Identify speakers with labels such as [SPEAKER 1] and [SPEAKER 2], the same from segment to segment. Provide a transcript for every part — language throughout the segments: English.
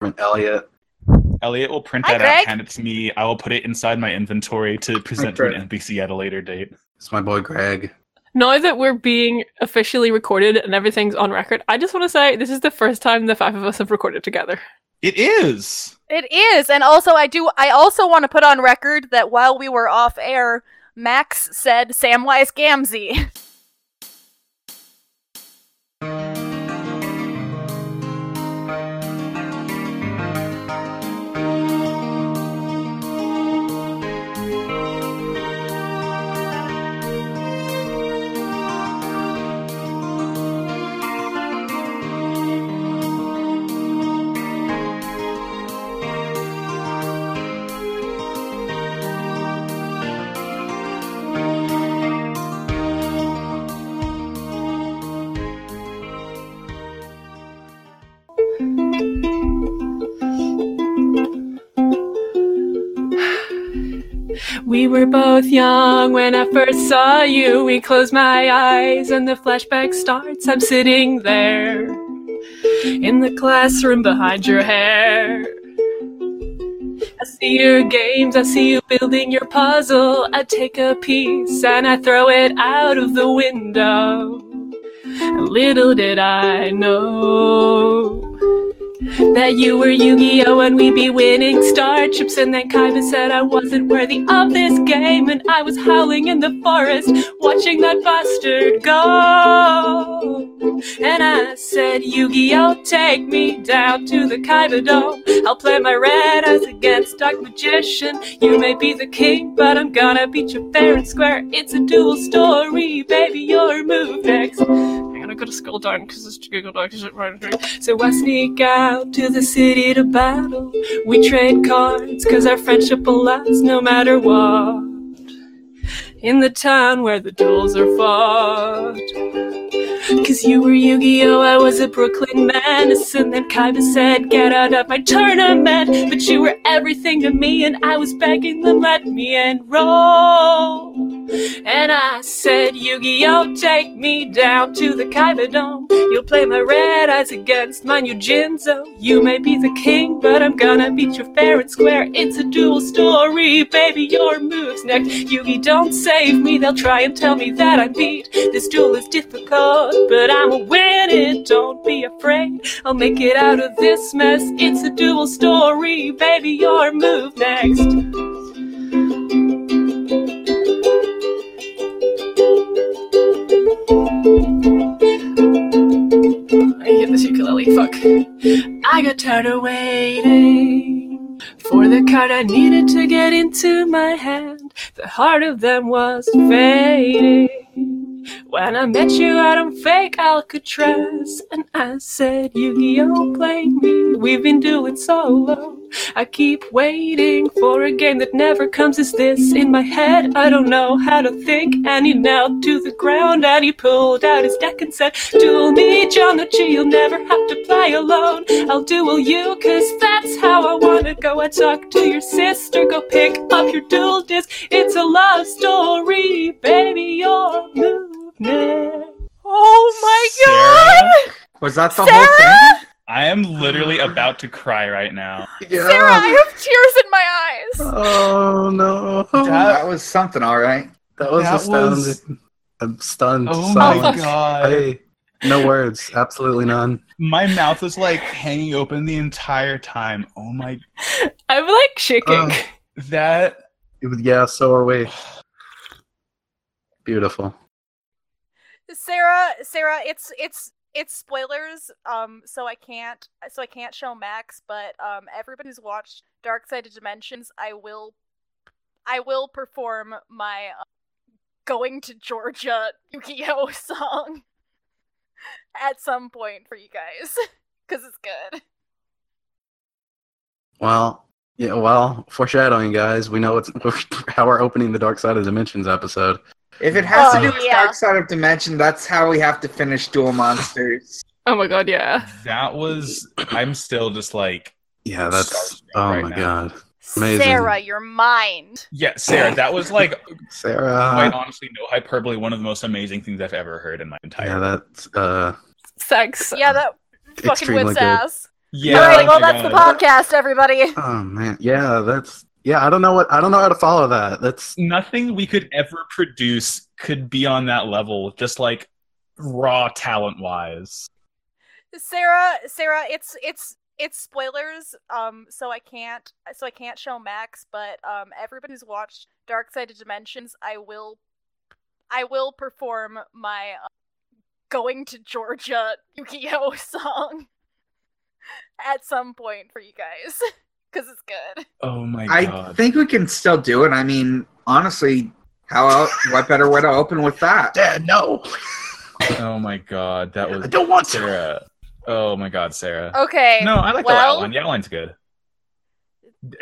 [SPEAKER 1] from Elliot.
[SPEAKER 2] Elliot will print
[SPEAKER 3] Hi,
[SPEAKER 2] that out,
[SPEAKER 3] Greg.
[SPEAKER 2] hand it to me. I will put it inside my inventory to present to
[SPEAKER 1] Greg.
[SPEAKER 2] an NPC at a later date.
[SPEAKER 1] It's my boy Greg.
[SPEAKER 4] Now that we're being officially recorded and everything's on record, I just want to say this is the first time the five of us have recorded together.
[SPEAKER 2] It is.
[SPEAKER 3] It is, and also I do. I also want to put on record that while we were off air, Max said Samwise Gamzee.
[SPEAKER 4] We were both young when I first saw you. We close my eyes and the flashback starts. I'm sitting there in the classroom behind your hair. I see your games, I see you building your puzzle. I take a piece and I throw it out of the window. Little did I know that you were Yu-Gi-Oh and we'd be winning star chips and then Kaiba said I wasn't worthy of this game and I was howling in the forest watching that bastard go and I said Yu-Gi-Oh take me down to the Kaiba dome I'll play my red eyes against dark magician you may be the king but I'm gonna beat you fair and square it's a dual story baby your move next Hang on, I gotta scroll down because this Google Doc isn't running. So I sneak out to the city to battle. We trade cards because our friendship will last no matter what. In the town where the duels are fought. Cause you were Yu Gi Oh! I was a Brooklyn menace. And then Kaiba said, Get out of my tournament. But you were everything to me, and I was begging them, Let me enroll. And I said, Yu-Gi-Oh, take me down to the Kaiba Dome. You'll play my red eyes against my new Jinzo. You may be the king, but I'm gonna beat you fair and square. It's a dual story, baby, your move's next. Yu-Gi, don't save me, they'll try and tell me that I beat. This duel is difficult, but I'm a win it. Don't be afraid, I'll make it out of this mess. It's a dual story, baby, your move next. I hit this ukulele. Fuck. I got tired of waiting for the card I needed to get into my hand. The heart of them was fading. When I met you out on fake Alcatraz, and I said, Yu Gi Oh, play me. We've been doing solo. I keep waiting for a game that never comes. Is this in my head? I don't know how to think. And he knelt to the ground and he pulled out his deck and said, Duel me, John Lucci, you'll never have to play alone. I'll duel you, cause that's how I wanna go. I talk to your sister, go pick up your duel disc. It's a love story, baby, your move now.
[SPEAKER 3] Oh
[SPEAKER 2] Sarah,
[SPEAKER 1] Was that the
[SPEAKER 3] Sarah?
[SPEAKER 1] whole
[SPEAKER 2] I am literally about to cry right now.
[SPEAKER 1] thing? Yeah.
[SPEAKER 3] Sarah, I have tears in my eyes.
[SPEAKER 1] Oh no.
[SPEAKER 2] That-
[SPEAKER 1] That was something, all right. That was
[SPEAKER 2] That
[SPEAKER 1] astounding.
[SPEAKER 2] was-
[SPEAKER 1] I'm stunned.
[SPEAKER 2] Oh my
[SPEAKER 1] Silence.
[SPEAKER 2] god.
[SPEAKER 1] I- no words. Absolutely none.
[SPEAKER 2] My mouth is like hanging open the entire time. Oh my
[SPEAKER 4] I'm like shaking.
[SPEAKER 1] Oh.
[SPEAKER 2] that
[SPEAKER 1] It was- Yeah. So are we. Beautiful.
[SPEAKER 3] Sarah, Sarah, it's it's it's spoilers. Um, so I can't so I can't show Max, but um, everybody who's watched Dark Side of Dimensions, I will, I will perform my uh, going to Georgia Yu-Gi-Oh song at some point for you guys because it's good.
[SPEAKER 1] Well, yeah. Well, foreshadowing, guys. We know what's how we're opening the Dark Side of Dimensions episode.
[SPEAKER 5] If it has
[SPEAKER 3] Oh,
[SPEAKER 5] to do with
[SPEAKER 3] yeah.
[SPEAKER 5] Dark Side of Dimension, that's how we have to finish Duel Monsters.
[SPEAKER 4] oh my god, yeah.
[SPEAKER 2] that was I'm still just like
[SPEAKER 1] Yeah. That's.
[SPEAKER 2] Starstruck
[SPEAKER 1] Oh
[SPEAKER 2] right
[SPEAKER 1] my
[SPEAKER 2] now.
[SPEAKER 1] god. Amazing.
[SPEAKER 3] Sarah, you're mine.
[SPEAKER 2] yeah, Sarah, that was like quite
[SPEAKER 1] Sarah.
[SPEAKER 2] honestly no hyperbole, one of the most amazing things I've ever heard in my entire
[SPEAKER 1] Yeah. That's. Uh.
[SPEAKER 4] Sex.
[SPEAKER 3] Yeah, that fucking
[SPEAKER 1] Extremely
[SPEAKER 3] whips
[SPEAKER 1] good.
[SPEAKER 3] ass.
[SPEAKER 2] Yeah.
[SPEAKER 3] All
[SPEAKER 2] I
[SPEAKER 3] right,
[SPEAKER 2] think
[SPEAKER 3] well,
[SPEAKER 2] you're
[SPEAKER 3] "Oh, that's the
[SPEAKER 2] gonna-
[SPEAKER 3] podcast, everybody.
[SPEAKER 1] Oh man, yeah, that's yeah. I don't know what I don't know how to follow that. That's
[SPEAKER 2] Nothing we could ever produce could be on that level, just like raw talent wise.
[SPEAKER 3] Sarah, Sarah, it's it's it's spoilers, um, so I can't so I can't show Max, but um, everybody who's watched Dark Side of Dimensions, I will, I will perform my uh, going to Georgia Yu-Gi-Oh song at some point for you guys because it's good.
[SPEAKER 2] Oh my
[SPEAKER 5] I
[SPEAKER 2] god.
[SPEAKER 5] think we can still do it. I mean, honestly, how el- what better way to open with that?
[SPEAKER 1] Dad. No,
[SPEAKER 2] oh my god. That
[SPEAKER 1] I
[SPEAKER 2] was
[SPEAKER 1] don't want to.
[SPEAKER 2] Sarah. Oh my god, Sarah.
[SPEAKER 3] Okay,
[SPEAKER 2] No, I like
[SPEAKER 3] well-
[SPEAKER 2] the outline. The outline's good.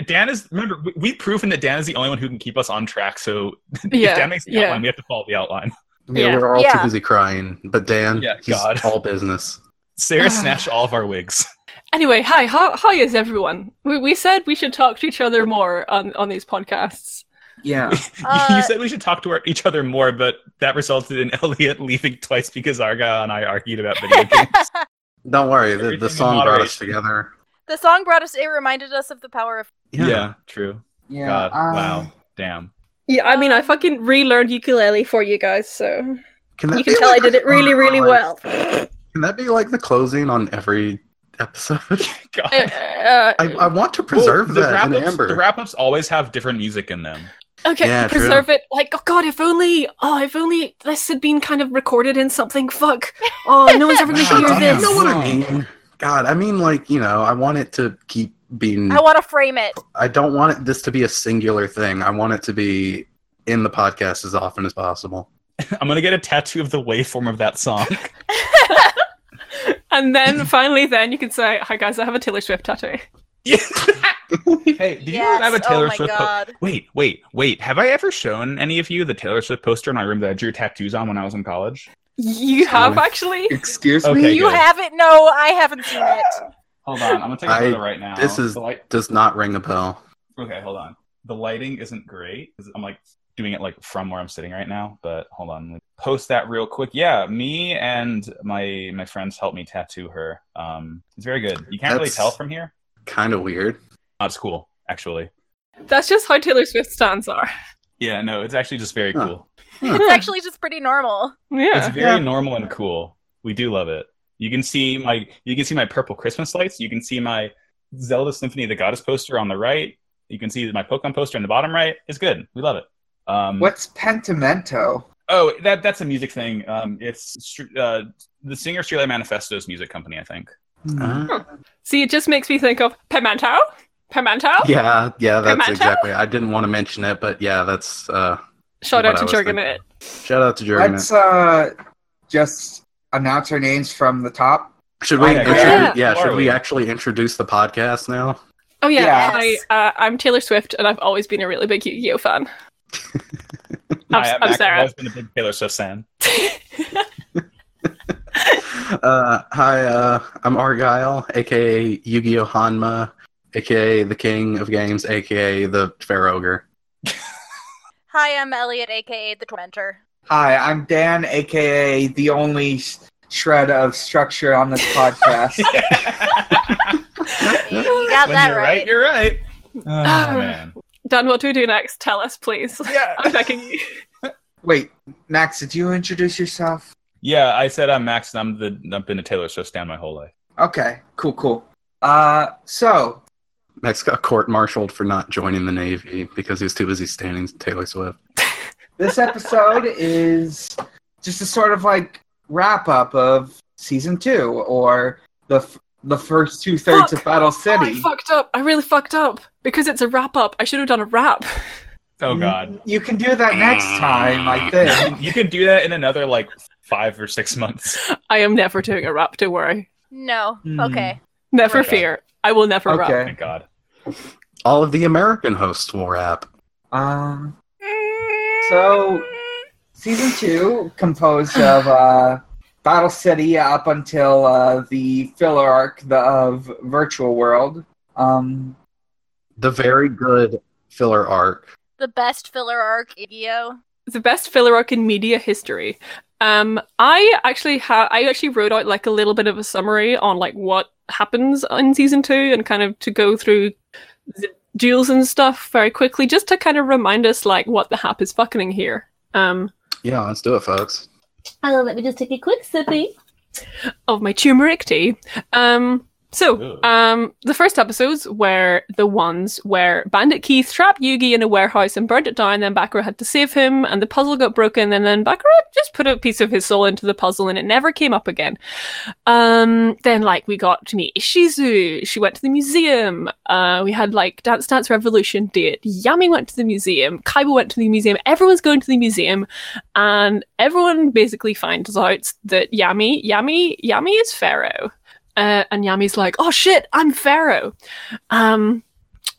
[SPEAKER 2] Dan is remember we, we've proven that Dan is the only one who can keep us on track. So if Dan
[SPEAKER 4] Yeah.
[SPEAKER 2] makes the
[SPEAKER 4] yeah.
[SPEAKER 2] outline, we have to follow the outline.
[SPEAKER 1] Yeah,
[SPEAKER 4] Yeah.
[SPEAKER 1] we're all
[SPEAKER 3] Yeah.
[SPEAKER 1] too busy crying. But Dan,
[SPEAKER 2] Yeah,
[SPEAKER 1] he's
[SPEAKER 2] God.
[SPEAKER 1] all business.
[SPEAKER 3] Ah.
[SPEAKER 2] Sarah snatched all of our wigs.
[SPEAKER 4] Anyway, hi, how, hi is everyone? We, we said we should talk to each other more on, on these podcasts.
[SPEAKER 5] Yeah.
[SPEAKER 3] Uh,
[SPEAKER 2] you said we should talk to our, each other more, but that resulted in Elliot leaving twice because Arga and I argued about video games.
[SPEAKER 1] Don't worry, the,
[SPEAKER 2] Everything
[SPEAKER 1] the
[SPEAKER 2] in
[SPEAKER 1] song brought us together.
[SPEAKER 3] the song brought us. It reminded us of the power of.
[SPEAKER 2] yeah. true.
[SPEAKER 5] Yeah.
[SPEAKER 2] God,
[SPEAKER 5] um,
[SPEAKER 2] wow, damn.
[SPEAKER 4] Yeah, I mean, I fucking relearned ukulele for you guys, so
[SPEAKER 1] Can that
[SPEAKER 4] you can
[SPEAKER 1] be
[SPEAKER 4] tell I
[SPEAKER 1] like-
[SPEAKER 4] did it really, really
[SPEAKER 1] like-
[SPEAKER 4] well.
[SPEAKER 1] Can that be like the closing on every episode?
[SPEAKER 2] God.
[SPEAKER 4] Uh, uh,
[SPEAKER 1] I, I want to preserve
[SPEAKER 2] Well,
[SPEAKER 1] that in
[SPEAKER 2] wrap-ups-
[SPEAKER 1] Amber.
[SPEAKER 2] The wrap ups always have different music in them.
[SPEAKER 4] okay,
[SPEAKER 1] Yeah, true.
[SPEAKER 4] preserve it. Like, oh god, if only, oh, if only this had been kind of recorded in something. Fuck. Oh, no one's ever gonna
[SPEAKER 1] Shut
[SPEAKER 4] hear
[SPEAKER 1] up. You
[SPEAKER 4] this.
[SPEAKER 1] know what I mean? God, I mean, like you know, I want it to keep being.
[SPEAKER 2] Mm.
[SPEAKER 3] I want to frame it.
[SPEAKER 1] I don't want it, this to be a singular thing. I want it to be in the podcast as often as possible.
[SPEAKER 2] I'm gonna get a tattoo of the waveform of that song.
[SPEAKER 4] And then finally, then you can say, hi guys, I have a Taylor Swift tattoo.
[SPEAKER 2] hey, did you know that I have a
[SPEAKER 3] Yes,
[SPEAKER 2] Taylor
[SPEAKER 3] oh my
[SPEAKER 2] Swift po-
[SPEAKER 3] god.
[SPEAKER 2] Wait, wait, wait. Have I ever shown any of you the Taylor Swift poster in my room that I drew tattoos on when I was in college?
[SPEAKER 4] You have
[SPEAKER 1] Oh.
[SPEAKER 4] actually.
[SPEAKER 5] Excuse
[SPEAKER 2] Okay.
[SPEAKER 5] me.
[SPEAKER 3] you
[SPEAKER 2] good.
[SPEAKER 3] have it? No, I haven't seen it.
[SPEAKER 2] Hold on, I'm gonna take a
[SPEAKER 1] I-
[SPEAKER 2] photo right now.
[SPEAKER 1] this is-
[SPEAKER 2] the light.
[SPEAKER 1] Does not ring a bell.
[SPEAKER 2] Okay, hold on. The lighting isn't great. 'cause I'm like doing it like from where I'm sitting right now, but hold on. let me Post that real quick. Yeah, me and my my friends helped me tattoo her. Um, it's very good. You can't really
[SPEAKER 1] That's-
[SPEAKER 2] tell from here.
[SPEAKER 1] Kind of weird.
[SPEAKER 2] Oh, it's cool, actually.
[SPEAKER 4] That's just how Taylor Swift stands are.
[SPEAKER 2] Yeah, no, it's actually just very
[SPEAKER 1] Huh.
[SPEAKER 2] cool.
[SPEAKER 3] It's actually just pretty normal.
[SPEAKER 4] yeah.
[SPEAKER 2] It's very
[SPEAKER 1] Yeah.
[SPEAKER 2] normal and cool. We do love it. You can see my you can see my purple Christmas lights. You can see my Zelda Symphony of the Goddess poster on the right. You can see my Pokemon poster in the bottom right. It's good. We love it. Um,
[SPEAKER 5] What's Pentimento?
[SPEAKER 2] Oh, that that's a music thing. Um, it's Str- uh, the singer Streetlight Manifesto's music company, I think.
[SPEAKER 5] Hmm.
[SPEAKER 1] Uh,
[SPEAKER 4] See, it just makes me think of pimento, pimento.
[SPEAKER 1] yeah, yeah, that's
[SPEAKER 4] Pimento?
[SPEAKER 1] exactly. I didn't want to mention it, but yeah, that's. uh
[SPEAKER 4] Shout
[SPEAKER 1] What
[SPEAKER 4] out
[SPEAKER 1] I
[SPEAKER 4] to
[SPEAKER 1] was
[SPEAKER 4] Jurgen.
[SPEAKER 1] thinking. Shout out to Jordan.
[SPEAKER 5] Let's uh, just announce our names from the top.
[SPEAKER 1] Should we?
[SPEAKER 2] Yeah.
[SPEAKER 1] introduce-
[SPEAKER 4] Yeah.
[SPEAKER 1] yeah.
[SPEAKER 2] Who
[SPEAKER 1] should
[SPEAKER 2] are
[SPEAKER 1] we
[SPEAKER 2] we?
[SPEAKER 1] actually introduce the podcast now?
[SPEAKER 4] Oh yeah,
[SPEAKER 3] Yes.
[SPEAKER 4] I, uh, I'm Taylor Swift, and I've always been a really big Yu-Gi-Oh fan. I'm,
[SPEAKER 2] Hi,
[SPEAKER 4] I'm
[SPEAKER 2] Max. I've
[SPEAKER 4] Sarah.
[SPEAKER 2] always been a big Taylor Swift fan.
[SPEAKER 1] Uh, hi, uh, I'm Argyle, aka Yu-Gi-Oh Hanma, aka the King of Games, aka the Fair Ogre.
[SPEAKER 3] Hi, I'm Elliot, aka the Tormentor.
[SPEAKER 5] Hi, I'm Dan, aka the only sh- shred of structure on this podcast.
[SPEAKER 3] You got
[SPEAKER 2] When
[SPEAKER 3] that
[SPEAKER 2] you're
[SPEAKER 3] right.
[SPEAKER 2] You're right. Oh,
[SPEAKER 4] Ah.
[SPEAKER 2] man.
[SPEAKER 4] Dan, what do we do next? Tell us, please.
[SPEAKER 2] Yeah.
[SPEAKER 4] I'm begging you.
[SPEAKER 5] Wait, Max, did you introduce yourself?
[SPEAKER 2] Yeah, I said I'm Max, and I'm the I've been a Taylor Swift fan my whole life.
[SPEAKER 5] Okay, cool, cool. Uh, so
[SPEAKER 1] Max got court-martialed for not joining the Navy because he was too busy standing Taylor Swift.
[SPEAKER 5] this episode is just a sort of like wrap up of season two, or the f- the first two thirds
[SPEAKER 4] Fuck.
[SPEAKER 5] of Battle
[SPEAKER 4] Oh,
[SPEAKER 5] City.
[SPEAKER 4] I fucked up. I really fucked up because it's a wrap up. I should have done a wrap. Mm-hmm.
[SPEAKER 2] Oh God.
[SPEAKER 5] You can do that next time, I think.
[SPEAKER 2] you can do that in another like five or six months.
[SPEAKER 4] I am never doing a wrap. Don't worry.
[SPEAKER 3] No.
[SPEAKER 5] Hmm.
[SPEAKER 3] Okay.
[SPEAKER 4] Never
[SPEAKER 2] Okay.
[SPEAKER 4] fear. I will never wrap.
[SPEAKER 2] Oh my
[SPEAKER 5] Okay.
[SPEAKER 2] God.
[SPEAKER 1] All of the American hosts will rap.
[SPEAKER 5] Um. So, season two composed of uh, Battle City up until uh, the filler arc the, of Virtual World. Um,
[SPEAKER 1] The very good filler arc.
[SPEAKER 3] The best filler arc, Igio.
[SPEAKER 4] the best filler arc in media uh, history. Um, I actually ha- I actually wrote out like a little bit of a summary on like what happens in season two and kind of to go through the duels and stuff very quickly just to kind of remind us like what the hap is fucking here. Um,
[SPEAKER 1] Yeah, let's do it, folks.
[SPEAKER 6] Oh, let me just take a quick sippy.
[SPEAKER 4] of my turmeric tea. Um, so,
[SPEAKER 2] Ooh.
[SPEAKER 4] um, the first episodes were the ones where Bandit Keith trapped Yugi in a warehouse and burned it down, then Bakura had to save him, and the puzzle got broken, and then Bakura just put a piece of his soul into the puzzle and it never came up again. Um, then, like, we got to meet Ishizu, she went to the museum, uh, we had, like, Dance Dance Revolution did, Yami went to the museum, Kaiba went to the museum, everyone's going to the museum, and everyone basically finds out that Yami, Yami, Yami is Pharaoh. Uh, and Yami's like, oh shit, I'm Pharaoh. Um,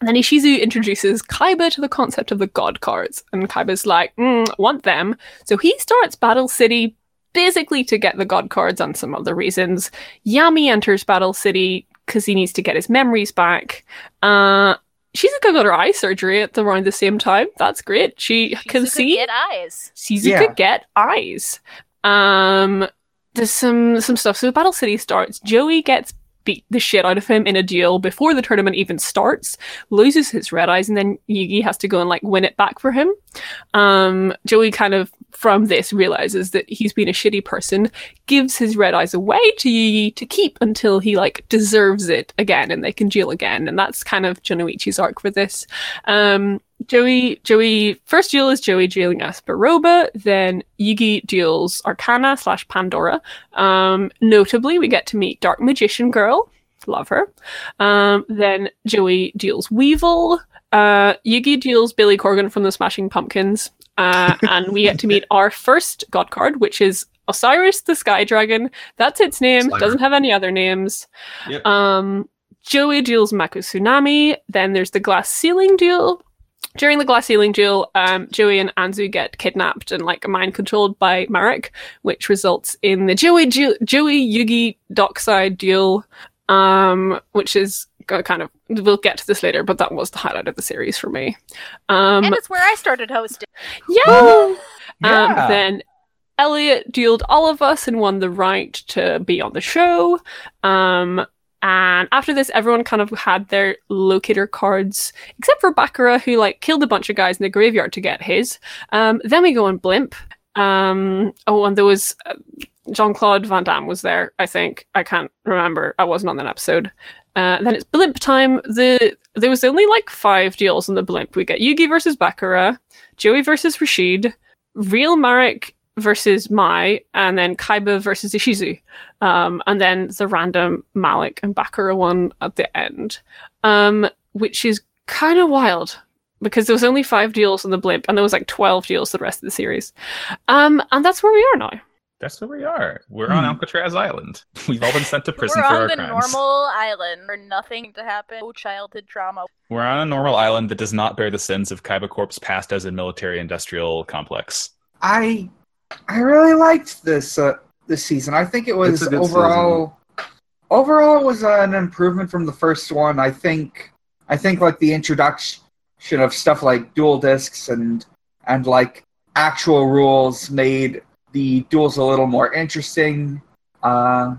[SPEAKER 4] and then Ishizu introduces Kaiba to the concept of the god cards. And Kaiba's like, mm, want them. So he starts Battle City basically to get the god cards and some other reasons. Yami enters Battle City because he needs to get his memories back. Uh, Shizuka got her eye surgery at the, around the same time. That's great. She can
[SPEAKER 3] Shizuka
[SPEAKER 4] see.
[SPEAKER 3] Get eyes.
[SPEAKER 4] Suzuka
[SPEAKER 5] Yeah.
[SPEAKER 4] get eyes. Um, there's some some stuff. So Battle City starts. Joey gets beat the shit out of him in a duel before the tournament even starts. Loses his red eyes, and then Yugi has to go and like win it back for him. Um, Joey kind of from this realizes that he's been a shitty person. Gives his red eyes away to Yugi to keep until he like deserves it again, and they can duel again. And that's kind of Junoichi's arc for this. Um, Joey, Joey, first duel is Joey dueling Asparoba, then Yugi duels Arcana slash Pandora. Um, notably, we get to meet Dark Magician Girl. Love her. Um, then Joey deals Weevil. Uh, Yugi deals Billy Corgan from the Smashing Pumpkins. Uh, and we get to meet our first god card, which is Osiris the Sky Dragon. That's its name.
[SPEAKER 1] Slimer.
[SPEAKER 4] Doesn't have any other names.
[SPEAKER 2] Yep.
[SPEAKER 4] Um, Joey duels Maku Tsunami. Then there's the glass ceiling duel. During the glass ceiling duel, um, Joey and Anzu get kidnapped and like mind controlled by Marek, which results in the Joey Ju- Joey Yugi dockside duel, um, which is go- kind of we'll get to this later, but that was the highlight of the series for me. Um,
[SPEAKER 3] and it's where I started hosting.
[SPEAKER 4] yeah.
[SPEAKER 5] Yeah.
[SPEAKER 4] Um, then Elliot dueled all of us and won the right to be on the show. Um, and after this, everyone kind of had their locator cards, except for Baccarat, who like killed a bunch of guys in the graveyard to get his. Um, then we go on Blimp. Um, oh, and there was uh, Jean Claude Van Damme was there. I think I can't remember. I wasn't on that episode. Uh, then it's Blimp time. The there was only like five deals on the Blimp. We get Yugi versus Baccarat, Joey versus Rashid, real Marek versus Mai, and then Kaiba versus Ishizu, um, and then the random Malik and Bakura one at the end, um, which is kind of wild because there was only five deals on the blimp, and there was like twelve deals the rest of the series, um, and that's where we are now.
[SPEAKER 2] That's where we are. We're on
[SPEAKER 5] Hmm.
[SPEAKER 2] Alcatraz Island. We've all been sent to prison
[SPEAKER 3] We're
[SPEAKER 2] for
[SPEAKER 3] on
[SPEAKER 2] our
[SPEAKER 3] the
[SPEAKER 2] crimes.
[SPEAKER 3] normal island for nothing to happen. No childhood drama.
[SPEAKER 2] We're on a normal island that does not bear the sins of Kaiba Corp's past as a military-industrial complex.
[SPEAKER 5] I I really liked this uh, this season. I think it was
[SPEAKER 1] It's a good
[SPEAKER 5] overall overall it was an improvement from the first one. I think I think like the introduction of stuff like dual discs and and like actual rules made the duels a little more interesting. Uh,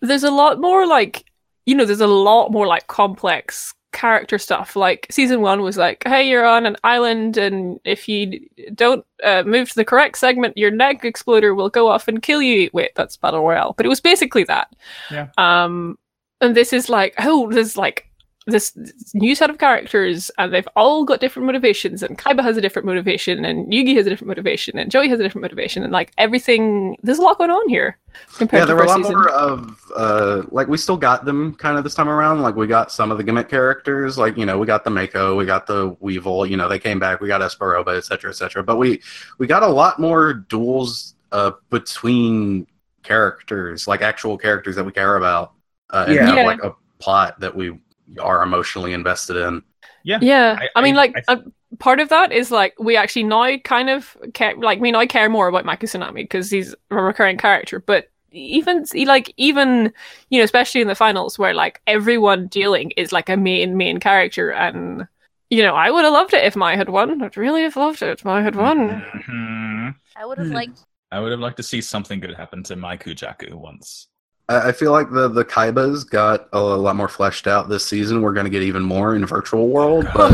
[SPEAKER 4] there's a lot more like you know there's a lot more like complex character stuff like season one was like hey you're on an island and if you don't uh, move to the correct segment your neck exploder will go off and kill you wait that's battle royale but it was basically that
[SPEAKER 2] Yeah.
[SPEAKER 4] um and this is like oh there's like this new set of characters and they've all got different motivations and kaiba has a different motivation and yugi has a different motivation and joey has a different motivation and like everything there's a lot going on here compared
[SPEAKER 1] yeah,
[SPEAKER 4] to
[SPEAKER 1] there were a
[SPEAKER 4] first
[SPEAKER 1] lot
[SPEAKER 4] season.
[SPEAKER 1] more of uh, like we still got them kind of this time around. Like we got some of the gimmick characters, like you know we got the Mako, we got the Weevil. You know they came back. We got Esperoba, et cetera, et cetera. But we we got a lot more duels uh, between characters, like actual characters that we care about, uh, and
[SPEAKER 5] Yeah.
[SPEAKER 1] have
[SPEAKER 4] Yeah.
[SPEAKER 1] like a plot that we are emotionally invested in.
[SPEAKER 2] Yeah.
[SPEAKER 4] yeah
[SPEAKER 2] I-
[SPEAKER 4] i, mean
[SPEAKER 2] I-
[SPEAKER 4] like
[SPEAKER 2] I-
[SPEAKER 4] uh part of that is like we actually now kind of care like we now care more about Maki Tsunami because he's a recurring character but even like even you know especially in the finals where like everyone dealing is like a main main character and you know i would have loved it if mai had won i'd really have loved it if mai had won
[SPEAKER 2] Mhm.
[SPEAKER 3] I would have
[SPEAKER 5] Hmm.
[SPEAKER 3] liked
[SPEAKER 2] I would have liked to see something good happen to Maiku Jaku once.
[SPEAKER 1] I I feel like the the Kaibas got a lot more fleshed out this season. We're going to get even more in Virtual World, but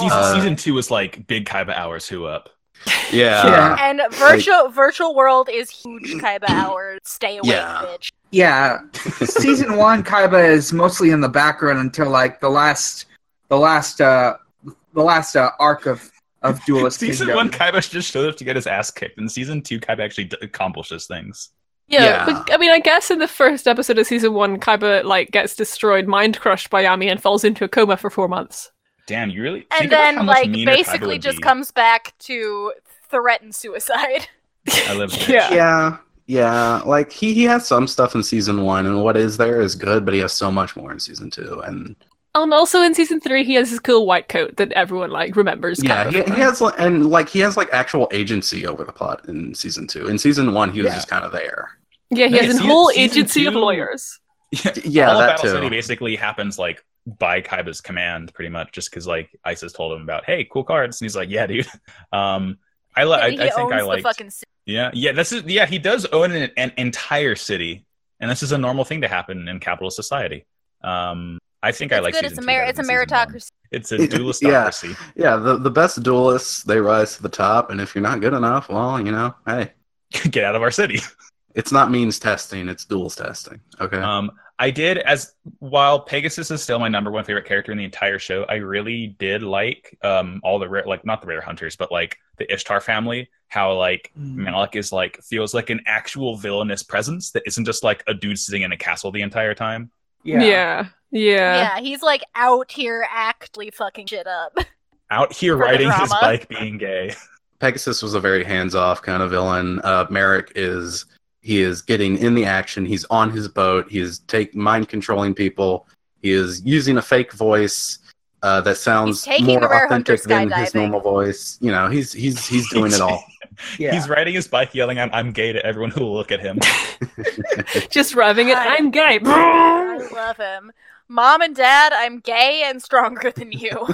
[SPEAKER 2] Season,
[SPEAKER 1] Uh,
[SPEAKER 2] season two was like big Kaiba hours. Who up?
[SPEAKER 1] yeah,
[SPEAKER 5] Yeah.
[SPEAKER 3] and virtual virtual world is huge Kaiba hours. Stay away,
[SPEAKER 1] Yeah.
[SPEAKER 3] bitch.
[SPEAKER 5] Yeah, season one, Kaiba is mostly in the background until like the last, the last, uh, the last uh, arc of of Duelist
[SPEAKER 2] Season
[SPEAKER 5] Kingdom.
[SPEAKER 2] one, Kaiba just showed up to get his ass kicked, and season two, Kaiba actually d- accomplishes things.
[SPEAKER 4] Yeah,
[SPEAKER 1] Yeah.
[SPEAKER 4] but I mean, I guess in the first episode of season one, Kaiba like gets destroyed, mind crushed by Yami, and falls into a coma for four months.
[SPEAKER 2] Damn, you really?
[SPEAKER 3] And
[SPEAKER 2] think about how
[SPEAKER 3] then
[SPEAKER 2] much
[SPEAKER 3] like
[SPEAKER 2] meaner Kaiba
[SPEAKER 3] basically
[SPEAKER 2] would
[SPEAKER 3] just
[SPEAKER 2] be.
[SPEAKER 3] comes back to threaten suicide.
[SPEAKER 2] I live. there.
[SPEAKER 4] Yeah.
[SPEAKER 1] yeah, yeah. Like he he has some stuff in season one, and what is there is good, but he has so much more in season two, and
[SPEAKER 4] Um, also in season three, he has his cool white coat that everyone like remembers.
[SPEAKER 1] yeah,
[SPEAKER 4] Kaiba
[SPEAKER 1] he,
[SPEAKER 4] for.
[SPEAKER 1] he has like, and like he has like actual agency over the plot in season two. In season one, he was
[SPEAKER 2] Yeah.
[SPEAKER 1] just kind of there.
[SPEAKER 4] yeah, he
[SPEAKER 2] Yeah,
[SPEAKER 4] has a
[SPEAKER 2] season-
[SPEAKER 4] whole
[SPEAKER 2] season
[SPEAKER 4] agency of
[SPEAKER 2] two-
[SPEAKER 4] lawyers.
[SPEAKER 1] Yeah,
[SPEAKER 2] all of
[SPEAKER 1] that
[SPEAKER 2] Battle
[SPEAKER 1] too.
[SPEAKER 2] City basically happens like by Kaiba's command, pretty much, just because like Isis told him about, hey, cool cards, and he's like, yeah, dude. Um, I li- I,
[SPEAKER 3] he
[SPEAKER 2] I think
[SPEAKER 3] owns
[SPEAKER 2] I
[SPEAKER 3] the
[SPEAKER 2] like.
[SPEAKER 3] fucking city.
[SPEAKER 2] Yeah, yeah. This is yeah. He does own an, an entire city, and this is a normal thing to happen in capitalist society. Um, I think I
[SPEAKER 3] It's
[SPEAKER 2] like.
[SPEAKER 3] good.
[SPEAKER 2] season
[SPEAKER 3] It's a
[SPEAKER 2] two
[SPEAKER 3] mer-
[SPEAKER 2] better
[SPEAKER 3] it's a
[SPEAKER 2] than season one.
[SPEAKER 3] meritocracy.
[SPEAKER 2] It's a
[SPEAKER 1] Yeah.
[SPEAKER 2] duelistocracy.
[SPEAKER 1] Yeah, the, the best duelists they rise to the top, and if you're not good enough, well, you know, hey,
[SPEAKER 2] Get out of our city.
[SPEAKER 1] it's not means testing, it's duels testing. Okay.
[SPEAKER 2] Um, I did as while Pegasus is still my number one favorite character in the entire show. I really did like um all the rare, like not the rare hunters, but like the Ishtar family. How like
[SPEAKER 1] Hmm.
[SPEAKER 2] Malik is like feels like an actual villainous presence that isn't just like a dude sitting in a castle the entire time.
[SPEAKER 5] Yeah.
[SPEAKER 4] yeah, yeah.
[SPEAKER 3] Yeah, he's like out here actively fucking shit up.
[SPEAKER 2] Out here
[SPEAKER 3] For the
[SPEAKER 2] riding his
[SPEAKER 3] drama.
[SPEAKER 2] bike, being gay.
[SPEAKER 1] Pegasus was a very hands off kind of villain. Uh, Merrick is he is getting in the action. He's on his boat. He is take mind controlling people. He is using a fake voice uh, that sounds
[SPEAKER 3] taking
[SPEAKER 1] more
[SPEAKER 3] the rare hunter
[SPEAKER 1] authentic than his
[SPEAKER 3] skydiving.
[SPEAKER 1] normal voice. You know, he's he's he's doing it all.
[SPEAKER 5] yeah.
[SPEAKER 2] He's riding his bike, yelling, "I'm I'm gay" to everyone who will look at him.
[SPEAKER 4] Just rubbing it.
[SPEAKER 3] God.
[SPEAKER 4] I'm gay.
[SPEAKER 3] I love him. Mom and dad, I'm gay and stronger than you.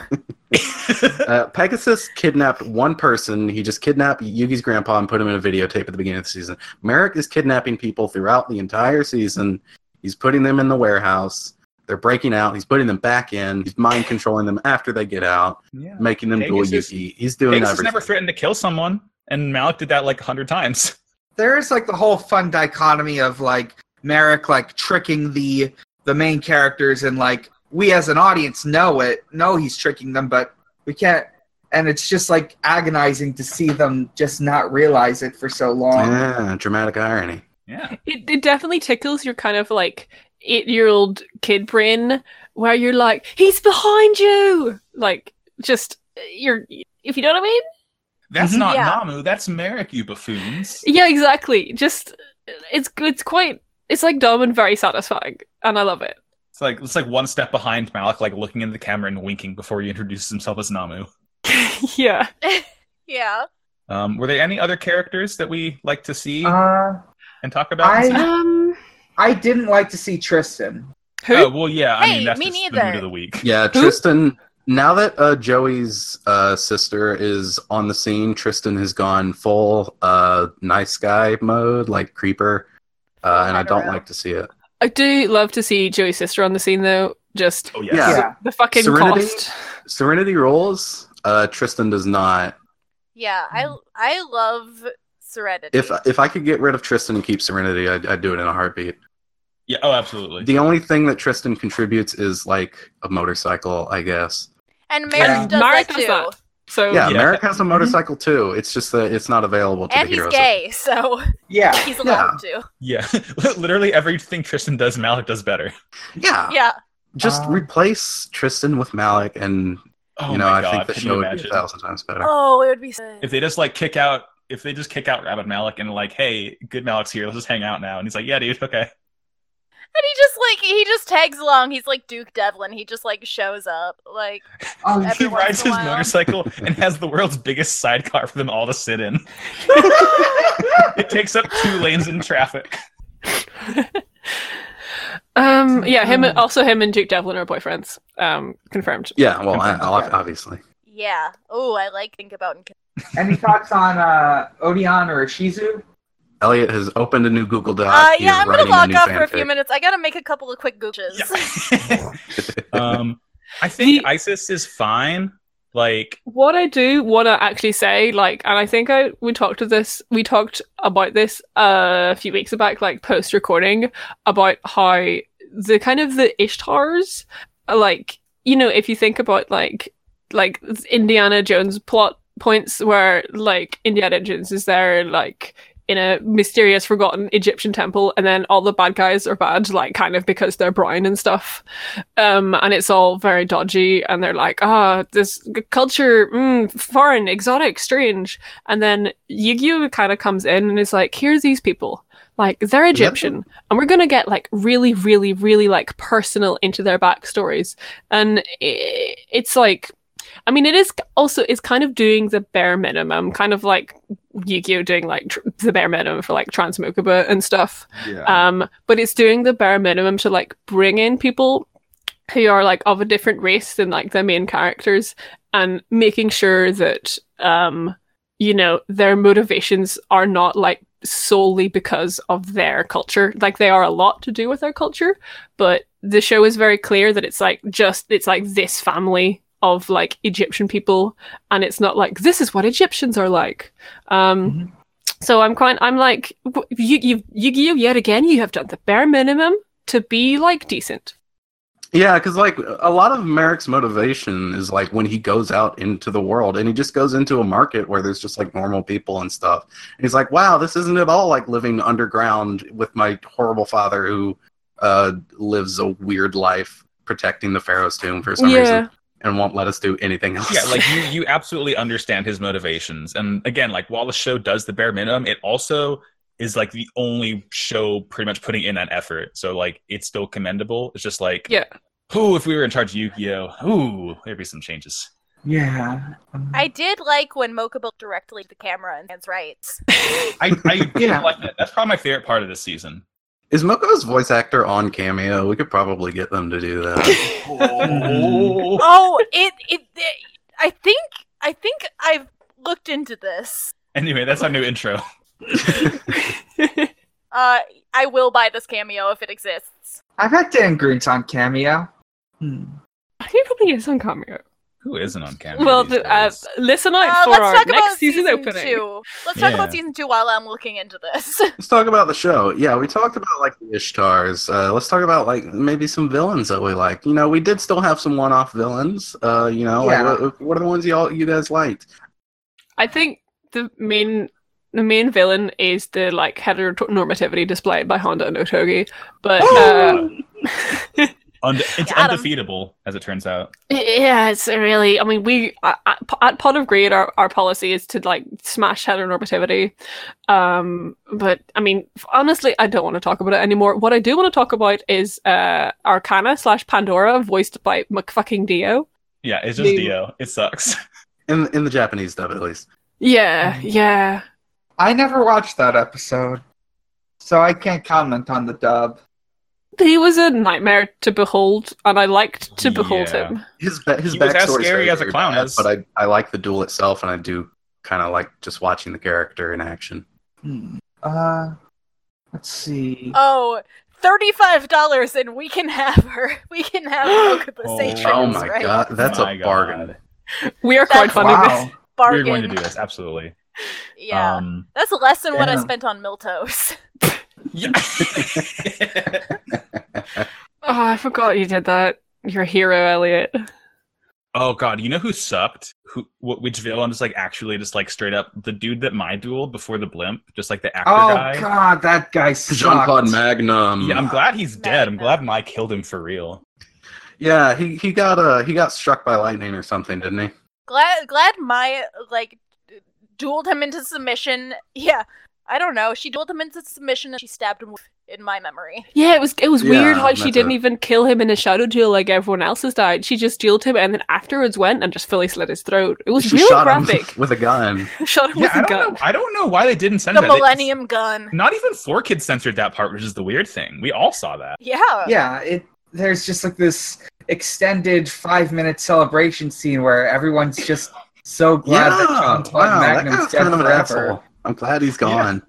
[SPEAKER 1] Uh, Pegasus kidnapped one person. He just kidnapped Yugi's grandpa and put him in a videotape at the beginning of the season. Merrick is kidnapping people throughout the entire season. He's putting them in the warehouse. They're breaking out. He's putting them back in. He's mind controlling them after they get out,
[SPEAKER 2] yeah.
[SPEAKER 1] making them duel
[SPEAKER 2] Pegasus-
[SPEAKER 1] Yugi. He's doing
[SPEAKER 2] Pegasus
[SPEAKER 1] everything.
[SPEAKER 2] never threatened to kill someone, and Malik did that like a hundred times.
[SPEAKER 5] there is like the whole fun dichotomy of like Merrick like tricking the the main characters and like we as an audience know it know he's tricking them but we can't and it's just like agonizing to see them just not realize it for so long.
[SPEAKER 1] yeah, dramatic irony.
[SPEAKER 2] Yeah.
[SPEAKER 4] It, it definitely tickles your kind of like eight year old kid brain where you're like, he's behind you. Like, just you're, if you know what I mean?
[SPEAKER 2] That's
[SPEAKER 5] Mhm.
[SPEAKER 2] not
[SPEAKER 3] Mm-hmm. Yeah.
[SPEAKER 2] Namu. That's Merrick, you buffoons.
[SPEAKER 4] Yeah, exactly. Just, it's it's quite, it's like dumb and very satisfying. And I love it.
[SPEAKER 2] It's like it's like one step behind Malik, like looking into the camera and winking before he introduces himself as Namu.
[SPEAKER 4] yeah.
[SPEAKER 3] yeah.
[SPEAKER 2] Um, were there any other characters that we like to see
[SPEAKER 5] Uh,
[SPEAKER 2] and talk about?
[SPEAKER 5] I-
[SPEAKER 4] Um,
[SPEAKER 5] I didn't like to see Tristan.
[SPEAKER 4] who?
[SPEAKER 2] oh well, yeah. I mean,
[SPEAKER 3] Hey,
[SPEAKER 2] that's
[SPEAKER 3] me
[SPEAKER 2] just the
[SPEAKER 3] neither.
[SPEAKER 2] mood of the week.
[SPEAKER 1] Yeah, Tristan. Now that uh, Joey's uh, sister is on the scene, Tristan has gone full uh, nice guy mode, like creeper, uh, and I don't
[SPEAKER 3] Hetero.
[SPEAKER 1] like to see it.
[SPEAKER 4] I do love to see Joey's sister on the scene though. Just
[SPEAKER 2] Oh
[SPEAKER 1] Yeah.
[SPEAKER 2] yes.
[SPEAKER 5] Yeah.
[SPEAKER 4] the fucking
[SPEAKER 1] Serenity?
[SPEAKER 4] cost.
[SPEAKER 1] Serenity rolls. Uh, Tristan does not.
[SPEAKER 3] Yeah,
[SPEAKER 2] Hmm.
[SPEAKER 3] I I love Serenity.
[SPEAKER 1] If uh, if I could get rid of Tristan and keep Serenity, I'd, I'd do it in a heartbeat.
[SPEAKER 2] Yeah. Oh, absolutely.
[SPEAKER 1] The only thing that Tristan contributes is like a motorcycle, I guess.
[SPEAKER 3] and Merrick
[SPEAKER 5] Yeah.
[SPEAKER 3] does
[SPEAKER 4] Marek
[SPEAKER 3] that
[SPEAKER 4] does
[SPEAKER 3] too.
[SPEAKER 4] that. So
[SPEAKER 1] Yeah,
[SPEAKER 2] Oh, Yeah. Mm-hmm.
[SPEAKER 1] Merrick has a motorcycle too. It's just that it's not available to
[SPEAKER 3] And
[SPEAKER 1] the
[SPEAKER 3] he's
[SPEAKER 1] heroes.
[SPEAKER 3] gay, so
[SPEAKER 5] Yeah.
[SPEAKER 3] he's allowed to.
[SPEAKER 2] Yeah. Literally everything Tristan does, Malik does better.
[SPEAKER 1] Yeah,
[SPEAKER 3] Yeah.
[SPEAKER 1] just
[SPEAKER 5] Uh,
[SPEAKER 1] replace Tristan with Malik, and
[SPEAKER 2] Oh
[SPEAKER 1] you know
[SPEAKER 2] my
[SPEAKER 1] I
[SPEAKER 2] god.
[SPEAKER 1] think the
[SPEAKER 2] can
[SPEAKER 1] show
[SPEAKER 2] you
[SPEAKER 1] would be a
[SPEAKER 2] imagine?
[SPEAKER 1] thousand times better.
[SPEAKER 3] Oh, it would be. So...
[SPEAKER 2] If they just like kick out, if they just kick out Rabbit Malik and like, hey, good Malik's here, let's just hang out now, and he's like, yeah, dude, okay.
[SPEAKER 3] And he just like he just tags along. He's like Duke Devlin. He just like shows up. Like
[SPEAKER 5] Um,
[SPEAKER 2] he
[SPEAKER 3] Every once
[SPEAKER 2] rides
[SPEAKER 3] in a
[SPEAKER 2] his
[SPEAKER 3] while.
[SPEAKER 2] motorcycle and has the world's biggest sidecar for them all to sit in. it takes up two lanes in traffic.
[SPEAKER 4] um yeah, him and also him and Duke Devlin are boyfriends. Um confirmed.
[SPEAKER 1] Yeah, well, I, I'll-
[SPEAKER 5] Yeah.
[SPEAKER 1] obviously.
[SPEAKER 3] yeah. Oh, I like think about.
[SPEAKER 5] any thoughts on uh, Odion or Shizu?
[SPEAKER 1] Elliot has opened a new Google Doc.
[SPEAKER 3] Uh,
[SPEAKER 1] He is
[SPEAKER 3] yeah, I'm gonna
[SPEAKER 1] writing
[SPEAKER 3] log
[SPEAKER 1] new
[SPEAKER 3] off for a
[SPEAKER 1] fanfic.
[SPEAKER 3] few minutes. I gotta make a couple of quick gooches.
[SPEAKER 2] Yeah. um, I think
[SPEAKER 4] The-
[SPEAKER 2] ISIS is fine. Like,
[SPEAKER 4] what I do want to actually say, like, and I think I we talked to this, we talked about this uh, a few weeks back, like post recording, about how the kind of the Ishtars, are, like, you know, if you think about like like Indiana Jones plot points where like Indiana Jones is there, like in a mysterious forgotten Egyptian temple and then all the bad guys are bad like kind of because they're brown and stuff um and it's all very dodgy and they're like ah this g- culture mm, foreign exotic strange and then Yu-Gi-Oh kind of comes in and is like here's these people like they're
[SPEAKER 1] that the-
[SPEAKER 4] Egyptian and we're going to get like really really really like personal into their backstories and i it's like I mean, it is also it's kind of doing the bare minimum, kind of like Yu-Gi-Oh doing like tr- the bare minimum for like Transmokuba and stuff.
[SPEAKER 1] Yeah.
[SPEAKER 4] Um, but it's doing the bare minimum to like bring in people who are like of a different race than like the main characters and making sure that um you know their motivations are not like solely because of their culture like they are a lot to do with their culture but the show is very clear that it's like just it's like this family of like egyptian people and it's not like this is what egyptians are like um
[SPEAKER 1] Mm-hmm.
[SPEAKER 5] Mhm.
[SPEAKER 4] so i'm quite i'm like w- you you you yet again you have done the bare minimum to be like decent
[SPEAKER 1] Yeah, because like a lot of Merrick's motivation is like when he goes out into the world and he just goes into a market where there's just like normal people and stuff. And he's like, wow, this isn't at all like living underground with my horrible father who uh, lives a weird life protecting the Pharaoh's tomb for some
[SPEAKER 4] Yeah.
[SPEAKER 1] reason and won't let us do anything else.
[SPEAKER 2] yeah, like you, you absolutely understand his motivations. And again, like while the show does the bare minimum, it also is like the only show pretty much putting in that effort. So like it's still commendable. It's just like
[SPEAKER 4] Yeah.
[SPEAKER 2] Ooh, if we were in charge of Yu-Gi-Oh! Ooh, there'd be some changes.
[SPEAKER 5] Yeah.
[SPEAKER 3] I did like when Mokuba directly to the camera and hands rights.
[SPEAKER 2] I, I
[SPEAKER 5] Yeah.
[SPEAKER 2] like that. That's probably my favorite part of this season.
[SPEAKER 1] is Moko's voice actor on Cameo? We could probably get them to do that.
[SPEAKER 2] Oh.
[SPEAKER 3] oh, it, it it I think I think I've looked into this.
[SPEAKER 2] Anyway, that's our new intro.
[SPEAKER 3] Uh I will buy this cameo if it exists.
[SPEAKER 5] I've had Dan Green's on cameo. Hmm.
[SPEAKER 4] I think it probably is on cameo.
[SPEAKER 2] Who isn't on camera?
[SPEAKER 4] Well,
[SPEAKER 2] these
[SPEAKER 4] th- uh,
[SPEAKER 2] days?
[SPEAKER 4] listen out
[SPEAKER 3] Uh,
[SPEAKER 4] for
[SPEAKER 3] let's
[SPEAKER 4] our
[SPEAKER 3] talk
[SPEAKER 4] next
[SPEAKER 3] about
[SPEAKER 4] season, opening.
[SPEAKER 3] two. Let's talk
[SPEAKER 2] Yeah.
[SPEAKER 3] about season two while I'm looking into this.
[SPEAKER 1] let's talk about the show. Yeah, we talked about like the Ishtars. Uh, let's talk about like maybe some villains that we like. You know, we did still have some one-off villains. Uh, you know,
[SPEAKER 5] Yeah.
[SPEAKER 1] like, what, what are the ones y'all you guys liked?
[SPEAKER 4] I think the main the main villain is the like heteronormativity displayed by Honda and Otogi, but uh,
[SPEAKER 2] Unde- it's
[SPEAKER 3] Adam.
[SPEAKER 2] undefeatable, as it turns out.
[SPEAKER 4] yeah, it's really. I mean, we at, at Pot of Greed, our, our policy is to like smash heteronormativity. Um, but I mean, f- honestly, I don't want to talk about it anymore. What I do want to talk about is uh, Arcana slash Pandora, voiced by McFucking Dio.
[SPEAKER 2] Yeah, it's just
[SPEAKER 4] Maybe.
[SPEAKER 2] Dio. It sucks.
[SPEAKER 1] In in the Japanese dub, at least.
[SPEAKER 4] Yeah, yeah.
[SPEAKER 5] I never watched that episode, so I can't comment on the dub.
[SPEAKER 4] he was a nightmare to behold, and I liked to behold
[SPEAKER 2] Yeah.
[SPEAKER 4] him.
[SPEAKER 1] His ba- his
[SPEAKER 2] He was as
[SPEAKER 1] backstory is
[SPEAKER 2] scary
[SPEAKER 1] very,
[SPEAKER 2] as a
[SPEAKER 1] very
[SPEAKER 2] clown
[SPEAKER 1] bad,
[SPEAKER 2] is.
[SPEAKER 1] but I I like the duel itself, and I do kind of like just watching the character in action.
[SPEAKER 5] Hmm. Uh, let's see.
[SPEAKER 3] Oh, thirty-five dollars, and we can have her. We can have Mokuba say
[SPEAKER 2] Oh,
[SPEAKER 3] things,
[SPEAKER 1] Oh my
[SPEAKER 3] right?
[SPEAKER 1] god, that's
[SPEAKER 2] My
[SPEAKER 1] a
[SPEAKER 2] God.
[SPEAKER 1] bargain.
[SPEAKER 4] We are
[SPEAKER 3] That's-
[SPEAKER 4] crowdfunding
[SPEAKER 5] wow.
[SPEAKER 4] this.
[SPEAKER 3] Bargain.
[SPEAKER 2] We're going to do this, absolutely.
[SPEAKER 3] Yeah,
[SPEAKER 2] Um,
[SPEAKER 3] that's less than what I
[SPEAKER 5] Damn.
[SPEAKER 3] spent on Miltos.
[SPEAKER 2] yeah.
[SPEAKER 4] Oh, I forgot you did that. You're a hero, Elliot.
[SPEAKER 2] oh god, you know who sucked? Who? Wh- which villain? Just like actually, just like straight up, the dude that my dueled before the blimp, just like the actor
[SPEAKER 5] Oh
[SPEAKER 2] guy. Um,
[SPEAKER 5] god, that guy
[SPEAKER 1] Jean Claude
[SPEAKER 5] sucked.
[SPEAKER 1] Magnum.
[SPEAKER 2] Yeah, I'm glad he's dead. I'm
[SPEAKER 3] Magna.
[SPEAKER 2] glad Mike killed him for real.
[SPEAKER 1] Yeah, he, he got uh he got struck by lightning or something, didn't he?
[SPEAKER 3] Glad, glad my like d- dueled him into submission. Yeah, I don't know. She dueled him into submission, and she stabbed him with- in my memory.
[SPEAKER 4] Yeah, it was it was
[SPEAKER 1] Yeah,
[SPEAKER 4] weird how
[SPEAKER 1] that's
[SPEAKER 4] she didn't
[SPEAKER 1] it.
[SPEAKER 4] even kill him in a shadow duel like everyone else has died. She just dueled him and then afterwards went and just fully slit his throat. It was
[SPEAKER 1] She
[SPEAKER 4] really
[SPEAKER 1] shot
[SPEAKER 4] graphic.
[SPEAKER 1] him with a gun.
[SPEAKER 4] shot him
[SPEAKER 2] Yeah,
[SPEAKER 4] with
[SPEAKER 2] I
[SPEAKER 4] a
[SPEAKER 2] don't
[SPEAKER 4] gun.
[SPEAKER 2] know. I don't know why they didn't censor
[SPEAKER 3] The
[SPEAKER 2] that. They-
[SPEAKER 3] Millennium Gun.
[SPEAKER 2] Not even four kids censored that part, which is the weird thing. We all saw that.
[SPEAKER 3] Yeah.
[SPEAKER 5] Yeah, it there's just like this extended five minute celebration scene where everyone's just so glad that Jean Claude
[SPEAKER 1] wow, that
[SPEAKER 5] Magnum's
[SPEAKER 1] guy's
[SPEAKER 5] dead
[SPEAKER 1] kind of an
[SPEAKER 5] forever.
[SPEAKER 1] asshole. I'm glad he's gone.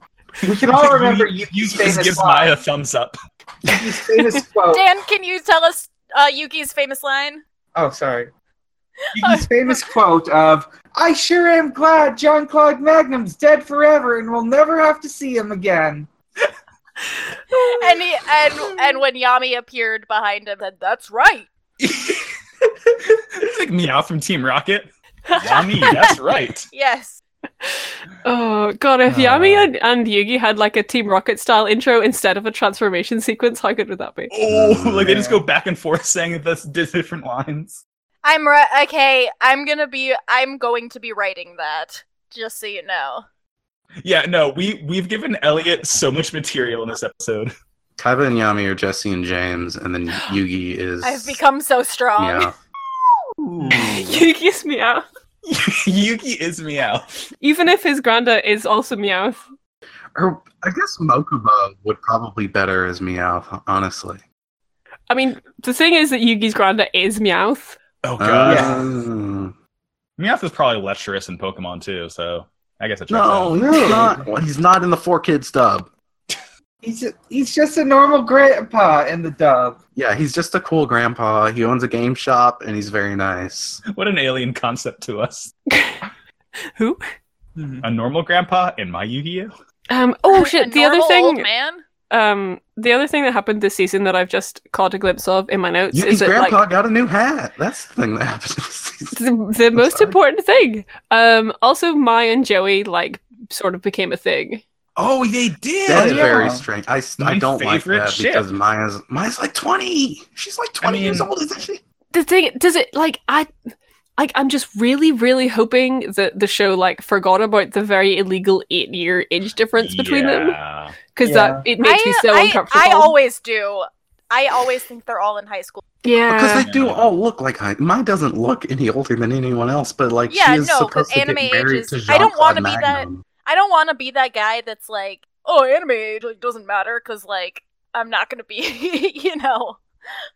[SPEAKER 5] We can all remember
[SPEAKER 2] you,
[SPEAKER 5] you,
[SPEAKER 2] Yuki
[SPEAKER 5] famous
[SPEAKER 2] just gives
[SPEAKER 5] line.
[SPEAKER 2] Maya a thumbs up.
[SPEAKER 5] Yuki's famous quote.
[SPEAKER 3] Dan, can you tell us uh, Yuki's famous line?
[SPEAKER 5] Oh, sorry. Yuki's famous quote of "I sure am glad John Claude Magnum's dead forever, and we'll never have to see him again."
[SPEAKER 3] And he, and and when Yami appeared behind him, said, "That's right."
[SPEAKER 2] it's like Meow from Team Rocket. Yami, that's right.
[SPEAKER 3] Yes.
[SPEAKER 4] Oh god, if
[SPEAKER 2] Uh.
[SPEAKER 4] Yami and, and Yugi had like a Team Rocket style intro instead of a transformation sequence, how good would that be?
[SPEAKER 2] Oh, like they just go back and forth saying this different lines.
[SPEAKER 3] I'm ri- okay. I'm gonna be. I'm going to be writing that. Just so you know.
[SPEAKER 2] Yeah, no, we we've given Elliot so much material in this episode.
[SPEAKER 1] Kaiba and Yami are Jesse and James, and then Yugi is.
[SPEAKER 3] I've become so strong.
[SPEAKER 1] Yeah.
[SPEAKER 4] Yugi's Meowth.
[SPEAKER 2] Yuki is Meow.
[SPEAKER 4] Even if his granda is also Meowth.
[SPEAKER 1] Or I guess Mokuba would probably better as Meowth, honestly.
[SPEAKER 4] I mean, the thing is that Yugi's granda is Meowth.
[SPEAKER 2] Oh
[SPEAKER 1] Uh,
[SPEAKER 2] god,
[SPEAKER 5] Yeah.
[SPEAKER 2] Meowth is probably lecherous in Pokemon too, so I guess it checks
[SPEAKER 1] No,
[SPEAKER 2] out.
[SPEAKER 1] he's not. well, He's not in the four kids dub.
[SPEAKER 5] He's he's just a normal grandpa in the dub.
[SPEAKER 1] Yeah, he's just a cool grandpa. He owns a game shop, and he's very nice.
[SPEAKER 2] What an alien concept to us.
[SPEAKER 4] Who?
[SPEAKER 5] Mm-hmm.
[SPEAKER 2] A normal grandpa in my Yu-Gi-Oh.
[SPEAKER 4] Um, oh
[SPEAKER 3] A
[SPEAKER 4] shit, the other
[SPEAKER 3] normal
[SPEAKER 4] thing
[SPEAKER 3] old man.
[SPEAKER 4] um the other thing that happened this season that I've just caught a glimpse of in my notes
[SPEAKER 1] Yuki's
[SPEAKER 4] is that
[SPEAKER 1] grandpa
[SPEAKER 4] like
[SPEAKER 1] got a new hat. That's the thing that happened. this season.
[SPEAKER 4] the, the most
[SPEAKER 1] sorry.
[SPEAKER 4] important thing. Um also Mai and Joey like sort of became a thing.
[SPEAKER 2] Oh, they did.
[SPEAKER 1] That's
[SPEAKER 5] yeah.
[SPEAKER 1] very strange. I, s- I
[SPEAKER 2] My
[SPEAKER 1] don't like
[SPEAKER 2] favorite
[SPEAKER 1] that
[SPEAKER 2] shit.
[SPEAKER 1] because Maya's Maya's like twenty. She's like twenty years
[SPEAKER 2] mean-
[SPEAKER 1] old, isn't she?
[SPEAKER 4] The thing does it like I like I'm just really really hoping that the show like forgot about the very illegal 8 year age difference between them
[SPEAKER 2] Yeah.
[SPEAKER 4] cuz that it makes
[SPEAKER 3] I,
[SPEAKER 4] me so
[SPEAKER 3] I,
[SPEAKER 4] uncomfortable.
[SPEAKER 3] I always do. I always think they're all in high school.
[SPEAKER 1] Because
[SPEAKER 4] yeah.
[SPEAKER 1] they do
[SPEAKER 2] Yeah.
[SPEAKER 1] all look like I. Maya doesn't look any older than anyone else, but like
[SPEAKER 3] Yeah,
[SPEAKER 1] she is
[SPEAKER 3] no, 'cause
[SPEAKER 1] supposed to
[SPEAKER 3] anime
[SPEAKER 1] get married
[SPEAKER 3] ages-
[SPEAKER 1] to
[SPEAKER 3] I don't
[SPEAKER 1] want
[SPEAKER 3] wanna
[SPEAKER 1] to
[SPEAKER 3] be that- I don't want to be that guy that's like, oh, anime age like, doesn't matter because like I'm not gonna be, you know,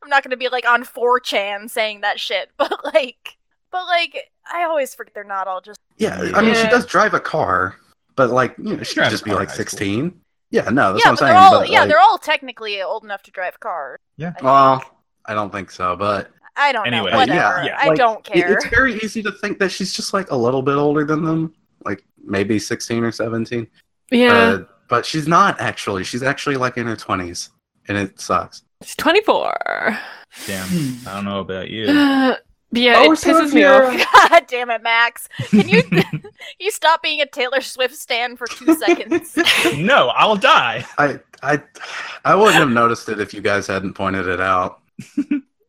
[SPEAKER 3] I'm not gonna be like on 4chan saying that shit. But like, but like, I always forget they're not all just.
[SPEAKER 1] Yeah, I mean she
[SPEAKER 4] Yeah.
[SPEAKER 1] does drive a car, but like you know, she could
[SPEAKER 2] drives
[SPEAKER 1] just
[SPEAKER 2] a
[SPEAKER 1] be
[SPEAKER 2] car
[SPEAKER 1] like
[SPEAKER 2] in high school.
[SPEAKER 1] sixteen. Yeah, no, that's
[SPEAKER 3] yeah,
[SPEAKER 1] what
[SPEAKER 3] but
[SPEAKER 1] I'm
[SPEAKER 3] they're
[SPEAKER 1] saying.
[SPEAKER 3] all
[SPEAKER 1] but,
[SPEAKER 3] yeah,
[SPEAKER 1] like, Uh,
[SPEAKER 3] they're all technically old enough to drive cars.
[SPEAKER 2] Yeah.
[SPEAKER 3] I
[SPEAKER 1] Well,
[SPEAKER 3] think.
[SPEAKER 1] I don't think so, but
[SPEAKER 3] I don't
[SPEAKER 2] Anyway,
[SPEAKER 3] know.
[SPEAKER 2] yeah,
[SPEAKER 3] Whatever.
[SPEAKER 2] yeah,
[SPEAKER 3] I
[SPEAKER 1] like,
[SPEAKER 3] don't
[SPEAKER 1] it-
[SPEAKER 3] care.
[SPEAKER 1] it's very easy to think that she's just like a little bit older than them, like maybe sixteen or seventeen.
[SPEAKER 2] Uh,
[SPEAKER 4] Yeah.
[SPEAKER 1] But, but she's not actually. She's actually like in her twenties, and it sucks.
[SPEAKER 4] It's 24.
[SPEAKER 2] Damn.
[SPEAKER 5] Hmm.
[SPEAKER 2] I don't know about you.
[SPEAKER 4] Uh, yeah,
[SPEAKER 5] Oh,
[SPEAKER 4] it
[SPEAKER 5] so
[SPEAKER 4] pisses
[SPEAKER 5] if
[SPEAKER 4] me
[SPEAKER 5] you're-
[SPEAKER 4] off.
[SPEAKER 3] God damn it, Max! Can you you stop being a Taylor Swift stan for two seconds?
[SPEAKER 2] no, I'll die.
[SPEAKER 1] I I I wouldn't have noticed it if you guys hadn't pointed it out.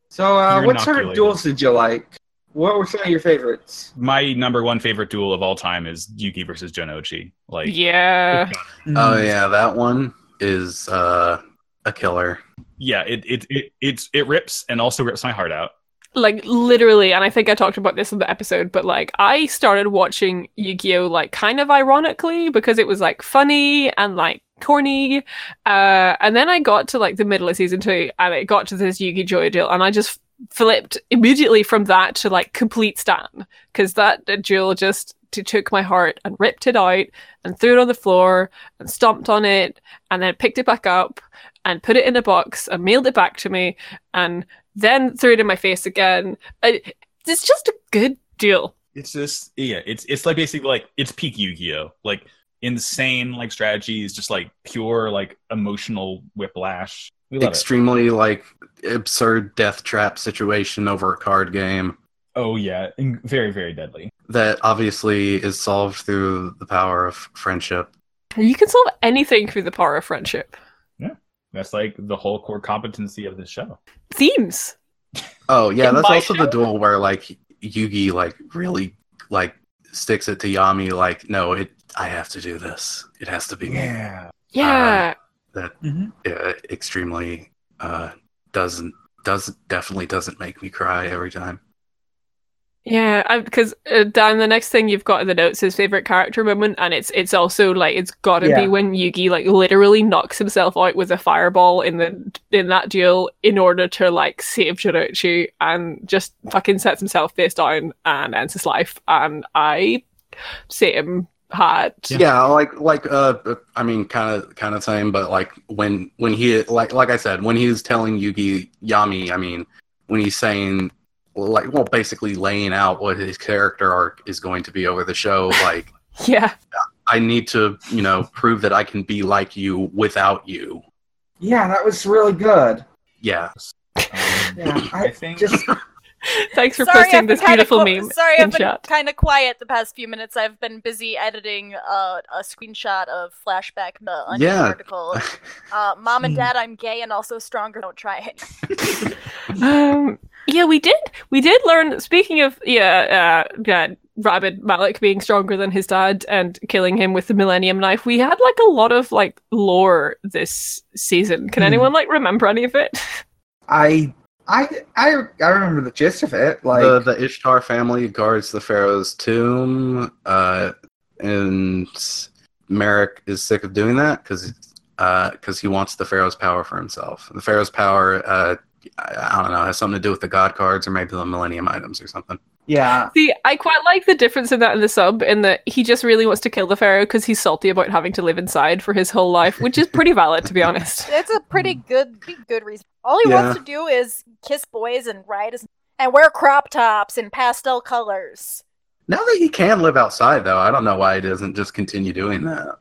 [SPEAKER 5] So, uh,
[SPEAKER 2] You're
[SPEAKER 5] what sort of
[SPEAKER 2] inoculated.
[SPEAKER 5] duels did you like? What were some of your favorites?
[SPEAKER 2] My number one favorite duel of all time is Yuki versus Jonochi. Like,
[SPEAKER 4] Yeah.
[SPEAKER 5] Mm. Mm-hmm.
[SPEAKER 1] Oh yeah, that one is uh, a killer.
[SPEAKER 2] yeah, it it it it's, it rips and also rips my heart out.
[SPEAKER 4] Like literally, and I think I talked about this in the episode, but like I started watching Yu-Gi-Oh! like kind of ironically because it was like funny and like corny. Uh and then I got to like the middle of season two and it got to this Yugi Joy deal and I just flipped immediately from that to like complete stan because that duel just t- took my heart and ripped it out and threw it on the floor and stomped on it and then picked it back up and put it in a box and mailed it back to me and then threw it in my face again. I, it's just a good deal.
[SPEAKER 2] It's just yeah, it's it's like basically like it's peak Yu-Gi-Oh. Like insane like strategies, just like pure like emotional whiplash. We love
[SPEAKER 1] Extremely like absurd death trap situation over a card game
[SPEAKER 2] it. Oh yeah, and very very deadly.
[SPEAKER 1] that obviously is solved through the power of friendship.
[SPEAKER 4] You can solve anything through the power of friendship.
[SPEAKER 2] That's like the whole core competency of this show.
[SPEAKER 4] Themes.
[SPEAKER 1] Oh yeah,
[SPEAKER 2] In
[SPEAKER 1] that's
[SPEAKER 2] my
[SPEAKER 1] also the
[SPEAKER 2] show?
[SPEAKER 1] duel where like Yugi like really like sticks it to Yami like no it I have to do this it has to be me.
[SPEAKER 2] Yeah.
[SPEAKER 4] Yeah.
[SPEAKER 1] that
[SPEAKER 5] Mhm.
[SPEAKER 1] uh, extremely uh, doesn't does definitely doesn't make me cry every time.
[SPEAKER 4] yeah. Because uh, Dan, the next thing you've got in the notes is favorite character moment, and it's it's also like it's got to
[SPEAKER 5] Yeah.
[SPEAKER 4] be when Yugi like literally knocks himself out with a fireball in the in that duel in order to like save Jirochi and just fucking sets himself face down and ends his life. And I, same, hot.
[SPEAKER 1] yeah. like like uh i mean kind of kind of same but like when when he like like i said when he's telling yugi yami i mean when he's saying like well basically laying out what his character arc is going to be over the show like
[SPEAKER 4] Yeah.
[SPEAKER 1] i need to you know prove that i can be like you without you
[SPEAKER 5] Yeah, that was really good.
[SPEAKER 1] yeah
[SPEAKER 2] Um,
[SPEAKER 5] Yeah,
[SPEAKER 2] I
[SPEAKER 5] I
[SPEAKER 2] think
[SPEAKER 5] just
[SPEAKER 4] Thanks for
[SPEAKER 3] Sorry,
[SPEAKER 4] posting
[SPEAKER 3] I've been
[SPEAKER 4] this
[SPEAKER 3] kinda
[SPEAKER 4] beautiful
[SPEAKER 3] qu-
[SPEAKER 4] meme.
[SPEAKER 3] Sorry,
[SPEAKER 4] in
[SPEAKER 3] I've been
[SPEAKER 4] chat.
[SPEAKER 3] kind of quiet the past few minutes. I've been busy editing uh, a screenshot of flashback the Onion
[SPEAKER 1] Yeah.
[SPEAKER 3] article. Uh, Mom
[SPEAKER 4] Hmm.
[SPEAKER 3] and Dad, I'm gay and also stronger. Don't try it.
[SPEAKER 4] Um, yeah, we did. We did learn. Speaking of yeah, uh, yeah, Rabid Malik being stronger than his dad and killing him with the Millennium Knife. We had like a lot of like lore this season. Can
[SPEAKER 5] Hmm.
[SPEAKER 4] anyone like remember any of it?
[SPEAKER 5] I I I I remember the gist of it. Like
[SPEAKER 1] the the Ishtar family guards the pharaoh's tomb, uh, and S- Merrick is sick of doing that because because he wants the pharaoh's power for himself. The pharaoh's power, uh, I, I don't know, has something to do with the god cards or maybe the Millennium items or something.
[SPEAKER 5] yeah,
[SPEAKER 4] See, I quite like the difference in that in the sub, in that he just really wants to kill the Pharaoh because he's salty about having to live inside for his whole life, which is pretty valid, to be honest.
[SPEAKER 3] That's a pretty
[SPEAKER 4] Hmm.
[SPEAKER 3] good good reason. All he
[SPEAKER 1] Yeah.
[SPEAKER 3] wants to do is kiss boys and ride his and wear crop tops in pastel colors.
[SPEAKER 1] Now that he can live outside, though, I don't know why he doesn't just continue doing that.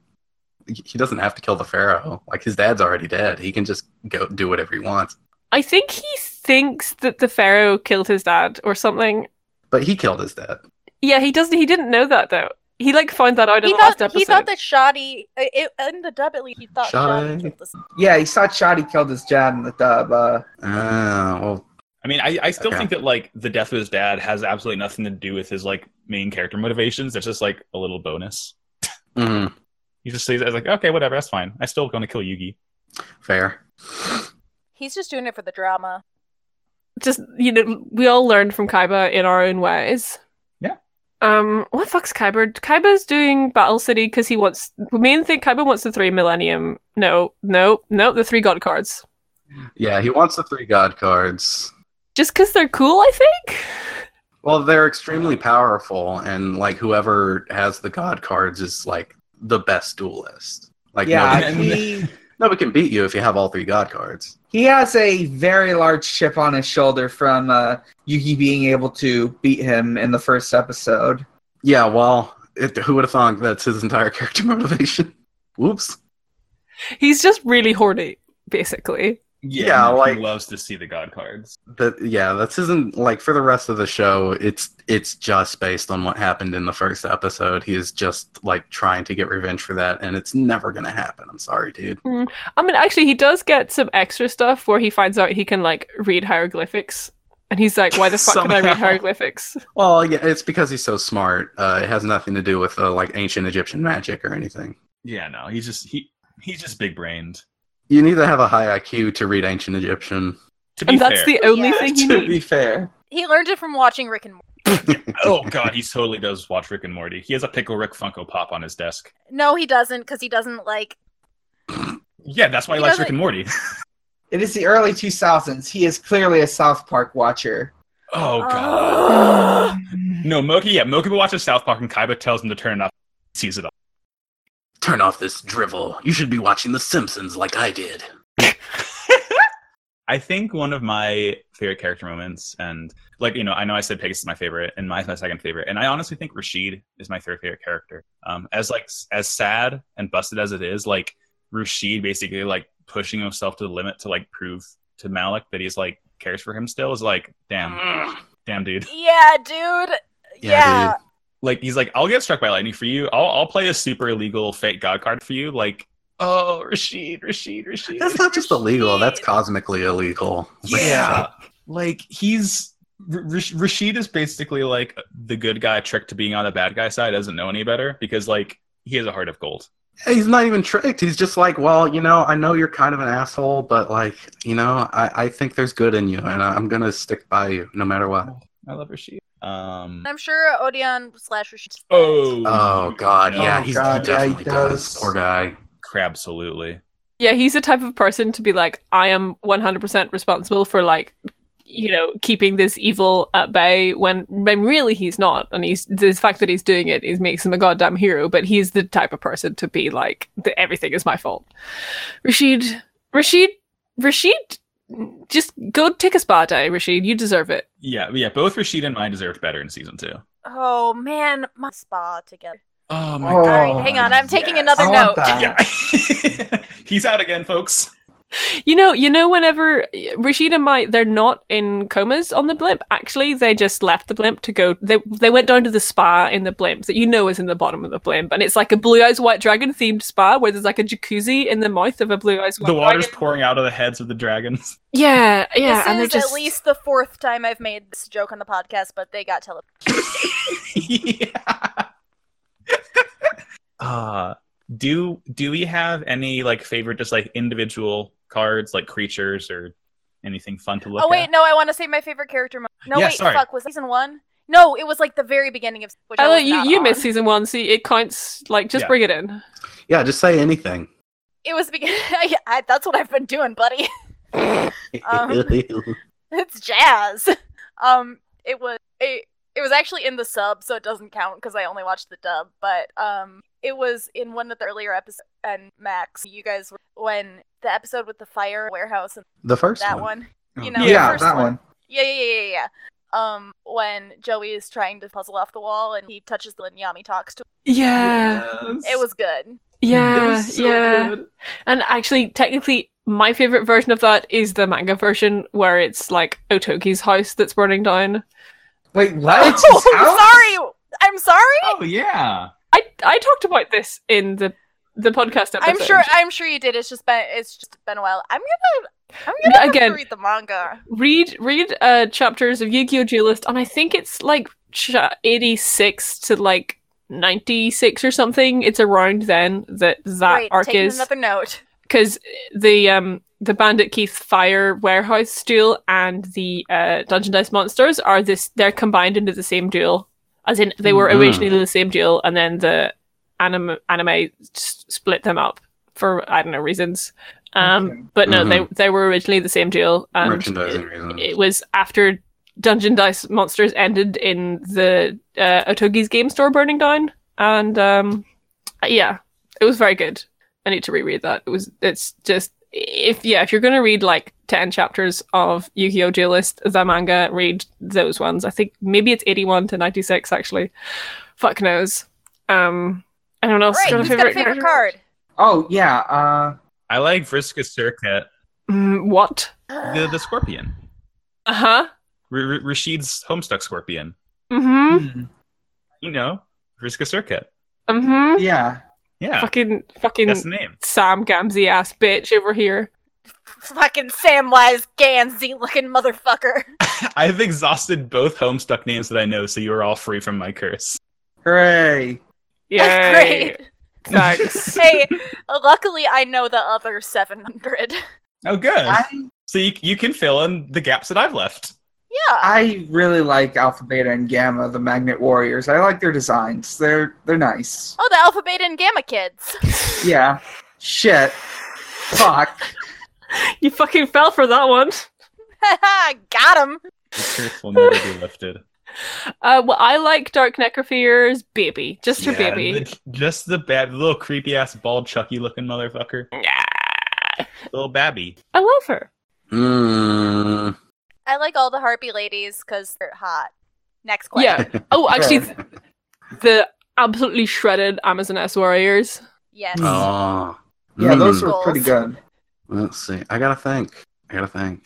[SPEAKER 1] He he doesn't have to kill the pharaoh. Like his dad's already dead. He can just go do whatever he wants.
[SPEAKER 4] I think he thinks that the Pharaoh killed his dad or something.
[SPEAKER 1] But he killed his dad.
[SPEAKER 4] Yeah, he doesn't. He didn't know that though. He like found that out in
[SPEAKER 3] He
[SPEAKER 4] the last
[SPEAKER 3] thought,
[SPEAKER 4] episode.
[SPEAKER 3] he thought that Shoddy uh, it, in the dub at least he thought Shoddy,
[SPEAKER 1] Shoddy.
[SPEAKER 3] killed this.
[SPEAKER 5] yeah. He saw Shoddy killed his dad in the dub. Uh,
[SPEAKER 1] Ah, well,
[SPEAKER 2] I mean, I, I still
[SPEAKER 1] Okay.
[SPEAKER 2] think that like the death of his dad has absolutely nothing to do with his like main character motivations. That's just like a little bonus.
[SPEAKER 1] mm,
[SPEAKER 2] He just sees it as like, okay, whatever, that's fine. I still gonna kill Yugi.
[SPEAKER 1] fair.
[SPEAKER 3] He's just doing it for the drama.
[SPEAKER 4] just you know we all learned from Kaiba in our own ways.
[SPEAKER 2] Yeah.
[SPEAKER 4] Um, what the fuck's Kaiba? Kaiba's doing Battle City because he wants. The main thing Kaiba wants the three Millennium. No, no, no, the three God cards.
[SPEAKER 1] Yeah, he wants the three god cards.
[SPEAKER 4] Just because they're cool, I think.
[SPEAKER 1] Well, they're extremely powerful, and like whoever has the god cards is like the best duelist. Like,
[SPEAKER 5] yeah,
[SPEAKER 1] nobody,
[SPEAKER 5] he
[SPEAKER 1] nobody can beat you if you have all three god cards.
[SPEAKER 5] he has a very large chip on his shoulder from uh, Yugi being able to beat him in the first episode.
[SPEAKER 1] Yeah, well, it, who would have thought that's his entire character motivation? Whoops.
[SPEAKER 4] He's just really horny, basically.
[SPEAKER 1] Yeah,
[SPEAKER 2] he
[SPEAKER 1] like-
[SPEAKER 2] loves to see the god cards.
[SPEAKER 1] That yeah, that's isn't like for the rest of the show. It's it's just based on what happened in the first episode. He is just like trying to get revenge for that, and it's never gonna happen. I'm sorry, dude.
[SPEAKER 4] I mean, actually, he does get some extra stuff where he finds out he can like read hieroglyphics, and he's like, "Why the fuck can I read
[SPEAKER 2] Somehow.
[SPEAKER 4] hieroglyphics?"
[SPEAKER 1] Well, yeah, it's because he's so smart. Uh, it has nothing to do with uh, like ancient Egyptian magic or anything.
[SPEAKER 2] Yeah, no, he's just he he's just big brained.
[SPEAKER 1] You need to have a high IQ to read ancient Egyptian.
[SPEAKER 2] To be
[SPEAKER 4] And that's
[SPEAKER 2] fair.
[SPEAKER 4] the only
[SPEAKER 3] Yeah.
[SPEAKER 4] thing he
[SPEAKER 5] to
[SPEAKER 4] needs.
[SPEAKER 5] be fair,
[SPEAKER 3] He learned it from watching Rick and Morty.
[SPEAKER 2] oh god, he totally does watch Rick and Morty. He has a pickle Rick Funko Pop on his desk.
[SPEAKER 3] No, he doesn't because he doesn't like.
[SPEAKER 2] Yeah, that's why he,
[SPEAKER 3] He
[SPEAKER 2] likes
[SPEAKER 3] doesn't-
[SPEAKER 2] Rick and Morty.
[SPEAKER 5] it is the early two thousands. He is clearly a South Park watcher.
[SPEAKER 2] Oh god.
[SPEAKER 3] Ugh.
[SPEAKER 2] No, Moki, yeah, Moki watches South Park and Kaiba tells him to turn it off. He Sees it all.
[SPEAKER 1] Turn off this drivel. You should be watching The Simpsons like I did.
[SPEAKER 2] I think one of my favorite character moments, and like you know, I know I said Pegasus is my favorite, and my my second favorite, and I honestly think Rashid is my third favorite character. Um, as like s- as sad and busted as it is, like Rashid basically like pushing himself to the limit to like prove to Malik that he's like cares for him still is like damn,
[SPEAKER 5] Mm.
[SPEAKER 2] damn dude.
[SPEAKER 3] Yeah, dude. Yeah.
[SPEAKER 2] Like he's like I'll get struck by lightning for you. I'll I'll play a super illegal fake god card for you. Like oh Rashid, Rashid, Rashid.
[SPEAKER 1] That's not just illegal. That's
[SPEAKER 3] Shit.
[SPEAKER 1] cosmically illegal.
[SPEAKER 2] Yeah. Like he's R- Rash- Rashid is basically like the good guy tricked to being on the bad guy side, doesn't know any better because like he has a heart of gold.
[SPEAKER 1] He's not even tricked. He's just like, well, you know, I know you're kind of an asshole, but like, you know, I, I think there's good in you, and I- I'm gonna stick by you no matter what.
[SPEAKER 2] I love Rashid. Um
[SPEAKER 3] I'm sure Odeon slash Rashid.
[SPEAKER 2] Oh,
[SPEAKER 1] Oh God, yeah,
[SPEAKER 5] Oh,
[SPEAKER 1] he's,
[SPEAKER 5] God, yeah,
[SPEAKER 1] he
[SPEAKER 5] he
[SPEAKER 1] definitely does.
[SPEAKER 5] does.
[SPEAKER 1] Poor guy.
[SPEAKER 2] absolutely.
[SPEAKER 4] Yeah, he's the type of person to be like, I am 100% responsible for like you know, keeping this evil at bay when when really he's not, and he's the fact that he's doing it is makes him a goddamn hero. But he's the type of person to be like, the, everything is my fault. Rashid, Rashid, Rashid, just go take a spa day, Rashid. You deserve it.
[SPEAKER 2] Yeah, yeah. Both Rashid and mine deserved better in season two.
[SPEAKER 3] Oh man, my spa together.
[SPEAKER 2] Oh
[SPEAKER 5] my Oh, God.
[SPEAKER 3] All right, hang on. I'm taking
[SPEAKER 2] yes.
[SPEAKER 3] another
[SPEAKER 5] I
[SPEAKER 3] note.
[SPEAKER 5] want that.
[SPEAKER 2] Yeah. He's out again, folks.
[SPEAKER 4] You know, you know, whenever Rashid and Mai, they're not in comas on the blimp. Actually, they just left the blimp to go. They they went down to the spa in the blimp that you know is in the bottom of the blimp, and it's like a blue eyes white dragon themed spa where there's like a jacuzzi in the mouth of a blue eyes white
[SPEAKER 2] The water's
[SPEAKER 4] dragon.
[SPEAKER 2] pouring out of the heads of the dragons.
[SPEAKER 4] Yeah, yeah,
[SPEAKER 3] this
[SPEAKER 4] and they're
[SPEAKER 3] is
[SPEAKER 4] just
[SPEAKER 3] at least the fourth time I've made this joke on the podcast, but they got tele.
[SPEAKER 2] yeah. uh, do do we have any like favorite just like individual cards like creatures or anything fun to look
[SPEAKER 3] oh wait,
[SPEAKER 2] at?
[SPEAKER 3] no, I want to say my favorite character. Mo- no,
[SPEAKER 2] Yeah,
[SPEAKER 3] wait,
[SPEAKER 2] sorry.
[SPEAKER 3] fuck, was it season one? No, it was like the very beginning of. Which I
[SPEAKER 4] Oh,
[SPEAKER 3] was
[SPEAKER 4] you
[SPEAKER 3] not
[SPEAKER 4] you
[SPEAKER 3] on.
[SPEAKER 4] missed season one, so it counts. Like, just
[SPEAKER 2] Yeah.
[SPEAKER 4] bring it in.
[SPEAKER 1] Yeah, just say anything.
[SPEAKER 3] It was beginning. I, that's what I've been doing, buddy. Um, it's jazz. Um, it was it, it was actually in the sub, so it doesn't count because I only watched the dub. But um, it was in one of the earlier episodes. And Max, you guys were when the episode with the fire warehouse and
[SPEAKER 1] the first
[SPEAKER 3] that
[SPEAKER 1] one.
[SPEAKER 3] one. You
[SPEAKER 2] Oh,
[SPEAKER 3] know,
[SPEAKER 2] yeah,
[SPEAKER 3] the first
[SPEAKER 5] that
[SPEAKER 3] one.
[SPEAKER 5] one.
[SPEAKER 3] Yeah, yeah, yeah, yeah, yeah. Um, when Joey is trying to puzzle off the wall and he touches the and Yami talks to
[SPEAKER 4] Yeah,
[SPEAKER 3] it was good.
[SPEAKER 4] yeah, yeah. And actually, technically, my favorite version of that is the manga version where it's like Otoki's house that's burning down.
[SPEAKER 5] Wait, what? It's his house?
[SPEAKER 3] Oh, I'm sorry. I'm sorry.
[SPEAKER 2] Oh yeah.
[SPEAKER 4] I I talked about this in the the podcast episode.
[SPEAKER 3] I'm sure. I'm sure you did. It's just been. It's just been a while. I'm gonna. I'm gonna have to
[SPEAKER 4] Again-
[SPEAKER 3] read the manga.
[SPEAKER 4] read read uh chapters of Yu-Gi-Oh! Duelist, and I think it's like cha- 86 to like 96 or something. It's around then that that
[SPEAKER 3] Great,
[SPEAKER 4] arc
[SPEAKER 3] taking
[SPEAKER 4] is
[SPEAKER 3] another note.
[SPEAKER 4] because the um the Bandit Keith Fire Warehouse duel and the uh, Dungeon Dice Monsters are this they're combined into the same duel, as in they were
[SPEAKER 1] Mhm.
[SPEAKER 4] originally the same duel, and then the anime anime s- split them up for I don't know reasons. Um,
[SPEAKER 5] Okay.
[SPEAKER 4] but no, they they were originally the same duel, and
[SPEAKER 1] Merchandising
[SPEAKER 4] it,
[SPEAKER 1] reasons.
[SPEAKER 4] it was after Dungeon Dice Monsters ended in the uh, Otogi's game store burning down, and um, yeah, it was very good. I need to reread that. It was it's just if yeah, if you're gonna read like ten chapters of Yu-Gi-Oh! Duelist, the manga, read those ones. I think maybe it's eighty one to ninety six actually. Fuck knows. Um I don't know.
[SPEAKER 3] Right, who's got a favorite card?
[SPEAKER 5] Oh yeah. Uh,
[SPEAKER 2] I like Vriska Circuit,
[SPEAKER 4] Mm, what?
[SPEAKER 2] the the scorpion,
[SPEAKER 4] Uh-huh.
[SPEAKER 2] R- R- Rashid's homestuck scorpion.
[SPEAKER 5] Hmm?
[SPEAKER 4] Mm-hmm.
[SPEAKER 2] You know, Vriska Circuit.
[SPEAKER 4] Mm-hmm.
[SPEAKER 5] Yeah.
[SPEAKER 2] Yeah,
[SPEAKER 4] Fucking fucking
[SPEAKER 2] that's the name.
[SPEAKER 4] Sam Gamzee ass bitch over here.
[SPEAKER 3] Fucking Samwise Gamzee looking motherfucker.
[SPEAKER 2] I've exhausted both homestuck names that I know, so you are all free from my curse.
[SPEAKER 5] Hooray.
[SPEAKER 4] Yeah.
[SPEAKER 3] Great.
[SPEAKER 4] Thanks.
[SPEAKER 3] Hey, luckily I know the other seven hundred.
[SPEAKER 2] Oh, good.
[SPEAKER 5] I
[SPEAKER 2] so you, you can fill in the gaps that I've left.
[SPEAKER 3] Yeah.
[SPEAKER 5] I really like Alpha Beta and Gamma, the Magnet Warriors. I like their designs. They're they're nice.
[SPEAKER 3] Oh, the Alpha, Beta, and Gamma kids.
[SPEAKER 5] Yeah. Shit. Fuck.
[SPEAKER 4] you fucking fell for that one.
[SPEAKER 3] Got him.
[SPEAKER 2] The curse will never be lifted.
[SPEAKER 4] Uh, well, I like Dark Necrophere's baby, just her
[SPEAKER 2] Yeah,
[SPEAKER 4] baby.
[SPEAKER 2] the- just the bad little creepy ass bald Chucky looking motherfucker,
[SPEAKER 4] Yeah.
[SPEAKER 2] little babby.
[SPEAKER 4] I love her.
[SPEAKER 1] Mm,
[SPEAKER 3] I like all the Harpy ladies because they're hot. Next question.
[SPEAKER 4] Yeah. Oh, actually, th- the absolutely shredded Amazon S warriors. Hmm.
[SPEAKER 3] Yes.
[SPEAKER 1] oh.
[SPEAKER 5] Yeah, those
[SPEAKER 1] Mm.
[SPEAKER 5] were pretty good.
[SPEAKER 1] Let's see. I gotta think. I gotta think.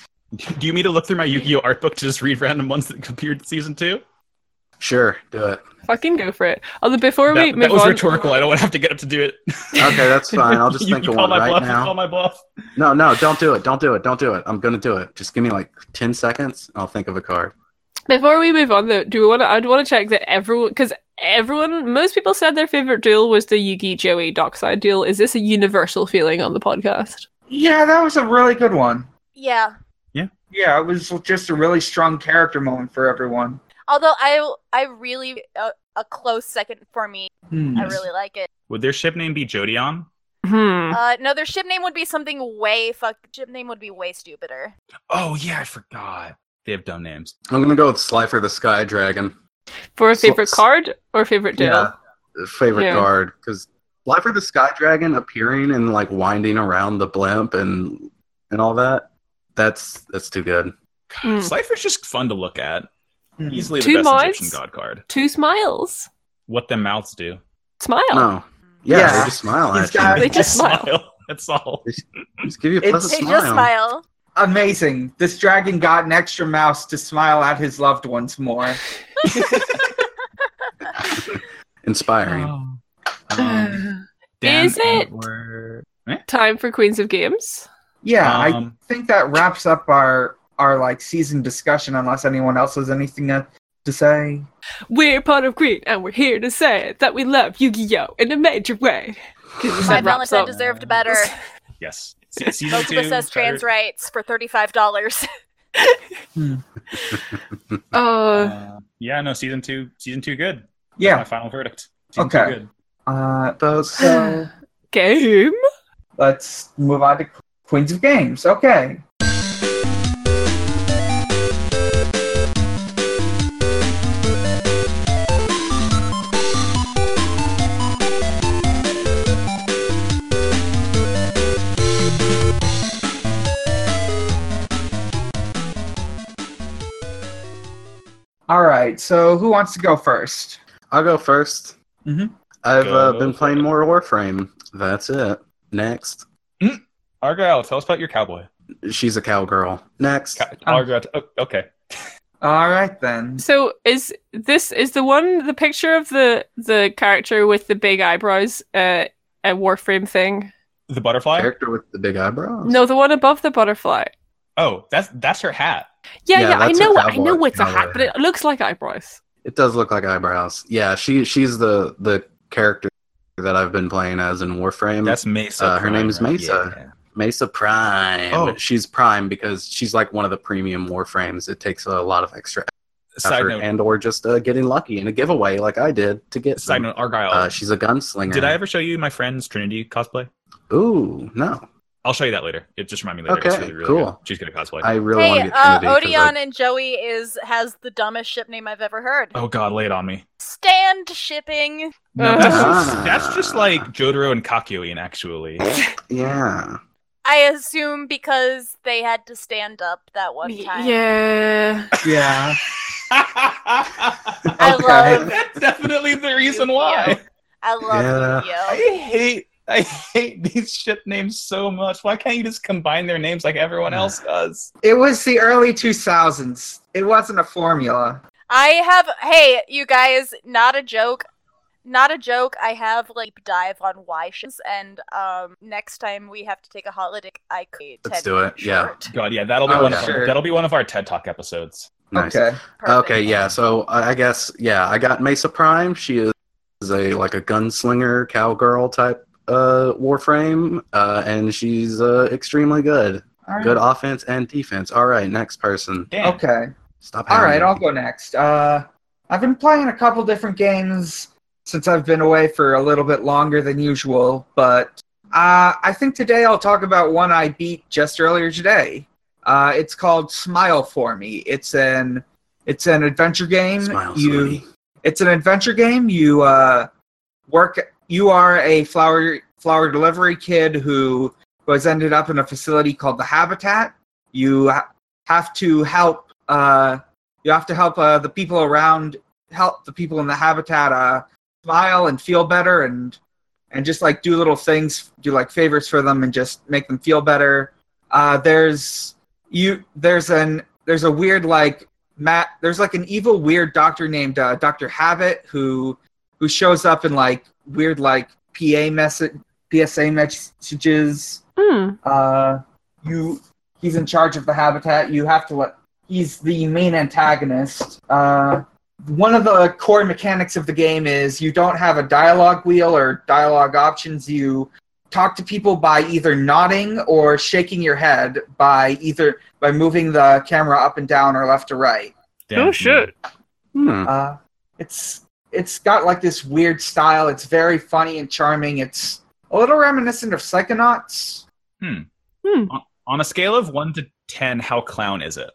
[SPEAKER 2] Do you mean to look through my Yu-Gi-Oh art book to just read random ones that appeared in season two?
[SPEAKER 1] Sure, do it.
[SPEAKER 4] Fucking go for it. Although before we
[SPEAKER 2] That,
[SPEAKER 4] move
[SPEAKER 2] that was
[SPEAKER 4] on,
[SPEAKER 2] rhetorical. I don't have to get up to do it.
[SPEAKER 1] Okay, that's fine. I'll just
[SPEAKER 2] you,
[SPEAKER 1] think
[SPEAKER 2] you
[SPEAKER 1] of
[SPEAKER 2] call
[SPEAKER 1] one
[SPEAKER 2] my
[SPEAKER 1] right
[SPEAKER 2] bluff.
[SPEAKER 1] now.
[SPEAKER 2] You call my bluff.
[SPEAKER 1] No, no, don't do it. Don't do it. Don't do it. I'm gonna do it. Just give me like ten seconds. I'll think of a card.
[SPEAKER 4] before we move on, though, do we want to? I'd want to check that everyone, because everyone, most people said their favorite duel was the Yugi Joey Dockside duel. Is this a universal feeling on the podcast?
[SPEAKER 5] Yeah, that was a really good one.
[SPEAKER 3] Yeah.
[SPEAKER 5] Yeah, it was just a really strong character moment for everyone.
[SPEAKER 3] Although I, I really a, a close second for me.
[SPEAKER 5] Hmm.
[SPEAKER 3] I really like it.
[SPEAKER 2] Would their ship name be Jodion?
[SPEAKER 4] Hmm.
[SPEAKER 3] Uh, no, their ship name would be something way fuck. Ship name would be way stupider.
[SPEAKER 2] Oh yeah, I forgot. They have dumb names.
[SPEAKER 1] I'm gonna go with Slifer the Sky Dragon.
[SPEAKER 4] For a
[SPEAKER 1] So-
[SPEAKER 4] favorite card or favorite deal?
[SPEAKER 1] Yeah, favorite
[SPEAKER 4] Yeah.
[SPEAKER 1] guard because Slifer the Sky Dragon appearing and like winding around the blimp and and all that. That's that's too good.
[SPEAKER 4] Mm.
[SPEAKER 2] Slifer's just fun to look at.
[SPEAKER 5] Hmm.
[SPEAKER 2] Easily the
[SPEAKER 4] Two
[SPEAKER 2] best
[SPEAKER 4] mods?
[SPEAKER 2] Egyptian god card.
[SPEAKER 4] Two smiles.
[SPEAKER 2] What them mouths do.
[SPEAKER 4] Smile.
[SPEAKER 1] No, yeah,
[SPEAKER 5] Yeah.
[SPEAKER 1] they just smile
[SPEAKER 5] He's
[SPEAKER 1] at you.
[SPEAKER 5] got-
[SPEAKER 4] They just smile.
[SPEAKER 2] That's all.
[SPEAKER 1] Just give you a
[SPEAKER 5] It's-
[SPEAKER 1] pleasant
[SPEAKER 3] They
[SPEAKER 1] smile.
[SPEAKER 3] just smile.
[SPEAKER 5] Amazing. This dragon got an extra mouse to smile at his loved ones more.
[SPEAKER 1] Inspiring.
[SPEAKER 5] Oh,
[SPEAKER 3] Oh.
[SPEAKER 2] Um,
[SPEAKER 1] Um,
[SPEAKER 4] Is it-
[SPEAKER 2] Edward-
[SPEAKER 4] Time for Queens of Games.
[SPEAKER 5] Yeah, I
[SPEAKER 2] Um,
[SPEAKER 5] think that wraps up our our like season discussion unless anyone else has anything to, to say.
[SPEAKER 4] We're part of Green, and we're here to say that we love Yu-Gi-Oh in a major way. 'Cause this
[SPEAKER 3] My
[SPEAKER 4] wraps
[SPEAKER 3] Valentine
[SPEAKER 4] up-
[SPEAKER 3] deserved better.
[SPEAKER 2] yes. Se- season
[SPEAKER 3] Both of
[SPEAKER 2] two.
[SPEAKER 3] us has trans
[SPEAKER 2] Saturday-
[SPEAKER 3] rights for thirty-five dollars.
[SPEAKER 4] Uh,
[SPEAKER 2] Uh, yeah, no, season two. Season two, good. My
[SPEAKER 5] Yeah.
[SPEAKER 2] final verdict. Season
[SPEAKER 5] Okay.
[SPEAKER 2] Two, good.
[SPEAKER 5] Uh,
[SPEAKER 1] So-
[SPEAKER 5] so
[SPEAKER 4] game.
[SPEAKER 5] let's move on to Queens of Games. Okay. All right. So who wants to go first?
[SPEAKER 1] I'll go 1st
[SPEAKER 5] Mhm.
[SPEAKER 1] I've uh,
[SPEAKER 2] Go
[SPEAKER 1] been
[SPEAKER 2] for
[SPEAKER 1] playing
[SPEAKER 2] it.
[SPEAKER 1] more Warframe. That's it. Next,
[SPEAKER 2] Argyle, tell us about your cowboy.
[SPEAKER 1] she's a cowgirl. Next,
[SPEAKER 2] Cow- Argyle, oh, okay.
[SPEAKER 5] All right then.
[SPEAKER 4] So is this is the one the picture of the the character with the big eyebrows uh, a Warframe thing?
[SPEAKER 2] The butterfly.
[SPEAKER 1] character with the big eyebrows.
[SPEAKER 4] No, the one above the butterfly.
[SPEAKER 2] Oh, that's that's her hat.
[SPEAKER 4] Yeah,
[SPEAKER 1] Yeah,
[SPEAKER 4] yeah, I
[SPEAKER 1] that's a
[SPEAKER 4] know, I
[SPEAKER 1] cowboy-
[SPEAKER 4] know it's a hat,
[SPEAKER 1] cowboy.
[SPEAKER 4] but it looks like eyebrows.
[SPEAKER 1] It does look like eyebrows. Yeah, she she's the the character that I've been playing as in Warframe.
[SPEAKER 2] That's Mesa.
[SPEAKER 1] Uh, her
[SPEAKER 2] Prime,
[SPEAKER 1] name is
[SPEAKER 2] right?
[SPEAKER 1] Mesa.
[SPEAKER 2] Yeah.
[SPEAKER 1] Mesa Prime.
[SPEAKER 2] Oh.
[SPEAKER 1] She's Prime because she's like one of the premium Warframes. It takes a lot of extra
[SPEAKER 2] Side
[SPEAKER 1] effort
[SPEAKER 2] note.
[SPEAKER 1] Uh, and or just uh, getting lucky in a giveaway like I did to get
[SPEAKER 2] Side
[SPEAKER 1] some.
[SPEAKER 2] note. Argyle.
[SPEAKER 1] Uh, she's a gunslinger.
[SPEAKER 2] Oh. Did I ever show you my friend's Trinity cosplay?
[SPEAKER 1] Ooh, no.
[SPEAKER 2] I'll show you that later. It just remind me later.
[SPEAKER 1] Okay,
[SPEAKER 2] it's really, really
[SPEAKER 1] cool.
[SPEAKER 2] Good. She's gonna cosplay.
[SPEAKER 1] I really want to
[SPEAKER 3] Hey,
[SPEAKER 1] get
[SPEAKER 3] uh,
[SPEAKER 1] Trinity 'cause I-
[SPEAKER 3] Odeon and Joey is has the dumbest ship name I've ever heard.
[SPEAKER 2] oh God, lay it on me.
[SPEAKER 3] Stand shipping.
[SPEAKER 2] No, that's,
[SPEAKER 1] Ah.
[SPEAKER 2] just, that's just like Jotaro and Kakyoin, actually.
[SPEAKER 1] yeah.
[SPEAKER 3] I assume because they had to stand up that one time.
[SPEAKER 4] Yeah.
[SPEAKER 5] Yeah.
[SPEAKER 3] I
[SPEAKER 5] Okay.
[SPEAKER 3] love
[SPEAKER 2] that's definitely the reason why.
[SPEAKER 3] I love
[SPEAKER 2] I
[SPEAKER 3] Yu-Gi-Oh.
[SPEAKER 2] hate I hate these ship names so much. Why can't you just combine their names like everyone else does?
[SPEAKER 5] It was the early 2000s. It wasn't a formula.
[SPEAKER 3] I have hey, you guys, not a joke. Not a joke. I have like deep dive on why ships and um next time we have to take a holiday I could
[SPEAKER 1] Let's
[SPEAKER 3] TED
[SPEAKER 1] do it. Yeah.
[SPEAKER 3] short.
[SPEAKER 2] God, yeah, that'll be
[SPEAKER 1] Oh,
[SPEAKER 2] one
[SPEAKER 1] yeah.
[SPEAKER 2] of
[SPEAKER 5] Sure.
[SPEAKER 2] our, that'll be one of our TED Talk episodes.
[SPEAKER 1] Nice.
[SPEAKER 5] Okay.
[SPEAKER 3] Perfect.
[SPEAKER 1] Okay, yeah. So uh, I I guess yeah, I got Mesa Prime. She is is a like a gunslinger cowgirl type uh warframe uh and she's uh extremely good
[SPEAKER 5] All right.
[SPEAKER 1] good offense and defense all right next person
[SPEAKER 2] Damn.
[SPEAKER 5] Okay.
[SPEAKER 1] stop
[SPEAKER 5] All right,
[SPEAKER 1] hounding
[SPEAKER 5] I'll
[SPEAKER 1] me.
[SPEAKER 5] go next. Uh, I've been playing a couple different games since I've been away for a little bit longer than usual, but uh, I think today I'll talk about one I beat just earlier today. Uh, it's called Smile for Me. It's an it's an adventure game.
[SPEAKER 1] Smile,
[SPEAKER 5] you
[SPEAKER 1] sweetie.
[SPEAKER 5] it's an adventure game. You uh, work. You are a flower flower delivery kid who was ended up in a facility called the Habitat. You ha- have to help. Uh, you have to help uh, the people around. Help the people in the habitat uh, smile and feel better, and and just like do little things, do like favors for them, and just make them feel better. Uh, there's you. There's an there's a weird like Matt, there's like an evil, weird doctor named uh, Doctor Habit who who shows up in like weird, like PA message, PSA messages.
[SPEAKER 4] Hmm.
[SPEAKER 5] Uh, you, he's in charge of the habitat. You have to let. He's the main antagonist. Uh, one of the core mechanics of the game is you don't have a dialogue wheel or dialogue options. You talk to people by either nodding or shaking your head by either by moving the camera up and down or left to right.
[SPEAKER 2] Damn.
[SPEAKER 4] Oh shit.
[SPEAKER 1] Hmm.
[SPEAKER 5] Uh, it's it's got like this weird style. It's very funny and charming. It's a little reminiscent of Psychonauts.
[SPEAKER 2] On a scale of one to ten, how clown is it?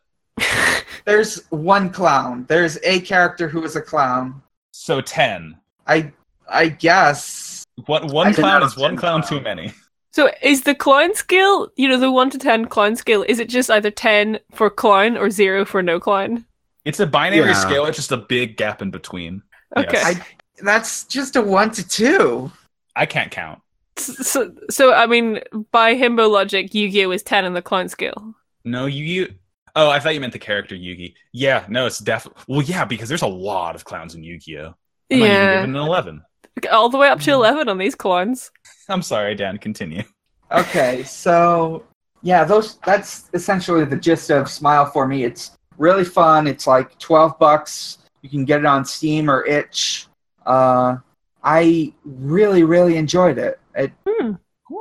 [SPEAKER 5] There's one clown. There's a character who is a clown.
[SPEAKER 2] So ten.
[SPEAKER 5] I I guess
[SPEAKER 2] One one
[SPEAKER 1] I did
[SPEAKER 2] clown
[SPEAKER 1] not
[SPEAKER 2] is one
[SPEAKER 1] understand
[SPEAKER 2] clown
[SPEAKER 1] that.
[SPEAKER 2] too many.
[SPEAKER 4] So is the clown scale, you know, the 1 to 10 clown scale, is it just either 10 for clown or 0 for no clown?
[SPEAKER 2] It's a binary
[SPEAKER 1] Yeah.
[SPEAKER 2] scale. It's just a big gap in between.
[SPEAKER 4] Okay.
[SPEAKER 2] Yes.
[SPEAKER 5] that's just a one to two.
[SPEAKER 2] I can't count.
[SPEAKER 4] S- So, so I mean, by himbo logic, Yu-Gi-Oh is 10 on the clown scale.
[SPEAKER 2] No, Yugi. Oh, I thought you meant the character Yugi. Yeah, no, it's definitely. Well, yeah, because there's a lot of clowns in Yu-Gi-Oh. I'm not even
[SPEAKER 4] yeah.
[SPEAKER 2] giving it Hmm. an eleven.
[SPEAKER 4] All the way up to 11 on these clowns.
[SPEAKER 2] I'm sorry, Dan. Continue.
[SPEAKER 5] Okay, so yeah, those that's essentially the gist of Smile for me. It's really fun. It's like twelve bucks. You can get it on Steam or Itch. Uh, I really, really enjoyed it. It
[SPEAKER 4] Hmm.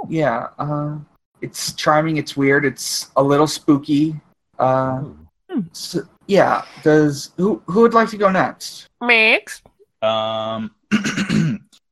[SPEAKER 5] yeah, uh, it's charming. It's weird. It's a little spooky. Uh, so, yeah. Does who who would like to go next?
[SPEAKER 4] Mix.
[SPEAKER 2] Um,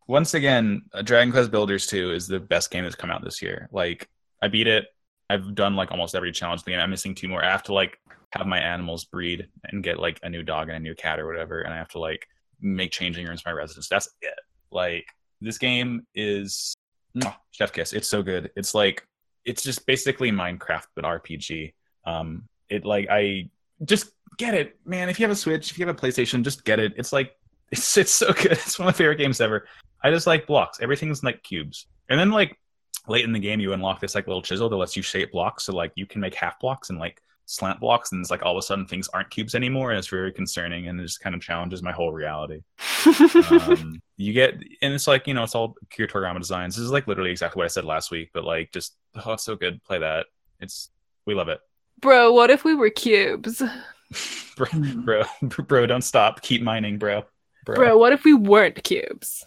[SPEAKER 2] once again, uh, Dragon Quest Builders 2 is the best game that's come out this year. Like, I beat it. I've done like almost every challenge in the game. I'm missing two more. I have to like have my animals breed and get like a new dog and a new cat or whatever, and I have to like make changing rooms for my residence. That's it. Like, this game is mwah, chef kiss. It's so good. It's like it's just basically Minecraft but RPG. Um, it like I just get it, man. If you have a Switch, if you have a PlayStation, just get it. It's like it's it's so good. It's one of my favorite games ever. I just like blocks. Everything's like cubes. And then like late in the game, you unlock this like little chisel that lets you shape blocks. So like you can make half blocks and like slant blocks, and it's like all of a sudden things aren't cubes anymore, and it's very concerning, and it just kind of challenges my whole reality. Um, you get, and it's like you know, it's all Akira Toriyama designs. This is like literally exactly what I said last week, but like just oh, it's so good. Play that. It's we love it,
[SPEAKER 4] Bro, what if we were cubes?
[SPEAKER 2] bro, bro, bro. Don't stop. Keep mining, bro.
[SPEAKER 4] Bro, what if we weren't cubes?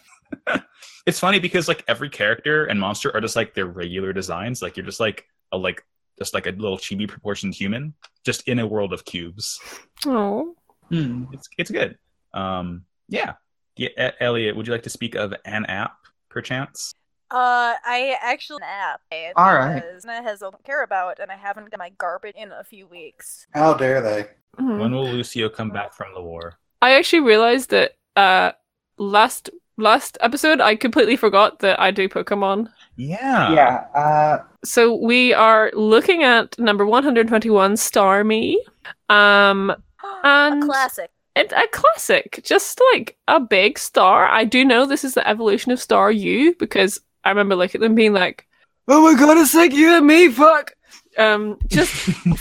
[SPEAKER 2] it's funny because like every character and monster are just like their regular designs. Like you're just like a like just like a little chibi proportioned human, just in a world of cubes.
[SPEAKER 4] Oh.
[SPEAKER 5] Hmm.
[SPEAKER 2] It's it's good. Um, yeah. Yeah, E- Elliot, would you like to speak of an app, perchance?
[SPEAKER 3] Uh, I actually have an app.
[SPEAKER 5] All right.
[SPEAKER 3] Anna has all I care about, and I haven't got my garbage in a few weeks.
[SPEAKER 7] How dare they?
[SPEAKER 4] Hmm.
[SPEAKER 2] When will Lucio come back from the war?
[SPEAKER 4] I actually realized that uh last last episode I completely forgot that I do Pokemon.
[SPEAKER 2] Yeah.
[SPEAKER 5] Yeah. Uh,
[SPEAKER 4] So we are looking at number 121 Star Me. Um And-
[SPEAKER 3] a classic.
[SPEAKER 4] it's a classic, just like a big star. I do know this is the evolution of Star U because I remember looking at them being like, "Oh my god, it's like you and me, fuck." Um, just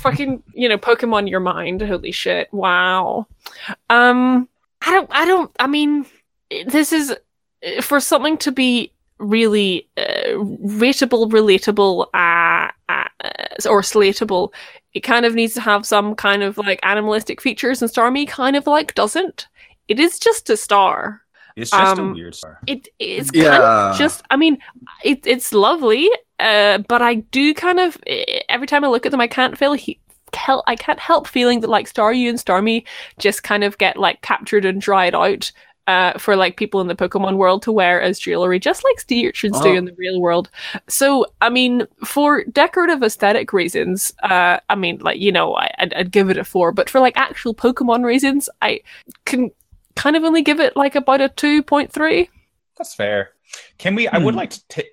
[SPEAKER 4] fucking you know Pokemon your mind. Holy shit! Wow. Um, I don't. I don't. I mean, this is uh, for something to be really uh, rateable, relatable, uh, uh, or slatable. It kind of needs to have some kind of like animalistic features, and Starmie kind of like doesn't. It is just a star.
[SPEAKER 2] It's just
[SPEAKER 4] Um,
[SPEAKER 2] a weird star.
[SPEAKER 4] It it's kind of
[SPEAKER 1] Yeah.
[SPEAKER 4] just i mean it, it's lovely uh, but i do kind of eh, every time i look at them i can't feel he, hel- i can't help feeling that like star you and stormy just kind of get like captured and dried out uh, for like people in the pokemon world to wear as jewelry just like sea urchins do
[SPEAKER 1] Oh.
[SPEAKER 4] in the real world so i mean for decorative aesthetic reasons uh, i mean like you know I, I'd, I'd give it a four but for like actual pokemon reasons i can kind of only give it like about a 2.3
[SPEAKER 2] That's fair. Can we I would
[SPEAKER 5] Hmm.
[SPEAKER 2] like to take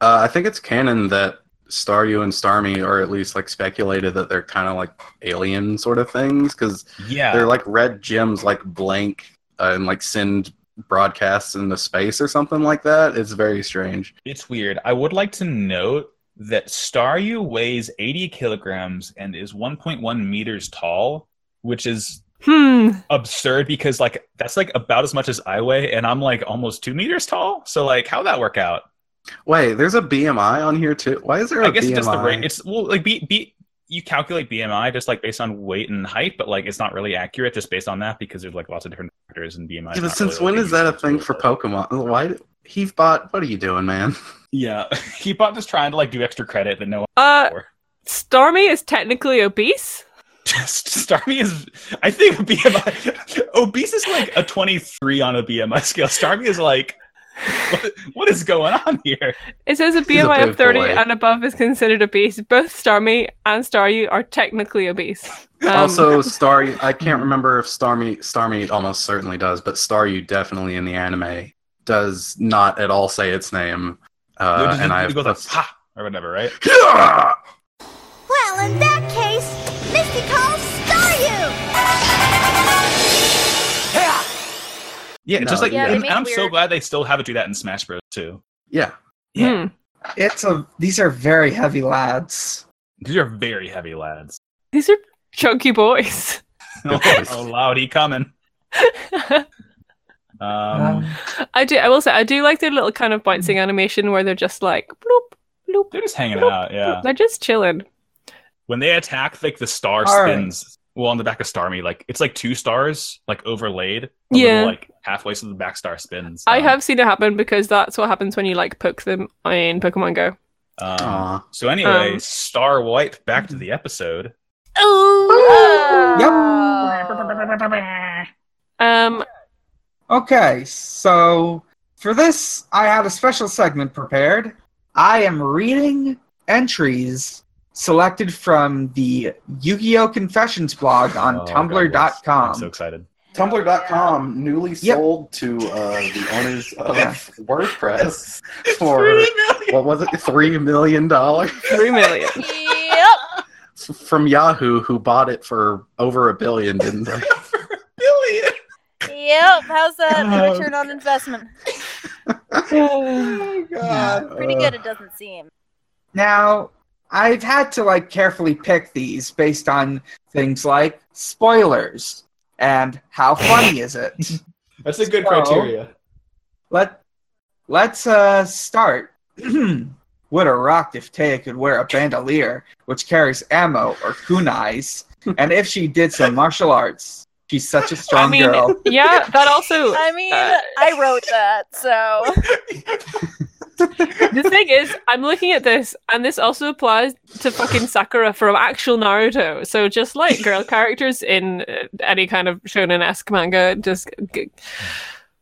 [SPEAKER 1] Uh, I think it's canon that Staryu and Starmie are at least like speculated that they're kind of like alien sort of things because
[SPEAKER 2] Yeah.
[SPEAKER 1] they're like red gems, like blank uh, and like send broadcasts into space or something like that. It's very strange.
[SPEAKER 2] It's weird. I would like to note that Staryu weighs 80 kilograms and is 1.1 meters tall, which is
[SPEAKER 4] hmm
[SPEAKER 2] absurd because like that's like about as much as I weigh, and I'm like almost two meters tall. So like, how'd that work out?
[SPEAKER 1] Wait, there's a BMI on here too. Why is there a
[SPEAKER 2] I guess
[SPEAKER 1] BMI?
[SPEAKER 2] it's just the rate. It's well, like B B. You calculate BMI just like based on weight and height, but like it's not really accurate just based on that because there's like lots of different factors in BMI.
[SPEAKER 1] Yeah, but since when is that a thing for
[SPEAKER 2] Pokemon?
[SPEAKER 1] Pokemon? Why? d- He bought. What are you doing, man?
[SPEAKER 2] Yeah, Keepbot just trying to like do extra credit that no one.
[SPEAKER 4] Uh,
[SPEAKER 2] for.
[SPEAKER 4] Stormy is technically obese.
[SPEAKER 2] Just Starmie is, I think BMI. Obese is like a 23 on a BMI scale. Starmie is like, what, what is going on here?
[SPEAKER 4] It says a
[SPEAKER 1] a
[SPEAKER 4] BMI of
[SPEAKER 1] big
[SPEAKER 4] 30
[SPEAKER 1] boy.
[SPEAKER 4] and above is considered obese. Um, Both Stormy and Staryu are technically obese.
[SPEAKER 2] Um,
[SPEAKER 1] also, Star, I can't remember if Starmie, Starmie almost certainly does, but Star, you definitely in the anime does not at all say its name.
[SPEAKER 2] No,
[SPEAKER 1] Uh,
[SPEAKER 2] just-
[SPEAKER 1] and
[SPEAKER 2] it
[SPEAKER 1] I've
[SPEAKER 2] goes like, "Ha," or whatever, right?
[SPEAKER 1] Yeah!
[SPEAKER 7] Well, in that case, Misty calls Staryu!
[SPEAKER 2] Yeah,
[SPEAKER 1] No,
[SPEAKER 2] just like,
[SPEAKER 1] Yeah, they
[SPEAKER 2] and
[SPEAKER 3] make
[SPEAKER 2] I'm so
[SPEAKER 3] weird-
[SPEAKER 2] glad they still have it do that in Smash Bros. too.
[SPEAKER 1] yeah.
[SPEAKER 2] Yeah.
[SPEAKER 4] Hmm.
[SPEAKER 5] It's a. These are very heavy lads.
[SPEAKER 2] These are very heavy lads.
[SPEAKER 4] These are chunky boys.
[SPEAKER 2] oh, loud, he coming. Um,
[SPEAKER 5] Um,
[SPEAKER 4] I do. I will say I do like their little kind of bouncing animation where they're just like bloop bloop.
[SPEAKER 2] they're just hanging out, yeah.
[SPEAKER 4] They're just chilling.
[SPEAKER 2] When they attack, like the star
[SPEAKER 5] All right.
[SPEAKER 2] spins. Well, on the back of Starmie, like it's like two stars, like overlaid. a
[SPEAKER 4] Yeah.
[SPEAKER 2] Little, like halfway so the back star spins.
[SPEAKER 4] I
[SPEAKER 2] Um,
[SPEAKER 4] have seen it happen because that's what happens when you like poke them in Pokemon Go.
[SPEAKER 2] Um,
[SPEAKER 1] Aw.
[SPEAKER 2] so anyway,
[SPEAKER 4] Um.
[SPEAKER 2] star wipe back to the episode.
[SPEAKER 4] Oh. Um,
[SPEAKER 5] Uh, Okay, so for this, I had a special segment prepared. I am reading entries selected from the Yu Gi Oh! Confessions blog on
[SPEAKER 2] Oh, God, yes.
[SPEAKER 5] Tumblr.com.
[SPEAKER 2] I'm so excited.
[SPEAKER 1] Tumblr.com newly
[SPEAKER 5] Yep.
[SPEAKER 1] sold to uh, the owners of
[SPEAKER 5] Yeah.
[SPEAKER 1] WordPress for what was it, three million dollars
[SPEAKER 4] three million.
[SPEAKER 3] yep.
[SPEAKER 1] from Yahoo, who bought it for over a billion, didn't they?
[SPEAKER 2] Billion.
[SPEAKER 3] Yep. How's that
[SPEAKER 2] Oh,
[SPEAKER 3] return on investment?
[SPEAKER 5] Oh,
[SPEAKER 3] Pretty good, it doesn't seem.
[SPEAKER 5] Now, I've had to like carefully pick these based on things like spoilers and how funny is it.
[SPEAKER 2] That's a good
[SPEAKER 5] So-
[SPEAKER 2] criteria.
[SPEAKER 5] Let Let's uh start. Would have rocked if Taya could wear a bandolier, which carries ammo or kunais, and if she did some martial arts. She's such a strong
[SPEAKER 4] I mean,
[SPEAKER 5] girl.
[SPEAKER 4] yeah, that also.
[SPEAKER 3] I mean,
[SPEAKER 4] Uh,
[SPEAKER 3] I wrote that, so
[SPEAKER 4] the thing is, I'm looking at this, and this also applies to fucking Sakura from actual Naruto. So just like girl characters in uh, any kind of shonen-esque manga, just g-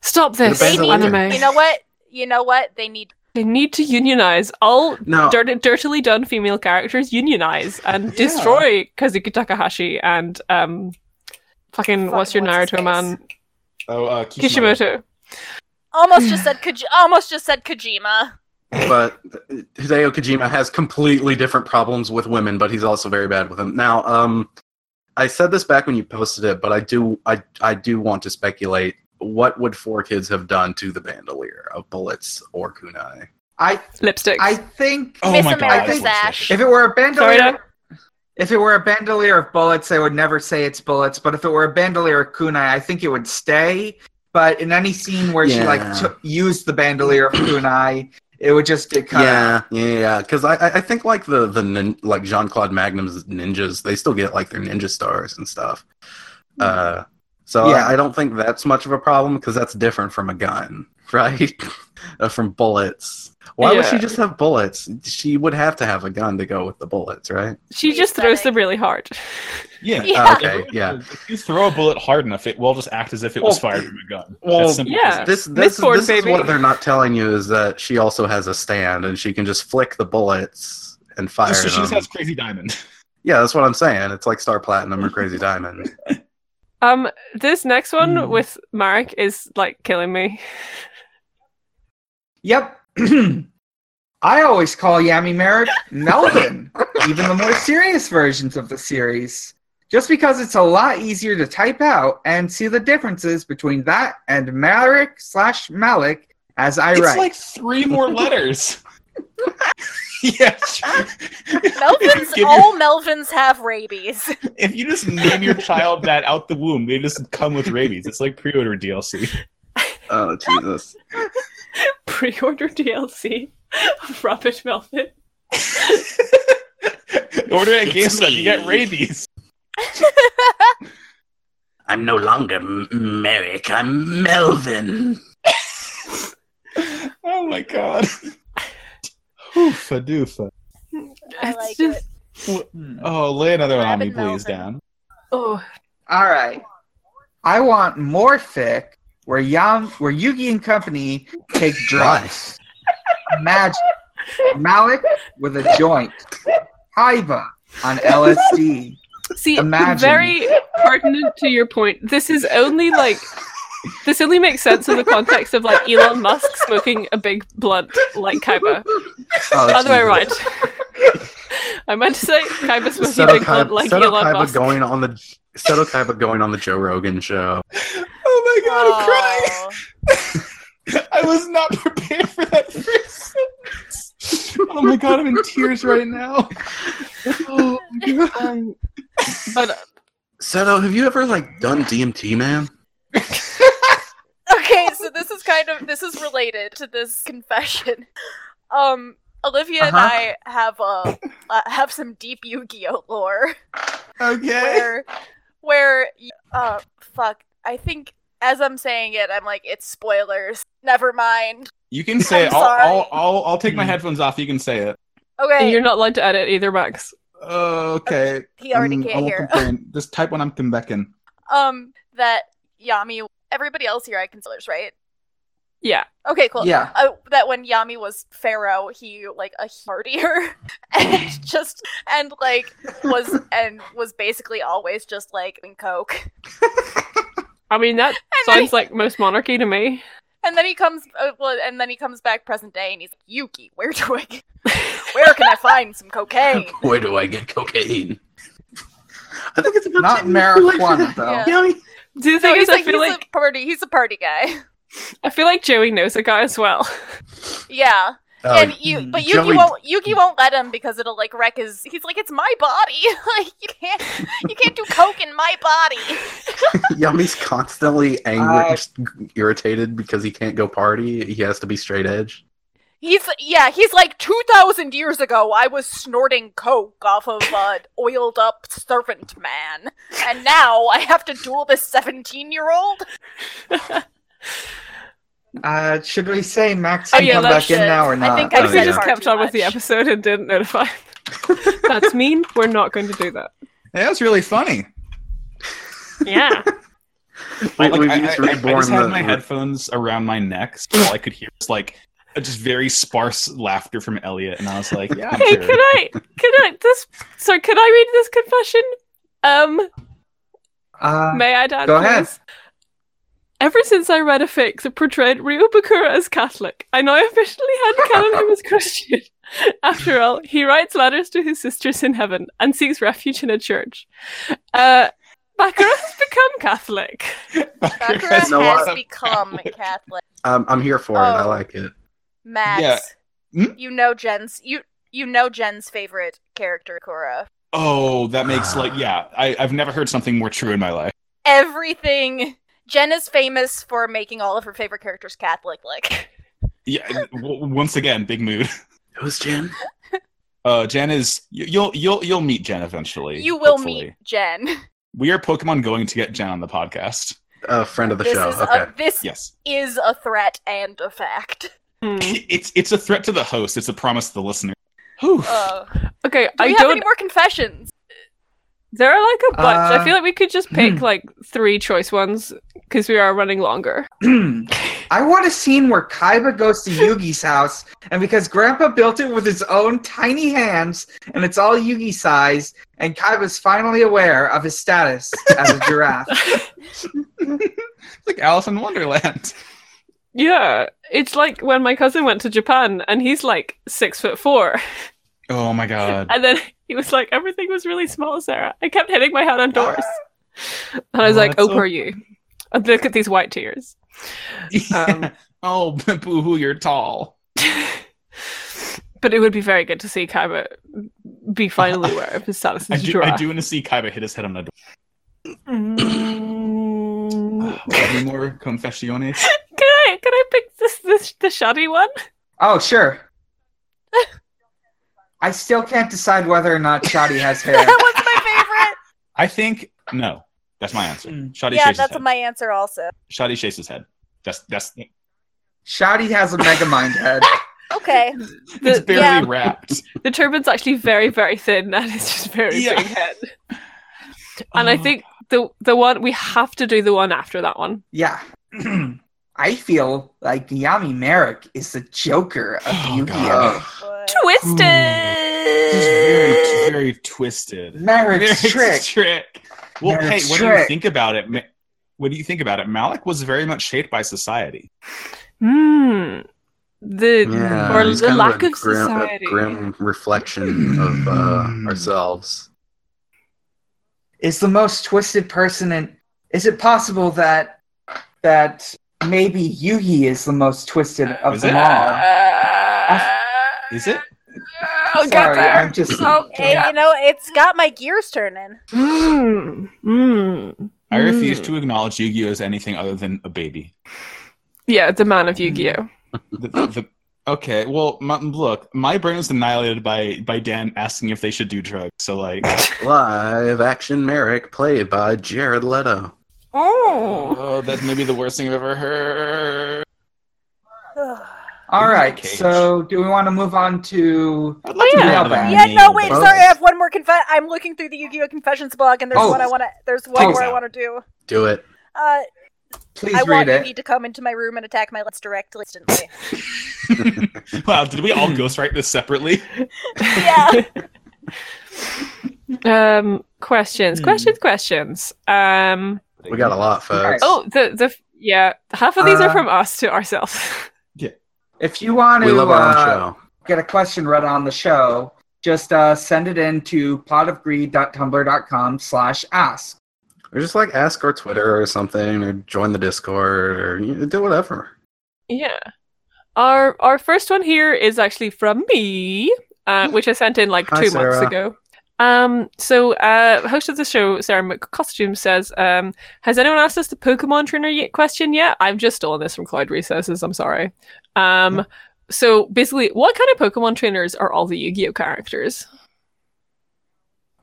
[SPEAKER 4] stop this
[SPEAKER 1] Depends
[SPEAKER 3] on the
[SPEAKER 4] anime.
[SPEAKER 3] you know what? You know what? They need.
[SPEAKER 4] They need to unionize all
[SPEAKER 5] Ah.
[SPEAKER 1] No,
[SPEAKER 4] dirt- dirtily done female characters. Unionize and destroy Kazuki Takahashi and um, fucking what's your
[SPEAKER 3] Fucking what's his
[SPEAKER 4] Naruto man
[SPEAKER 2] Oh, uh,
[SPEAKER 4] Kishimoto.
[SPEAKER 3] Almost just said Kaj- Almost just said Kojima.
[SPEAKER 1] but Hideo Kojima has completely different problems with women, but he's also very bad with them. Now, um, I said this back when you posted it, but I do, I, I do want to speculate what would four kids have done to the bandolier of bullets or kunai.
[SPEAKER 5] I
[SPEAKER 4] Lipstick.
[SPEAKER 5] I think
[SPEAKER 2] Oh
[SPEAKER 3] Miss
[SPEAKER 2] my god,
[SPEAKER 5] America's
[SPEAKER 2] that's what
[SPEAKER 3] Ash.
[SPEAKER 2] it's like.
[SPEAKER 5] if it were a
[SPEAKER 4] Sorry,
[SPEAKER 5] bandolier,
[SPEAKER 4] Dan?
[SPEAKER 5] if it were a bandolier of bullets, I would never say it's bullets. But if it were a bandolier of kunai, I think it would stay. But in any scene where she
[SPEAKER 1] Yeah.
[SPEAKER 5] like took used the bandolier of kunai, it would just get cut.
[SPEAKER 1] Yeah, yeah, yeah. Because I, I I think like the the nin, like Jean Claude Magnum's ninjas, they still get like their ninja stars and stuff. Uh, so
[SPEAKER 5] Yeah.
[SPEAKER 1] I, I don't think that's much of a problem because that's different from a gun, right? Uh, from bullets. Why would she
[SPEAKER 4] Yeah.
[SPEAKER 1] just have bullets? She would have to have a gun to go with the bullets, right?
[SPEAKER 4] she just throws them
[SPEAKER 3] Aesthetic.
[SPEAKER 4] really hard.
[SPEAKER 2] Yeah.
[SPEAKER 3] Yeah.
[SPEAKER 1] Uh, okay, yeah.
[SPEAKER 2] If you throw a bullet hard enough, it will just act as if it was
[SPEAKER 1] Well,
[SPEAKER 2] fired from a gun.
[SPEAKER 1] well,
[SPEAKER 2] That's simple.
[SPEAKER 4] Yeah.
[SPEAKER 1] This this,
[SPEAKER 4] Miss Ford,
[SPEAKER 1] this is
[SPEAKER 4] baby.
[SPEAKER 1] what they're not telling you is that she also has a stand and she can just flick the bullets and fire
[SPEAKER 2] So she
[SPEAKER 1] them.
[SPEAKER 2] just has crazy diamond.
[SPEAKER 1] yeah, that's what I'm saying. It's like Star Platinum or Crazy Diamond.
[SPEAKER 4] Um, this next one
[SPEAKER 5] Hmm.
[SPEAKER 4] with Marek is like killing me.
[SPEAKER 5] Yep. I always call Yami Merrick Melvin, even the more serious versions of the series, just because it's a lot easier to type out and see the differences between that and Merrick slash Malik as I
[SPEAKER 2] it's
[SPEAKER 5] write.
[SPEAKER 2] like three more letters. yeah. sure.
[SPEAKER 3] Melvins.
[SPEAKER 2] Give your-
[SPEAKER 3] all Melvins have rabies.
[SPEAKER 2] If you just name your child that out the womb, they just come with rabies. It's like pre-order DLC.
[SPEAKER 1] Oh Jesus!
[SPEAKER 4] Pre-order DLC of Robert Melvin.
[SPEAKER 2] Order at GameStop, you get rabies.
[SPEAKER 1] I'm no longer M- Merrick. I'm Melvin.
[SPEAKER 2] Oh my god. Oofa doofa.
[SPEAKER 3] I
[SPEAKER 4] It's
[SPEAKER 3] like
[SPEAKER 4] just-
[SPEAKER 3] it.
[SPEAKER 2] Oh, lay another one on me,
[SPEAKER 3] Rabbit
[SPEAKER 2] please, Dan.
[SPEAKER 3] Melvin.
[SPEAKER 4] Oh,
[SPEAKER 5] All right. I want more fic where Yam where Yugi and company take drugs. Magic. Malik with a joint. Kaiba on LSD.
[SPEAKER 4] See,
[SPEAKER 5] Imagine.
[SPEAKER 4] very pertinent to your point. This is only like this only makes sense in the context of like Elon Musk smoking a big blunt like Kaiba.
[SPEAKER 5] Oh,
[SPEAKER 4] Other way
[SPEAKER 5] Jesus.
[SPEAKER 4] around. I meant to say Kaiba smoking a
[SPEAKER 1] Seto
[SPEAKER 4] big blunt
[SPEAKER 1] Kaiba,
[SPEAKER 4] like
[SPEAKER 1] Seto
[SPEAKER 4] Elon
[SPEAKER 1] Kaiba
[SPEAKER 4] Musk.
[SPEAKER 1] going on the Seto Kaiba going on the Joe Rogan show.
[SPEAKER 2] Oh my god, I'm crying.
[SPEAKER 3] Oh.
[SPEAKER 2] I was not prepared for that first sentence. Oh my god, I'm in tears right now.
[SPEAKER 4] Um, but uh,
[SPEAKER 1] Seto, have you ever like done DMT, man?
[SPEAKER 3] Okay, so this is kind of this is related to this confession. Um, Olivia and
[SPEAKER 1] Uh-huh.
[SPEAKER 3] I have uh, uh have some deep Yu-Gi-Oh lore
[SPEAKER 2] Okay.
[SPEAKER 3] where where uh fuck, I think as I'm saying it, I'm like it's spoilers. Never mind.
[SPEAKER 2] You can say it.
[SPEAKER 3] I'm
[SPEAKER 2] I'll, I'll,
[SPEAKER 3] sorry.
[SPEAKER 2] I'll, I'll take my headphones off. You can say it.
[SPEAKER 3] Okay,
[SPEAKER 4] you're not allowed to edit either, Max.
[SPEAKER 2] okay.
[SPEAKER 3] he already
[SPEAKER 2] Um, I
[SPEAKER 3] can't
[SPEAKER 2] won't
[SPEAKER 3] hear.
[SPEAKER 2] complain. Just type when I'm coming back in.
[SPEAKER 3] Um, that Yami. Everybody else here, I can spoilers, right?
[SPEAKER 4] Yeah.
[SPEAKER 3] Okay, cool.
[SPEAKER 5] Yeah.
[SPEAKER 3] uh, that when Yami was pharaoh, he like a hardier and just and like was and was basically always just like in coke.
[SPEAKER 4] I mean that
[SPEAKER 3] then
[SPEAKER 4] sounds like most monarchy to me.
[SPEAKER 3] And then he comes, uh, well, and then he comes back present day, and he's like, Yuki, where do I, get, where can I find some cocaine?
[SPEAKER 1] Where do I get cocaine? I think it's a good
[SPEAKER 5] Not
[SPEAKER 1] thing you like
[SPEAKER 5] marijuana,
[SPEAKER 1] that.
[SPEAKER 5] though.
[SPEAKER 3] Yeah.
[SPEAKER 1] Yeah, I mean,
[SPEAKER 4] Do you
[SPEAKER 3] So
[SPEAKER 4] think
[SPEAKER 3] he's
[SPEAKER 4] is I
[SPEAKER 3] like, he's
[SPEAKER 4] feel like
[SPEAKER 3] a party, he's a party guy.
[SPEAKER 4] I feel like Joey knows a guy as well.
[SPEAKER 3] Yeah,
[SPEAKER 1] Oh,
[SPEAKER 3] and you, but Yuki
[SPEAKER 1] Joey-
[SPEAKER 3] won't, Yuki won't let him because it'll like wreck his. He's like, it's my body. like you can't, you can't do coke in my body.
[SPEAKER 1] Yummy's constantly angry,
[SPEAKER 5] Uh,
[SPEAKER 1] just irritated because he can't go party. He has to be straight edge.
[SPEAKER 3] He's yeah, he's like two thousand years ago. I was snorting coke off of an oiled up servant man, and now I have to duel this seventeen year old.
[SPEAKER 5] Uh, should we say Max
[SPEAKER 4] Oh,
[SPEAKER 5] can
[SPEAKER 4] yeah,
[SPEAKER 5] come
[SPEAKER 4] let's
[SPEAKER 5] back in
[SPEAKER 3] just-
[SPEAKER 5] now or
[SPEAKER 3] I
[SPEAKER 5] not?
[SPEAKER 3] think
[SPEAKER 4] I
[SPEAKER 1] I
[SPEAKER 4] think we
[SPEAKER 1] said
[SPEAKER 4] just
[SPEAKER 3] far
[SPEAKER 4] kept
[SPEAKER 3] too
[SPEAKER 4] on with the
[SPEAKER 3] much.
[SPEAKER 4] episode and didn't notify. That's mean. We're not going to do that.
[SPEAKER 2] Yeah, that was really funny.
[SPEAKER 4] Yeah.
[SPEAKER 1] We,
[SPEAKER 2] Like,
[SPEAKER 1] we've
[SPEAKER 2] I, I-
[SPEAKER 1] used
[SPEAKER 2] I- I
[SPEAKER 1] reborn
[SPEAKER 2] just had
[SPEAKER 1] the-
[SPEAKER 2] my headphones around my neck, so all I could hear was like a just very sparse laughter from Elliot, and I was like, "Yeah, I'm
[SPEAKER 4] hey,
[SPEAKER 2] sure.
[SPEAKER 4] can I? Can I? This. So, can I read this confession? Um,
[SPEAKER 5] uh,
[SPEAKER 4] may I, Dad?
[SPEAKER 5] go ahead.
[SPEAKER 4] please? Ever since I read a fic that portrayed Ryubakura as Catholic, I now officially had canon him as Christian. After all, he writes letters to his sisters in heaven and seeks refuge in a church. Uh, Bakura has become Catholic.
[SPEAKER 3] Sakura
[SPEAKER 1] You know
[SPEAKER 3] has
[SPEAKER 1] what?
[SPEAKER 3] become Catholic.
[SPEAKER 1] Um, I'm here for it. I
[SPEAKER 3] Oh.
[SPEAKER 1] like it.
[SPEAKER 3] Max,
[SPEAKER 2] Yeah. Hmm?
[SPEAKER 3] you know Jen's you you know Jen's favorite character, Cora.
[SPEAKER 2] Oh, that makes like yeah. I, I've never heard something more true in my life.
[SPEAKER 3] Everything. Jen is famous for making all of her favorite characters Catholic. Like
[SPEAKER 2] Yeah, w- once again, big mood.
[SPEAKER 1] Who's Jen?
[SPEAKER 2] Uh, Jen is you- you'll you'll you'll meet Jen eventually.
[SPEAKER 3] you will
[SPEAKER 2] hopefully.
[SPEAKER 3] meet Jen.
[SPEAKER 2] We are Pokemon going to get Jen on the podcast.
[SPEAKER 1] A friend of the
[SPEAKER 3] this
[SPEAKER 1] show.
[SPEAKER 3] is
[SPEAKER 1] Okay.
[SPEAKER 3] a, this
[SPEAKER 2] Yes,
[SPEAKER 3] is a threat and a fact.
[SPEAKER 4] Hmm.
[SPEAKER 3] Mm-hmm.
[SPEAKER 2] it's it's a threat to the host. It's a promise to the listener. Whew.
[SPEAKER 3] Uh,
[SPEAKER 4] Okay,
[SPEAKER 3] do
[SPEAKER 4] I
[SPEAKER 3] we have
[SPEAKER 4] don't
[SPEAKER 3] any more confessions?
[SPEAKER 4] There are like a bunch. I
[SPEAKER 5] Uh,
[SPEAKER 4] feel like we could just
[SPEAKER 2] hmm.
[SPEAKER 4] pick like three choice ones because we are running longer.
[SPEAKER 5] I want a scene where Kaiba goes to Yugi's house, and because Grandpa built it with his own tiny hands, and it's all Yugi size, and Kaiba's finally aware of his status as a giraffe.
[SPEAKER 2] It's like Alice in Wonderland.
[SPEAKER 4] Yeah, it's like when my cousin went to Japan and he's like six foot four,
[SPEAKER 2] Oh my god.
[SPEAKER 4] and then he was like, everything was really small, Sarah. I kept hitting my head on doors, and I was like,
[SPEAKER 2] Oh,
[SPEAKER 4] oh,
[SPEAKER 2] that's so
[SPEAKER 4] poor you. And look at these white tears. Um,
[SPEAKER 2] oh, boo hoo, you're tall.
[SPEAKER 4] but it would be very good to see Kaiba be finally aware of his status
[SPEAKER 2] I
[SPEAKER 4] as a
[SPEAKER 2] do, I
[SPEAKER 4] giraffe.
[SPEAKER 2] do want to see Kaiba hit his head on the door.
[SPEAKER 4] Mm.
[SPEAKER 2] Any more confessiones?
[SPEAKER 4] Can I can I pick this this the shoddy one?
[SPEAKER 5] Oh, sure. I still can't decide whether or not Shadi has hair.
[SPEAKER 3] What's my
[SPEAKER 2] I think no. That's my answer.
[SPEAKER 5] Mm.
[SPEAKER 2] Shoddy shakes
[SPEAKER 3] favorite? yeah,
[SPEAKER 2] his
[SPEAKER 3] that's
[SPEAKER 2] head.
[SPEAKER 3] my answer also.
[SPEAKER 2] Shoddy shakes his head. That's that's
[SPEAKER 5] Shadi has a Mega Mind head.
[SPEAKER 3] Okay.
[SPEAKER 2] it's
[SPEAKER 4] The,
[SPEAKER 2] barely
[SPEAKER 3] yeah.
[SPEAKER 2] wrapped.
[SPEAKER 4] The turban's actually very, very thin, and it's just very
[SPEAKER 2] Yeah. Oh.
[SPEAKER 4] big head. And I think the the one we have to do the one after that one.
[SPEAKER 5] Yeah. I feel like Yami Merrick is the Joker of
[SPEAKER 2] Oh,
[SPEAKER 5] Yu Gi
[SPEAKER 2] God.
[SPEAKER 5] Oh!
[SPEAKER 3] What?
[SPEAKER 4] Twisted.
[SPEAKER 2] This is very, very twisted.
[SPEAKER 5] Merrick's
[SPEAKER 2] Merrick's
[SPEAKER 5] trick.
[SPEAKER 2] trick. Well,
[SPEAKER 5] Merrick's
[SPEAKER 2] hey, what do you
[SPEAKER 5] trick.
[SPEAKER 2] think about it? Ma- What do you think about it? Malik was very much shaped by society.
[SPEAKER 4] Hmm. The
[SPEAKER 2] Hmm.
[SPEAKER 1] Yeah,
[SPEAKER 4] or
[SPEAKER 1] he's
[SPEAKER 4] the
[SPEAKER 1] kind
[SPEAKER 4] lack
[SPEAKER 1] a
[SPEAKER 4] of
[SPEAKER 1] grim, a
[SPEAKER 4] society. Mm.
[SPEAKER 1] grim reflection of uh, ourselves.
[SPEAKER 5] Is the most twisted person in. Is it possible that that maybe Yugi is the most twisted of
[SPEAKER 2] Is
[SPEAKER 5] them
[SPEAKER 2] it?
[SPEAKER 4] uh,
[SPEAKER 5] all?
[SPEAKER 2] Ah. Is it?
[SPEAKER 4] I'll Oh, get
[SPEAKER 5] Sorry,
[SPEAKER 4] there.
[SPEAKER 5] I'm just.
[SPEAKER 3] Hey, you know, it's got my gears turning.
[SPEAKER 4] Hmm. Hmm.
[SPEAKER 2] I
[SPEAKER 4] Hmm.
[SPEAKER 2] refuse to acknowledge Yu-Gi-Oh as anything other than a baby.
[SPEAKER 4] Yeah, the man of
[SPEAKER 2] Hmm.
[SPEAKER 4] Yu-Gi-Oh.
[SPEAKER 2] The, the, okay, well, my, look, my brain was annihilated by by Dan asking if they should do drugs. So like,
[SPEAKER 1] Live action Merrick, played by Jared Leto.
[SPEAKER 4] Oh.
[SPEAKER 2] oh, that's maybe the worst thing I've ever heard.
[SPEAKER 5] All right,
[SPEAKER 2] Cage.
[SPEAKER 5] so do we want to move on to.
[SPEAKER 2] I'd like
[SPEAKER 4] Oh,
[SPEAKER 2] to
[SPEAKER 4] yeah.
[SPEAKER 2] get out of
[SPEAKER 5] Yeah,
[SPEAKER 3] yeah, no,
[SPEAKER 2] names.
[SPEAKER 3] wait,
[SPEAKER 1] Both.
[SPEAKER 3] sorry, I have one more confess. I'm looking through the Yu-Gi-Oh confessions blog, and there's
[SPEAKER 5] Oh.
[SPEAKER 3] one I want to. There's one
[SPEAKER 5] Oh.
[SPEAKER 3] more I want to do.
[SPEAKER 1] Do it.
[SPEAKER 3] Uh,
[SPEAKER 5] Please
[SPEAKER 3] I want
[SPEAKER 5] read it.
[SPEAKER 3] Yugi to come into my room and attack my lips directly. Instantly.
[SPEAKER 2] wow, did we all ghostwrite this separately?
[SPEAKER 3] yeah.
[SPEAKER 4] Um. Questions.
[SPEAKER 2] Hmm.
[SPEAKER 4] Questions. Questions. Um.
[SPEAKER 1] We got a lot, folks.
[SPEAKER 4] Oh, the the yeah. Half of these
[SPEAKER 5] Uh,
[SPEAKER 4] are from us to ourselves.
[SPEAKER 5] If you want
[SPEAKER 1] We
[SPEAKER 5] to
[SPEAKER 1] love our own
[SPEAKER 5] uh,
[SPEAKER 1] show.
[SPEAKER 5] get a question read on the show, just uh, send it in to potofgreed.tumblr.com slash ask.
[SPEAKER 1] Or just like ask our Twitter or something, or join the Discord, or you know, do whatever.
[SPEAKER 4] yeah. Our our first one here is actually from me, uh, which I sent in like
[SPEAKER 1] Hi,
[SPEAKER 4] two months
[SPEAKER 1] Sarah.
[SPEAKER 4] ago. Um. So, uh, host of the show, Sarah McCostume says, um, has anyone asked us the Pokemon trainer yet question yet? I've just stolen this from Cloud Recesses. I'm sorry. Um. So basically, what kind of Pokemon trainers are all the Yu-Gi-Oh characters?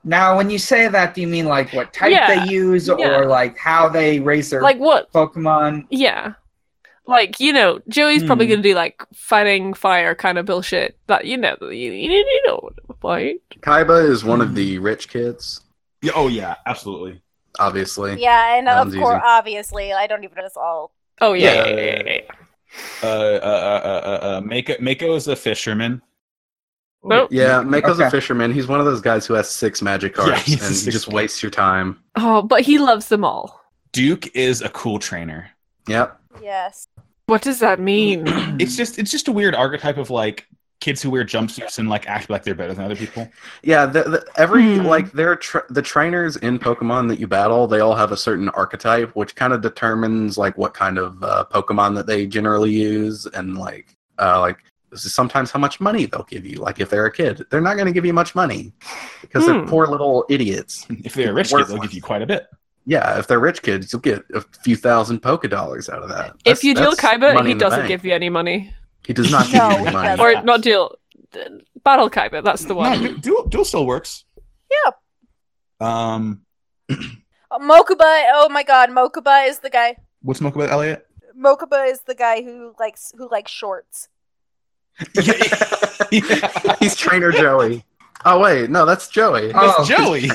[SPEAKER 5] Now, when you say that, do you mean like what type
[SPEAKER 4] Yeah,
[SPEAKER 5] they use
[SPEAKER 4] yeah.
[SPEAKER 5] or like how they raise their
[SPEAKER 4] Like what
[SPEAKER 5] Pokemon?
[SPEAKER 4] Yeah. Like, you know, Joey's probably
[SPEAKER 2] Hmm.
[SPEAKER 4] going to do like fighting fire kind of bullshit. But, you know, you, you, you know what I'm like.
[SPEAKER 1] Kaiba is one of
[SPEAKER 4] Mm.
[SPEAKER 1] the rich kids,
[SPEAKER 2] Yeah, oh yeah, absolutely.
[SPEAKER 1] obviously.
[SPEAKER 3] Yeah, and
[SPEAKER 1] Sounds
[SPEAKER 3] of course,
[SPEAKER 1] easy.
[SPEAKER 3] obviously, I don't even know this all.
[SPEAKER 4] Oh, yeah.
[SPEAKER 2] Yeah.
[SPEAKER 4] yeah, yeah, yeah, yeah.
[SPEAKER 2] Uh, uh, uh, uh, uh, uh, Mako, Mako is a fisherman.
[SPEAKER 4] Nope.
[SPEAKER 1] Yeah, Mako's a
[SPEAKER 5] Okay.
[SPEAKER 1] fisherman. He's one of those guys who has six magic
[SPEAKER 2] Yeah,
[SPEAKER 1] cards
[SPEAKER 2] he's a
[SPEAKER 1] and he
[SPEAKER 2] six-
[SPEAKER 1] just wastes your time.
[SPEAKER 4] Oh, but he loves them all.
[SPEAKER 2] Duke is a cool trainer.
[SPEAKER 1] Yep.
[SPEAKER 3] Yes.
[SPEAKER 4] What does that mean?
[SPEAKER 2] It's just it's just a weird archetype of like kids who wear jumpsuits and like act like they're better than other people.
[SPEAKER 1] Yeah, the, the, every
[SPEAKER 4] Hmm.
[SPEAKER 1] like they're tra- the trainers in Pokemon that you battle, they all have a certain archetype, which kind of determines like what kind of uh, Pokemon that they generally use, and like uh, like this is sometimes how much money they'll give you. Like if they're a kid, they're not going to give you much money because they're
[SPEAKER 4] Hmm.
[SPEAKER 1] poor little idiots.
[SPEAKER 2] If they're a rich kid, they'll
[SPEAKER 1] Worthless.
[SPEAKER 2] give you quite a bit.
[SPEAKER 1] Yeah, if they're rich kids, you'll get a few thousand Poke dollars out of that.
[SPEAKER 4] if
[SPEAKER 1] That's-
[SPEAKER 4] you deal
[SPEAKER 1] that's
[SPEAKER 4] Kaiba,
[SPEAKER 1] money
[SPEAKER 4] he
[SPEAKER 1] in the
[SPEAKER 4] doesn't
[SPEAKER 1] bank.
[SPEAKER 4] give you any money.
[SPEAKER 1] He does not give
[SPEAKER 3] No,
[SPEAKER 1] you
[SPEAKER 3] he
[SPEAKER 1] any money.
[SPEAKER 3] doesn't.
[SPEAKER 4] Or not deal. Battle Kaiba, that's the one.
[SPEAKER 2] No, dual, dual still works.
[SPEAKER 3] Yeah.
[SPEAKER 2] Um,
[SPEAKER 3] Uh, Mokuba. Oh my God, Mokuba is the guy.
[SPEAKER 2] what's Moko about Elliot?
[SPEAKER 3] Mokuba is the guy who likes who likes shorts.
[SPEAKER 2] That's
[SPEAKER 1] He's Trainer Joey. Oh wait, no, that's Joey.
[SPEAKER 5] Oh.
[SPEAKER 2] Joey.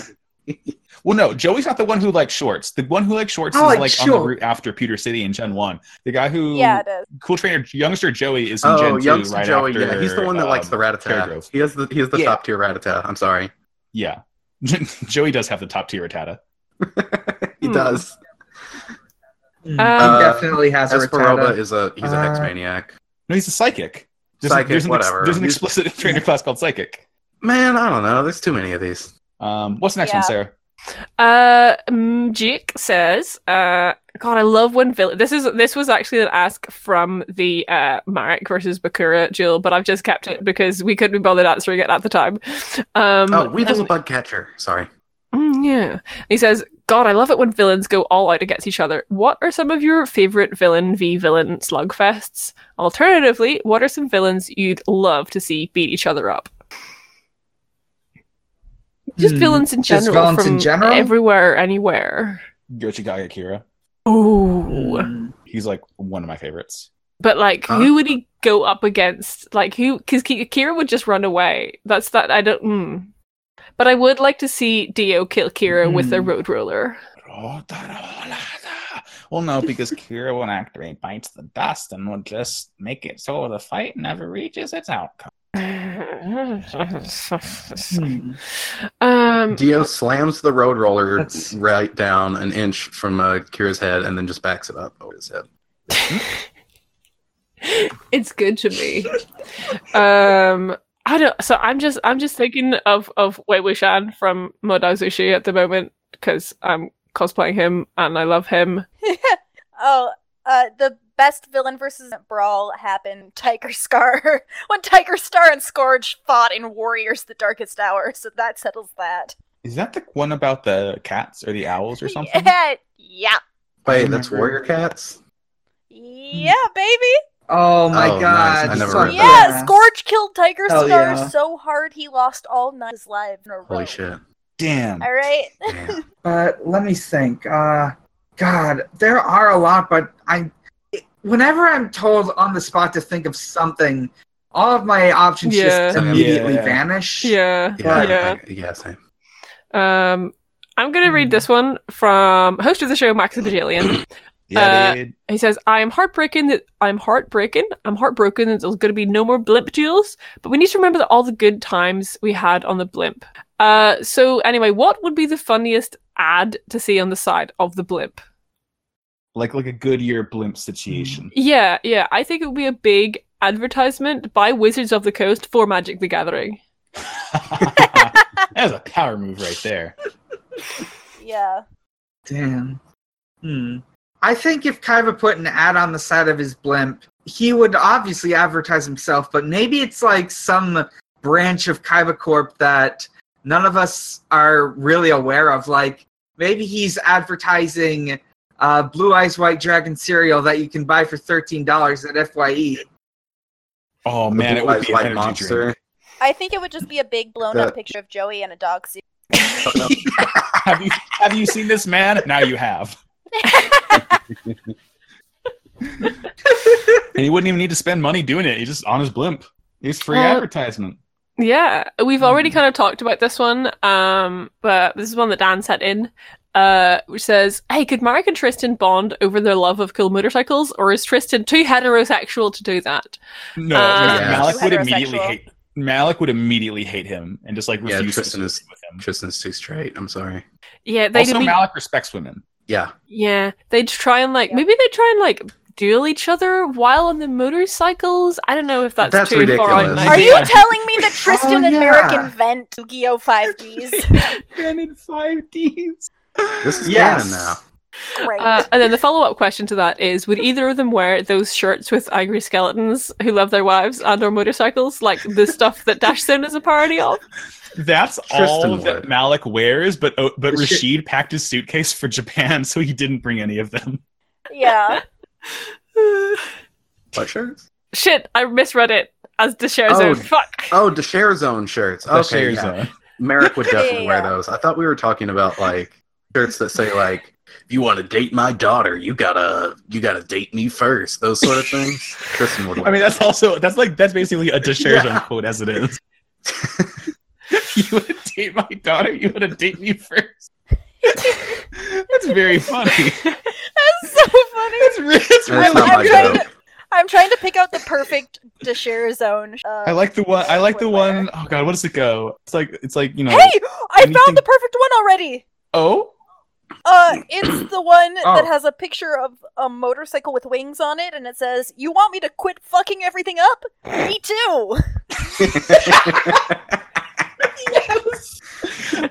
[SPEAKER 2] Well, no, Joey's not the one who likes shorts. The one who likes shorts
[SPEAKER 1] Oh,
[SPEAKER 5] I
[SPEAKER 2] is
[SPEAKER 5] like
[SPEAKER 2] like on the
[SPEAKER 5] shorts.
[SPEAKER 2] route after Peter City in Gen One. The guy who
[SPEAKER 3] Yeah, it is.
[SPEAKER 2] cool trainer youngster Joey is in
[SPEAKER 1] Oh,
[SPEAKER 2] Gen Two,
[SPEAKER 1] youngster
[SPEAKER 2] right
[SPEAKER 1] Joey.
[SPEAKER 2] after.
[SPEAKER 1] yeah, he's the one that likes the
[SPEAKER 2] um,
[SPEAKER 1] Rattata.
[SPEAKER 2] Paragrove.
[SPEAKER 1] He has the he has the
[SPEAKER 2] Yeah.
[SPEAKER 1] top tier Rattata. I'm sorry,
[SPEAKER 2] Yeah, Joey does have the top tier Rattata.
[SPEAKER 1] he
[SPEAKER 4] Hmm.
[SPEAKER 1] does.
[SPEAKER 5] He
[SPEAKER 4] Uh,
[SPEAKER 5] definitely has a
[SPEAKER 1] Esperoba
[SPEAKER 5] Rattata.
[SPEAKER 1] is a he's a
[SPEAKER 5] Uh,
[SPEAKER 1] hex maniac.
[SPEAKER 2] No, he's a psychic. There's,
[SPEAKER 1] Psychic,
[SPEAKER 2] there's an ex-
[SPEAKER 1] whatever.
[SPEAKER 2] there's an
[SPEAKER 1] He's-
[SPEAKER 2] explicit trainer class called psychic.
[SPEAKER 1] Man, I don't know. There's too many of these.
[SPEAKER 2] Um, what's the next one,
[SPEAKER 3] Yeah.
[SPEAKER 2] Sarah?
[SPEAKER 4] Uh, mm, Jake says, uh, God, I love when villain. This is this was actually an ask from the uh Marek versus Bakura duel, but I've just kept it because we couldn't be bothered answering it at the time.
[SPEAKER 5] Hmm,
[SPEAKER 4] Um,
[SPEAKER 1] oh, Weevil's a
[SPEAKER 4] and-
[SPEAKER 1] bug catcher. Sorry.
[SPEAKER 4] mm, yeah. He says, God, I love it when villains go all out against each other. What are some of your favorite villain v villain slugfests? Alternatively, what are some villains you'd love to see beat each other up? Just
[SPEAKER 5] Hmm,
[SPEAKER 4] villains in
[SPEAKER 5] just
[SPEAKER 4] general.
[SPEAKER 5] villains in
[SPEAKER 4] from
[SPEAKER 5] general?
[SPEAKER 4] Everywhere, anywhere.
[SPEAKER 2] Gochigaga Kira.
[SPEAKER 4] Oh,
[SPEAKER 2] He's like one of my favorites.
[SPEAKER 4] but like,
[SPEAKER 5] Uh.
[SPEAKER 1] Huh?
[SPEAKER 4] who would he go up against? Like, who? Because Kira would just run away. That's that. I don't. Mm. But I would like to see Dio kill Kira with a
[SPEAKER 5] Hmm.
[SPEAKER 4] road roller.
[SPEAKER 2] Well, no, because Kira won't activate Bites the Dust and will just make it so the fight never reaches its outcome.
[SPEAKER 5] Hmm.
[SPEAKER 4] um,
[SPEAKER 1] Dio slams the road roller
[SPEAKER 5] That's-
[SPEAKER 1] right down an inch from uh, Kira's head and then just backs it up over his head.
[SPEAKER 4] it's good to me. Um, I don't. So I'm just I'm just thinking of of Wei Wuxian from Modazushi at the moment because I'm cosplaying him and I love him.
[SPEAKER 3] oh, uh, the best villain versus brawl happened Tiger Scar when Tiger Star and Scourge fought in Warriors: The Darkest Hour. So that settles that.
[SPEAKER 2] Is that the one about the cats or the owls or something?
[SPEAKER 3] Yeah, yeah,
[SPEAKER 1] Wait, that's
[SPEAKER 2] remember.
[SPEAKER 1] Warrior Cats?
[SPEAKER 3] yeah, baby.
[SPEAKER 5] Oh my
[SPEAKER 1] Oh, nice.
[SPEAKER 5] god.
[SPEAKER 1] I never
[SPEAKER 5] so-
[SPEAKER 1] read
[SPEAKER 3] Yeah,
[SPEAKER 1] that.
[SPEAKER 3] Scourge killed Tiger
[SPEAKER 5] Hell
[SPEAKER 3] Star
[SPEAKER 5] yeah.
[SPEAKER 3] so hard he lost all nine of his lives in a row.
[SPEAKER 1] Holy shit.
[SPEAKER 2] Damn.
[SPEAKER 3] All right.
[SPEAKER 1] Damn.
[SPEAKER 5] But let me think. Uh, God, there are a lot, but I, whenever I'm told on the spot to think of something, all of my options just
[SPEAKER 1] Yeah.
[SPEAKER 5] immediately
[SPEAKER 2] Yeah.
[SPEAKER 5] vanish.
[SPEAKER 4] Yeah.
[SPEAKER 1] Yeah,
[SPEAKER 4] Yeah.
[SPEAKER 1] yeah. yeah, same.
[SPEAKER 4] Um, I'm gonna read
[SPEAKER 5] Hmm.
[SPEAKER 4] this one from host of the show Max Bajillion.
[SPEAKER 2] Yeah,
[SPEAKER 4] Uh,
[SPEAKER 2] dude.
[SPEAKER 4] He says, "I am heartbroken that I'm heartbroken. I'm heartbroken that there's going to be no more blimp duels. But we need to remember that all the good times we had on the blimp. Uh, so anyway, what would be the funniest ad to see on the side of the blimp?
[SPEAKER 2] Like like a Goodyear blimp situation.
[SPEAKER 4] Yeah, yeah. I think it would be a big advertisement by Wizards of the Coast for Magic the Gathering.
[SPEAKER 2] that was a power move right there.
[SPEAKER 3] Yeah.
[SPEAKER 5] Damn. Hmm. I think if Kaiba put an ad on the side of his blimp, he would obviously advertise himself, but maybe it's like some branch of Kaiba Corp that none of us are really aware of. Like maybe he's advertising uh, Blue Eyes White Dragon cereal that you can buy for $13 at E. FYE.
[SPEAKER 2] Oh man, it would be like monster.
[SPEAKER 3] I think it would just be a big blown
[SPEAKER 1] That-
[SPEAKER 3] up picture of Joey and a dog suit.
[SPEAKER 2] Have you have you seen this man? Now you have. and he wouldn't even need to spend money doing it. He just on his blimp. He's free
[SPEAKER 4] Uh,
[SPEAKER 2] advertisement.
[SPEAKER 4] Yeah, we've already
[SPEAKER 1] Hmm.
[SPEAKER 5] Mm.
[SPEAKER 4] kind of talked about this one, um, but this is one that Dan sent in, uh, which says, "Hey, could Marek and Tristan bond over their love of cool motorcycles, or is Tristan too heterosexual to do that?
[SPEAKER 2] No,
[SPEAKER 4] um,
[SPEAKER 2] Ma-
[SPEAKER 1] Yeah.
[SPEAKER 2] Malik would
[SPEAKER 3] Heterosexual.
[SPEAKER 2] immediately hate. Malik would immediately hate him and just like
[SPEAKER 1] Yeah,
[SPEAKER 2] refuse to
[SPEAKER 1] Tristan is-
[SPEAKER 2] associate with him.
[SPEAKER 1] Tristan's too straight. I'm sorry.
[SPEAKER 4] Yeah, they'd
[SPEAKER 2] Also,
[SPEAKER 4] be-
[SPEAKER 2] Malik respects women.
[SPEAKER 1] Yeah.
[SPEAKER 4] yeah, they'd try and like
[SPEAKER 3] Yeah.
[SPEAKER 4] maybe they would try and like duel each other while on the motorcycles. I don't know if that's,
[SPEAKER 1] That's
[SPEAKER 4] too far out.
[SPEAKER 1] ridiculous.
[SPEAKER 4] now.
[SPEAKER 3] Are you
[SPEAKER 2] Yeah.
[SPEAKER 3] telling me that Tristan and
[SPEAKER 5] yeah.
[SPEAKER 3] Merrick invent Yu-Gi-Oh! 5Ds?
[SPEAKER 2] in five D's.
[SPEAKER 1] This is
[SPEAKER 5] Yes.
[SPEAKER 1] canon now.
[SPEAKER 3] Great.
[SPEAKER 4] Uh, and then the follow-up question to that is: Would either of them wear those shirts with angry skeletons who love their wives and/or motorcycles, like the stuff that Dash Zone is a parody of?
[SPEAKER 2] That's
[SPEAKER 1] Tristan
[SPEAKER 2] all
[SPEAKER 1] would.
[SPEAKER 2] that Malik wears, but oh, but
[SPEAKER 5] The shit-
[SPEAKER 2] Rashid packed his suitcase for Japan, so he didn't bring any of them.
[SPEAKER 3] yeah.
[SPEAKER 1] What shirts?
[SPEAKER 4] Shit, I misread it as the share
[SPEAKER 1] Oh.
[SPEAKER 4] zone. Fuck.
[SPEAKER 1] Oh, the share zone shirts.
[SPEAKER 2] The
[SPEAKER 1] Okay,
[SPEAKER 2] shares
[SPEAKER 1] yeah.
[SPEAKER 2] are-
[SPEAKER 1] Merrick would definitely wear
[SPEAKER 3] Yeah.
[SPEAKER 1] those. I thought we were talking about like shirts that say like, "If you want to date my daughter, you gotta you gotta date me first. Those sort of things. Tristan would.
[SPEAKER 2] I mean, that's also that's like that's basically a Deshares
[SPEAKER 5] Yeah.
[SPEAKER 2] quote as it is. you want to date my daughter? You want to date me first? that's very funny.
[SPEAKER 3] That's so funny.
[SPEAKER 2] That's, re- that's
[SPEAKER 1] That's
[SPEAKER 2] really
[SPEAKER 1] not my
[SPEAKER 3] I'm trying
[SPEAKER 2] good.
[SPEAKER 1] joke.
[SPEAKER 3] to, I'm trying to pick out the perfect to share zone. Uh,
[SPEAKER 2] I like the one. I like the
[SPEAKER 3] footwear.
[SPEAKER 2] one oh god, what does it go? It's like it's like you know.
[SPEAKER 3] Hey, I
[SPEAKER 2] Anything-
[SPEAKER 3] found the perfect one already.
[SPEAKER 2] Oh,
[SPEAKER 3] Uh, it's the one
[SPEAKER 5] Oh.
[SPEAKER 3] that has a picture of a motorcycle with wings on it, and it says, "You want me to quit fucking everything up? Me too."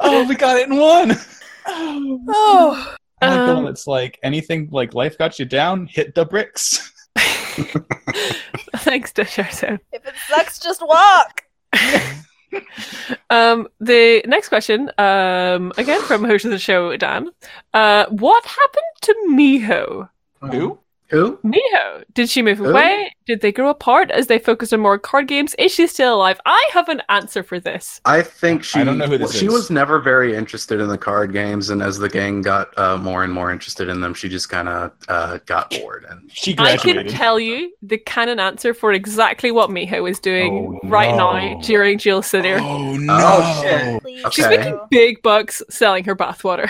[SPEAKER 2] oh, we got it in one. Oh.
[SPEAKER 3] Oh,
[SPEAKER 2] I like the
[SPEAKER 4] Um,
[SPEAKER 2] one that's like anything like life got you down, hit the bricks.
[SPEAKER 4] Thanks, the share zone.
[SPEAKER 3] if it sucks, just walk.
[SPEAKER 4] Um, the next question, um, again from host of the show Dan, uh, what happened to Miho?
[SPEAKER 2] Who?
[SPEAKER 1] Who?
[SPEAKER 4] Miho, did she move
[SPEAKER 1] Oh.
[SPEAKER 4] away? Did they grow apart as they focused on more card games? Is she still alive? I have an answer for this.
[SPEAKER 1] I think she.
[SPEAKER 2] I don't know who this
[SPEAKER 1] she
[SPEAKER 2] is.
[SPEAKER 1] was never very interested in the card games, and as the gang got uh, more and more interested in them, she just kind of uh, got bored. And
[SPEAKER 2] She
[SPEAKER 4] I
[SPEAKER 2] graduated.
[SPEAKER 4] can tell you the canon answer for exactly what Miho is doing
[SPEAKER 2] Oh,
[SPEAKER 4] right
[SPEAKER 2] no.
[SPEAKER 4] now during Jill Sitter.
[SPEAKER 2] Oh
[SPEAKER 1] Oh,
[SPEAKER 5] shit.
[SPEAKER 3] Please
[SPEAKER 1] Okay.
[SPEAKER 4] She's
[SPEAKER 3] do.
[SPEAKER 4] making big bucks selling her bathwater.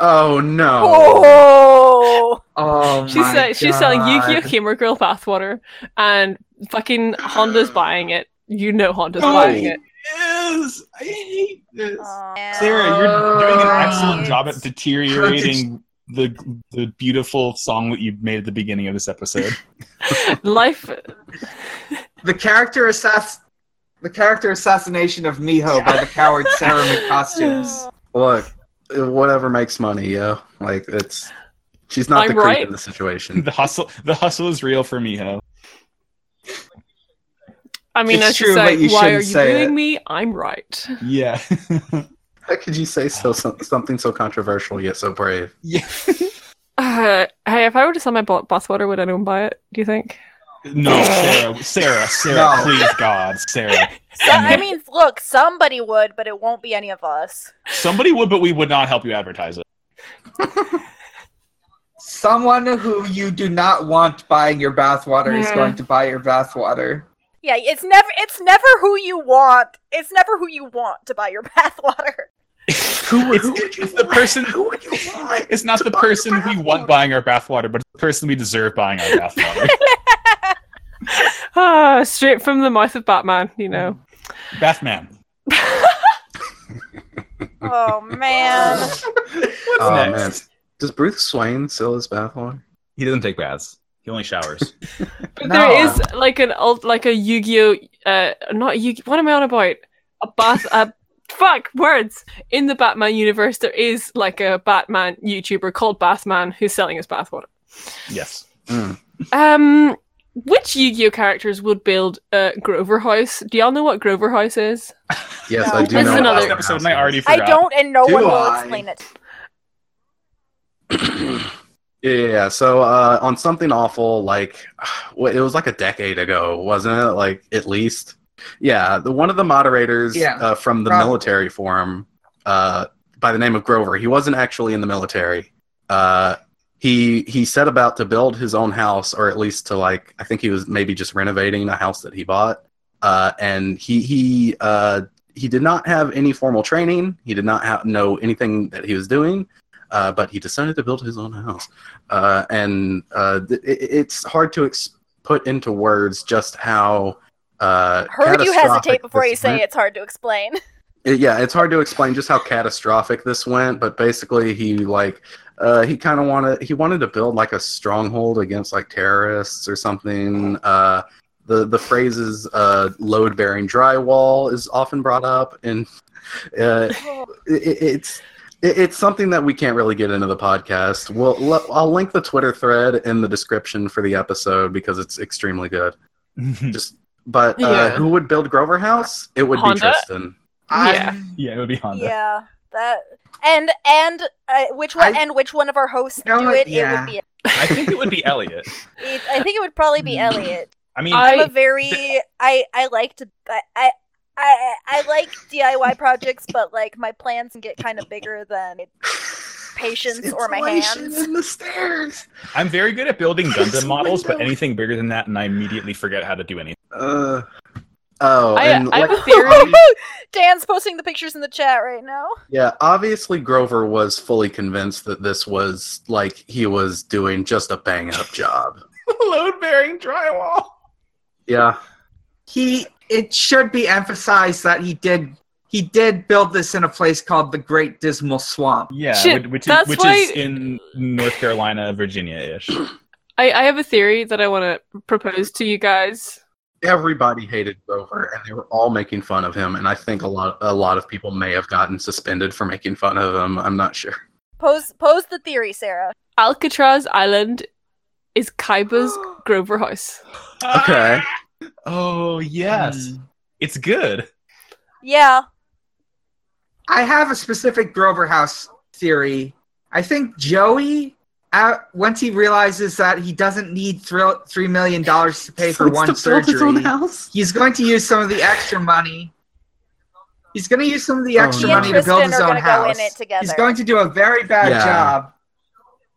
[SPEAKER 1] oh no.
[SPEAKER 3] Oh,
[SPEAKER 5] Oh
[SPEAKER 4] She's
[SPEAKER 5] my
[SPEAKER 4] sell- she's selling
[SPEAKER 5] God.
[SPEAKER 4] Yu-Gi-Oh! Gamer Girl bathwater, and fucking Honda's buying it. You know Honda's
[SPEAKER 2] Oh.
[SPEAKER 4] buying it.
[SPEAKER 2] Yes, I hate this.
[SPEAKER 3] Aw.
[SPEAKER 2] Sarah,
[SPEAKER 3] Uh,
[SPEAKER 2] you're doing an excellent
[SPEAKER 3] Right.
[SPEAKER 2] job at deteriorating the the beautiful song that you made at the beginning of this episode.
[SPEAKER 4] Life.
[SPEAKER 5] The character assass- the character assassination of Miho by the coward ceramic costumes.
[SPEAKER 1] Look, whatever makes money, yo. Like it's she's not
[SPEAKER 4] I'm
[SPEAKER 1] the creep
[SPEAKER 4] right.
[SPEAKER 1] in the situation.
[SPEAKER 2] the hustle, the hustle is real for Miho.
[SPEAKER 4] I mean,
[SPEAKER 5] It's
[SPEAKER 4] as you
[SPEAKER 5] true,
[SPEAKER 4] say,
[SPEAKER 5] but you
[SPEAKER 4] why
[SPEAKER 5] shouldn't
[SPEAKER 4] are you
[SPEAKER 5] say
[SPEAKER 4] doing
[SPEAKER 5] it."
[SPEAKER 4] me? I'm right.
[SPEAKER 2] Yeah,
[SPEAKER 1] How could you say so, so something so controversial yet so brave?
[SPEAKER 2] yeah.
[SPEAKER 4] Uh, hey, if I were to sell my bo- boss water, would anyone buy it? Do you think?
[SPEAKER 2] No, Sarah, Sarah, Sarah,
[SPEAKER 5] No.
[SPEAKER 2] please God, Sarah.
[SPEAKER 3] So, I mean, look, somebody would, but it won't be any of us.
[SPEAKER 2] Somebody would, but we would not help you advertise it.
[SPEAKER 5] Someone who you do not want buying your bathwater is
[SPEAKER 4] Yeah.
[SPEAKER 5] going to buy your bathwater.
[SPEAKER 3] Yeah, it's never it's never who you want. It's never who you want to buy your bathwater.
[SPEAKER 1] Who would
[SPEAKER 2] It's, it's the person.
[SPEAKER 1] who would you want?
[SPEAKER 2] It's not the person we want buying our bathwater, but it's the person we deserve buying our bathwater.
[SPEAKER 4] Ah, straight from the mouth of Batman, you know.
[SPEAKER 2] Bathman.
[SPEAKER 3] Oh man.
[SPEAKER 2] What's
[SPEAKER 1] Oh,
[SPEAKER 2] next?
[SPEAKER 1] man. Does Bruce Swain sell his bathwater?
[SPEAKER 2] He doesn't take baths. He only showers.
[SPEAKER 4] But
[SPEAKER 5] No.
[SPEAKER 4] there is like an old, like a Yu-Gi-Oh. Uh, not Yu. What am I on about? A bath. a fuck words. In the Batman universe, there is like a Batman YouTuber called Bathman who's selling his bathwater.
[SPEAKER 2] yes.
[SPEAKER 4] Um, which Yu-Gi-Oh characters would build uh, Grover House? Do y'all know what Grover House is?
[SPEAKER 1] Yes,
[SPEAKER 3] No.
[SPEAKER 1] I do
[SPEAKER 4] This is
[SPEAKER 1] know. what
[SPEAKER 4] another-
[SPEAKER 1] Waterhouse
[SPEAKER 2] episode, and I
[SPEAKER 1] is.
[SPEAKER 2] already
[SPEAKER 3] I
[SPEAKER 2] forgot.
[SPEAKER 3] don't and no
[SPEAKER 5] Do
[SPEAKER 3] one will
[SPEAKER 5] I?
[SPEAKER 3] explain it.
[SPEAKER 1] yeah so uh, on something awful like wh- it was like a decade ago wasn't it like at least yeah the one of the moderators
[SPEAKER 5] Yeah,
[SPEAKER 1] uh, from the
[SPEAKER 5] probably.
[SPEAKER 1] military forum uh, by the name of grover he wasn't actually in the military uh, he he set about to build his own house or at least to like i think he was maybe just renovating a house that he bought uh, and he he uh, he did not have any formal training he did not ha- know anything that he was doing uh, but he decided to build his own house. Uh, and uh, th- it, it's hard to ex- put into words just how. Uh,
[SPEAKER 3] Heard you
[SPEAKER 1] catastrophic
[SPEAKER 3] hesitate before
[SPEAKER 1] this
[SPEAKER 3] you say
[SPEAKER 1] went.
[SPEAKER 3] it's hard to explain.
[SPEAKER 1] It- Yeah, it's hard to explain just how catastrophic this went, but basically he like uh, he kind of wanted he wanted to build like a stronghold against like terrorists or something. Uh, the the phrases uh, load bearing drywall is often brought up, and uh, it, it- it's it, it's something that we can't really get into the podcast. We'll l- I'll link the Twitter thread in the description for the episode because it's extremely good. Just but uh,
[SPEAKER 4] Yeah.
[SPEAKER 1] who would build Grover House? It would
[SPEAKER 4] Honda?
[SPEAKER 1] be Tristan.
[SPEAKER 4] Yeah.
[SPEAKER 5] I'm-
[SPEAKER 2] yeah, it would be Honda.
[SPEAKER 3] yeah. That and and uh, which one
[SPEAKER 5] I-
[SPEAKER 3] and which one of our hosts
[SPEAKER 5] You know
[SPEAKER 3] do
[SPEAKER 5] what?
[SPEAKER 3] it? It
[SPEAKER 5] Yeah.
[SPEAKER 3] would be.
[SPEAKER 2] I think it would be Elliot.
[SPEAKER 3] It, I think it would probably be
[SPEAKER 5] Mm.
[SPEAKER 3] Elliot.
[SPEAKER 2] I mean,
[SPEAKER 4] I-
[SPEAKER 3] I'm a very I I like to I I I, I like DIY projects, but like my plans can get kind of bigger than patience or my
[SPEAKER 1] Insulation
[SPEAKER 3] hands.
[SPEAKER 1] in the stairs.
[SPEAKER 2] I'm very good at building Gundam
[SPEAKER 1] It's
[SPEAKER 2] models, but
[SPEAKER 1] window.
[SPEAKER 2] anything bigger than that, and I immediately forget how to do anything.
[SPEAKER 1] Uh, oh,
[SPEAKER 4] I-
[SPEAKER 1] and
[SPEAKER 4] I have
[SPEAKER 1] like,
[SPEAKER 4] a theory.
[SPEAKER 3] Dan's posting the pictures in the chat right now.
[SPEAKER 1] yeah, obviously Grover was fully convinced that this was like he was doing just a bang up job.
[SPEAKER 2] Load bearing drywall.
[SPEAKER 1] Yeah,
[SPEAKER 5] He it should be emphasized that he did he did build this in a place called the Great Dismal Swamp.
[SPEAKER 2] Yeah,
[SPEAKER 4] Shit,
[SPEAKER 2] which, which, is,
[SPEAKER 4] that's
[SPEAKER 2] which
[SPEAKER 4] why-
[SPEAKER 2] is in North Carolina, Virginia ish.
[SPEAKER 4] I, I have a theory that I want to propose to you guys.
[SPEAKER 1] everybody hated Grover, and they were all making fun of him. And I think a lot, a lot of people may have gotten suspended for making fun of him. I'm not sure.
[SPEAKER 3] Pose pose the theory, Sarah.
[SPEAKER 4] Alcatraz Island is Kaiba's Grover House.
[SPEAKER 1] Okay.
[SPEAKER 2] Oh
[SPEAKER 4] Mm.
[SPEAKER 2] yes,
[SPEAKER 5] Hmm.
[SPEAKER 2] it's good.
[SPEAKER 3] Yeah.
[SPEAKER 5] I have a specific Grover House theory. I think Joey, uh, once he realizes that he doesn't need thrill, $3 million to pay for one surgery,
[SPEAKER 1] house.
[SPEAKER 5] he's going to use some of the extra money. He's going to use some of the
[SPEAKER 1] Oh,
[SPEAKER 5] extra
[SPEAKER 1] no.
[SPEAKER 5] money to build
[SPEAKER 3] He and
[SPEAKER 5] his
[SPEAKER 3] Tristan
[SPEAKER 5] own
[SPEAKER 3] are gonna go
[SPEAKER 5] house.
[SPEAKER 3] in it together.
[SPEAKER 5] He's going to do a very bad
[SPEAKER 1] Yeah.
[SPEAKER 5] job.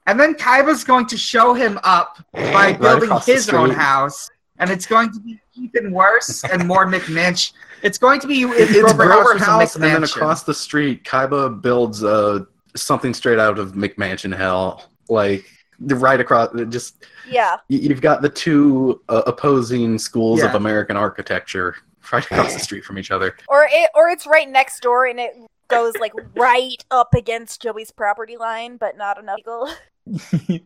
[SPEAKER 5] And then Kaiba's going to show him up by
[SPEAKER 1] Right
[SPEAKER 5] building
[SPEAKER 1] across the
[SPEAKER 5] his own
[SPEAKER 1] street.
[SPEAKER 5] house. And it's going to be even worse and more McMansion. It's going to be
[SPEAKER 1] It-
[SPEAKER 5] if
[SPEAKER 1] it's Grover, House,
[SPEAKER 5] was a
[SPEAKER 1] and then
[SPEAKER 5] McMansion.
[SPEAKER 1] across the street, Kaiba builds uh, something straight out of McMansion Hell. Like the right across, just
[SPEAKER 3] Yeah.
[SPEAKER 1] y- you've got the two uh, opposing schools of
[SPEAKER 5] Yeah.
[SPEAKER 1] American architecture right across the street from each other.
[SPEAKER 3] Or it or it's right next door and it goes like right up against Joey's property line, but not an eagle.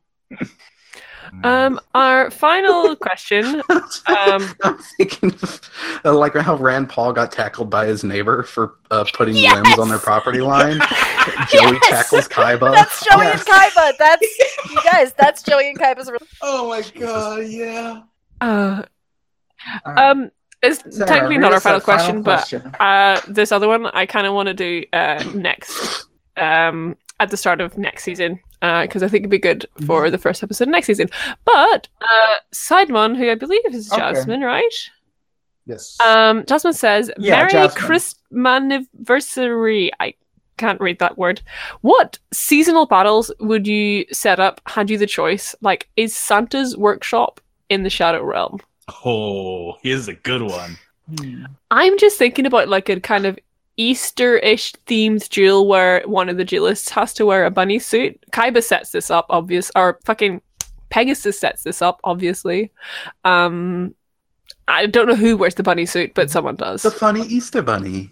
[SPEAKER 4] Um, our final question.
[SPEAKER 3] Uh,
[SPEAKER 4] Um,
[SPEAKER 1] I'm thinking of, uh, like how Rand Paul got tackled by his neighbor for uh, putting
[SPEAKER 3] Yes!
[SPEAKER 1] limbs on their property line. Joey
[SPEAKER 3] Yes!
[SPEAKER 1] tackles Kaiba.
[SPEAKER 3] That's Joey
[SPEAKER 1] Oh, Yes.
[SPEAKER 3] and Kaiba. That's you guys. That's Joey and Kaiba's. Re-
[SPEAKER 5] Oh my
[SPEAKER 1] God,
[SPEAKER 5] Yeah.
[SPEAKER 4] uh, um, it's technically not our final question, but uh, this other one I kind of want to do uh, next um, at the start of next season because I think it'd be good
[SPEAKER 5] Mm-hmm.
[SPEAKER 4] for the first episode of next season. But uh, Sideman, who I believe is
[SPEAKER 5] Okay.
[SPEAKER 4] Jasmine, right?
[SPEAKER 2] yes.
[SPEAKER 3] Uh,
[SPEAKER 4] Um, Jasmine says,
[SPEAKER 5] Yeah,
[SPEAKER 4] "Merry
[SPEAKER 5] Jasmine.
[SPEAKER 4] Christmaniversary." I can't read that word. What seasonal battles would you set up had you the choice? Like, is Santa's workshop in the Shadow Realm?
[SPEAKER 2] oh, here's a good one.
[SPEAKER 4] Hmm. I'm just thinking about like a kind of Easter-ish themed duel where one of the duelists has to wear a bunny suit. Kaiba sets this up, obvious, or fucking Pegasus sets this up, obviously. Um, I don't know who wears the bunny suit, but someone does.
[SPEAKER 1] the funny Easter bunny.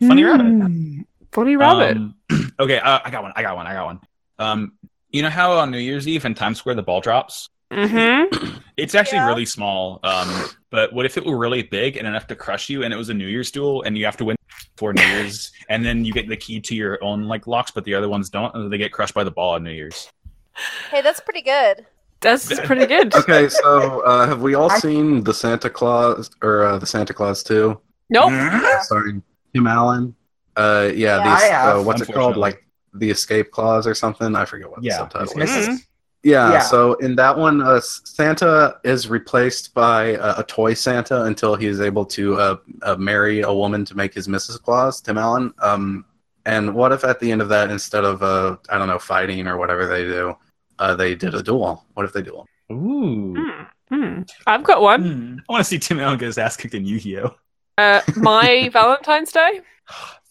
[SPEAKER 2] Funny rabbit.
[SPEAKER 4] rabbit. Mm, Funny rabbit.
[SPEAKER 2] Um, okay, uh, I got one. I got one. I got one. Um, you know how on New Year's Eve in Times Square the ball drops?
[SPEAKER 4] mm-hmm.
[SPEAKER 2] It's actually
[SPEAKER 3] Yeah.
[SPEAKER 2] really small. Um, but what if it were really big and enough to crush you? And it was a New Year's duel, and you have to win for New Year's, and then you get the key to your own like locks, but the other ones don't, and they get crushed by the ball on New Year's.
[SPEAKER 3] hey, that's pretty good.
[SPEAKER 4] That's pretty good.
[SPEAKER 1] Okay, so uh, have we all seen the Santa Claus or uh, the Santa Claus Two?
[SPEAKER 4] Nope.
[SPEAKER 1] Sorry, Tim Allen. Uh, yeah,
[SPEAKER 3] Yeah,
[SPEAKER 1] the,
[SPEAKER 5] I have,
[SPEAKER 1] uh, what's it called?
[SPEAKER 2] unfortunately.
[SPEAKER 1] Like the escape clause or something? I forget what
[SPEAKER 2] Yeah,
[SPEAKER 1] the subtitle
[SPEAKER 2] escape
[SPEAKER 1] is.
[SPEAKER 4] clause.
[SPEAKER 1] Yeah,
[SPEAKER 5] Yeah.
[SPEAKER 1] so in that one, uh, S- Santa is replaced by uh, a toy Santa until he is able to uh, uh, marry a woman to make his Mrs. Claus, Tim Allen. Um, and what if at the end of that, instead of uh, I don't know, fighting or whatever they do, uh, they did a duel? What if they duel?
[SPEAKER 2] Ooh,
[SPEAKER 4] Mm, mm. I've got one.
[SPEAKER 1] Hmm.
[SPEAKER 2] I want to see Tim Allen get his ass kicked in Yu-Gi-Oh.
[SPEAKER 4] Uh, my Valentine's Day.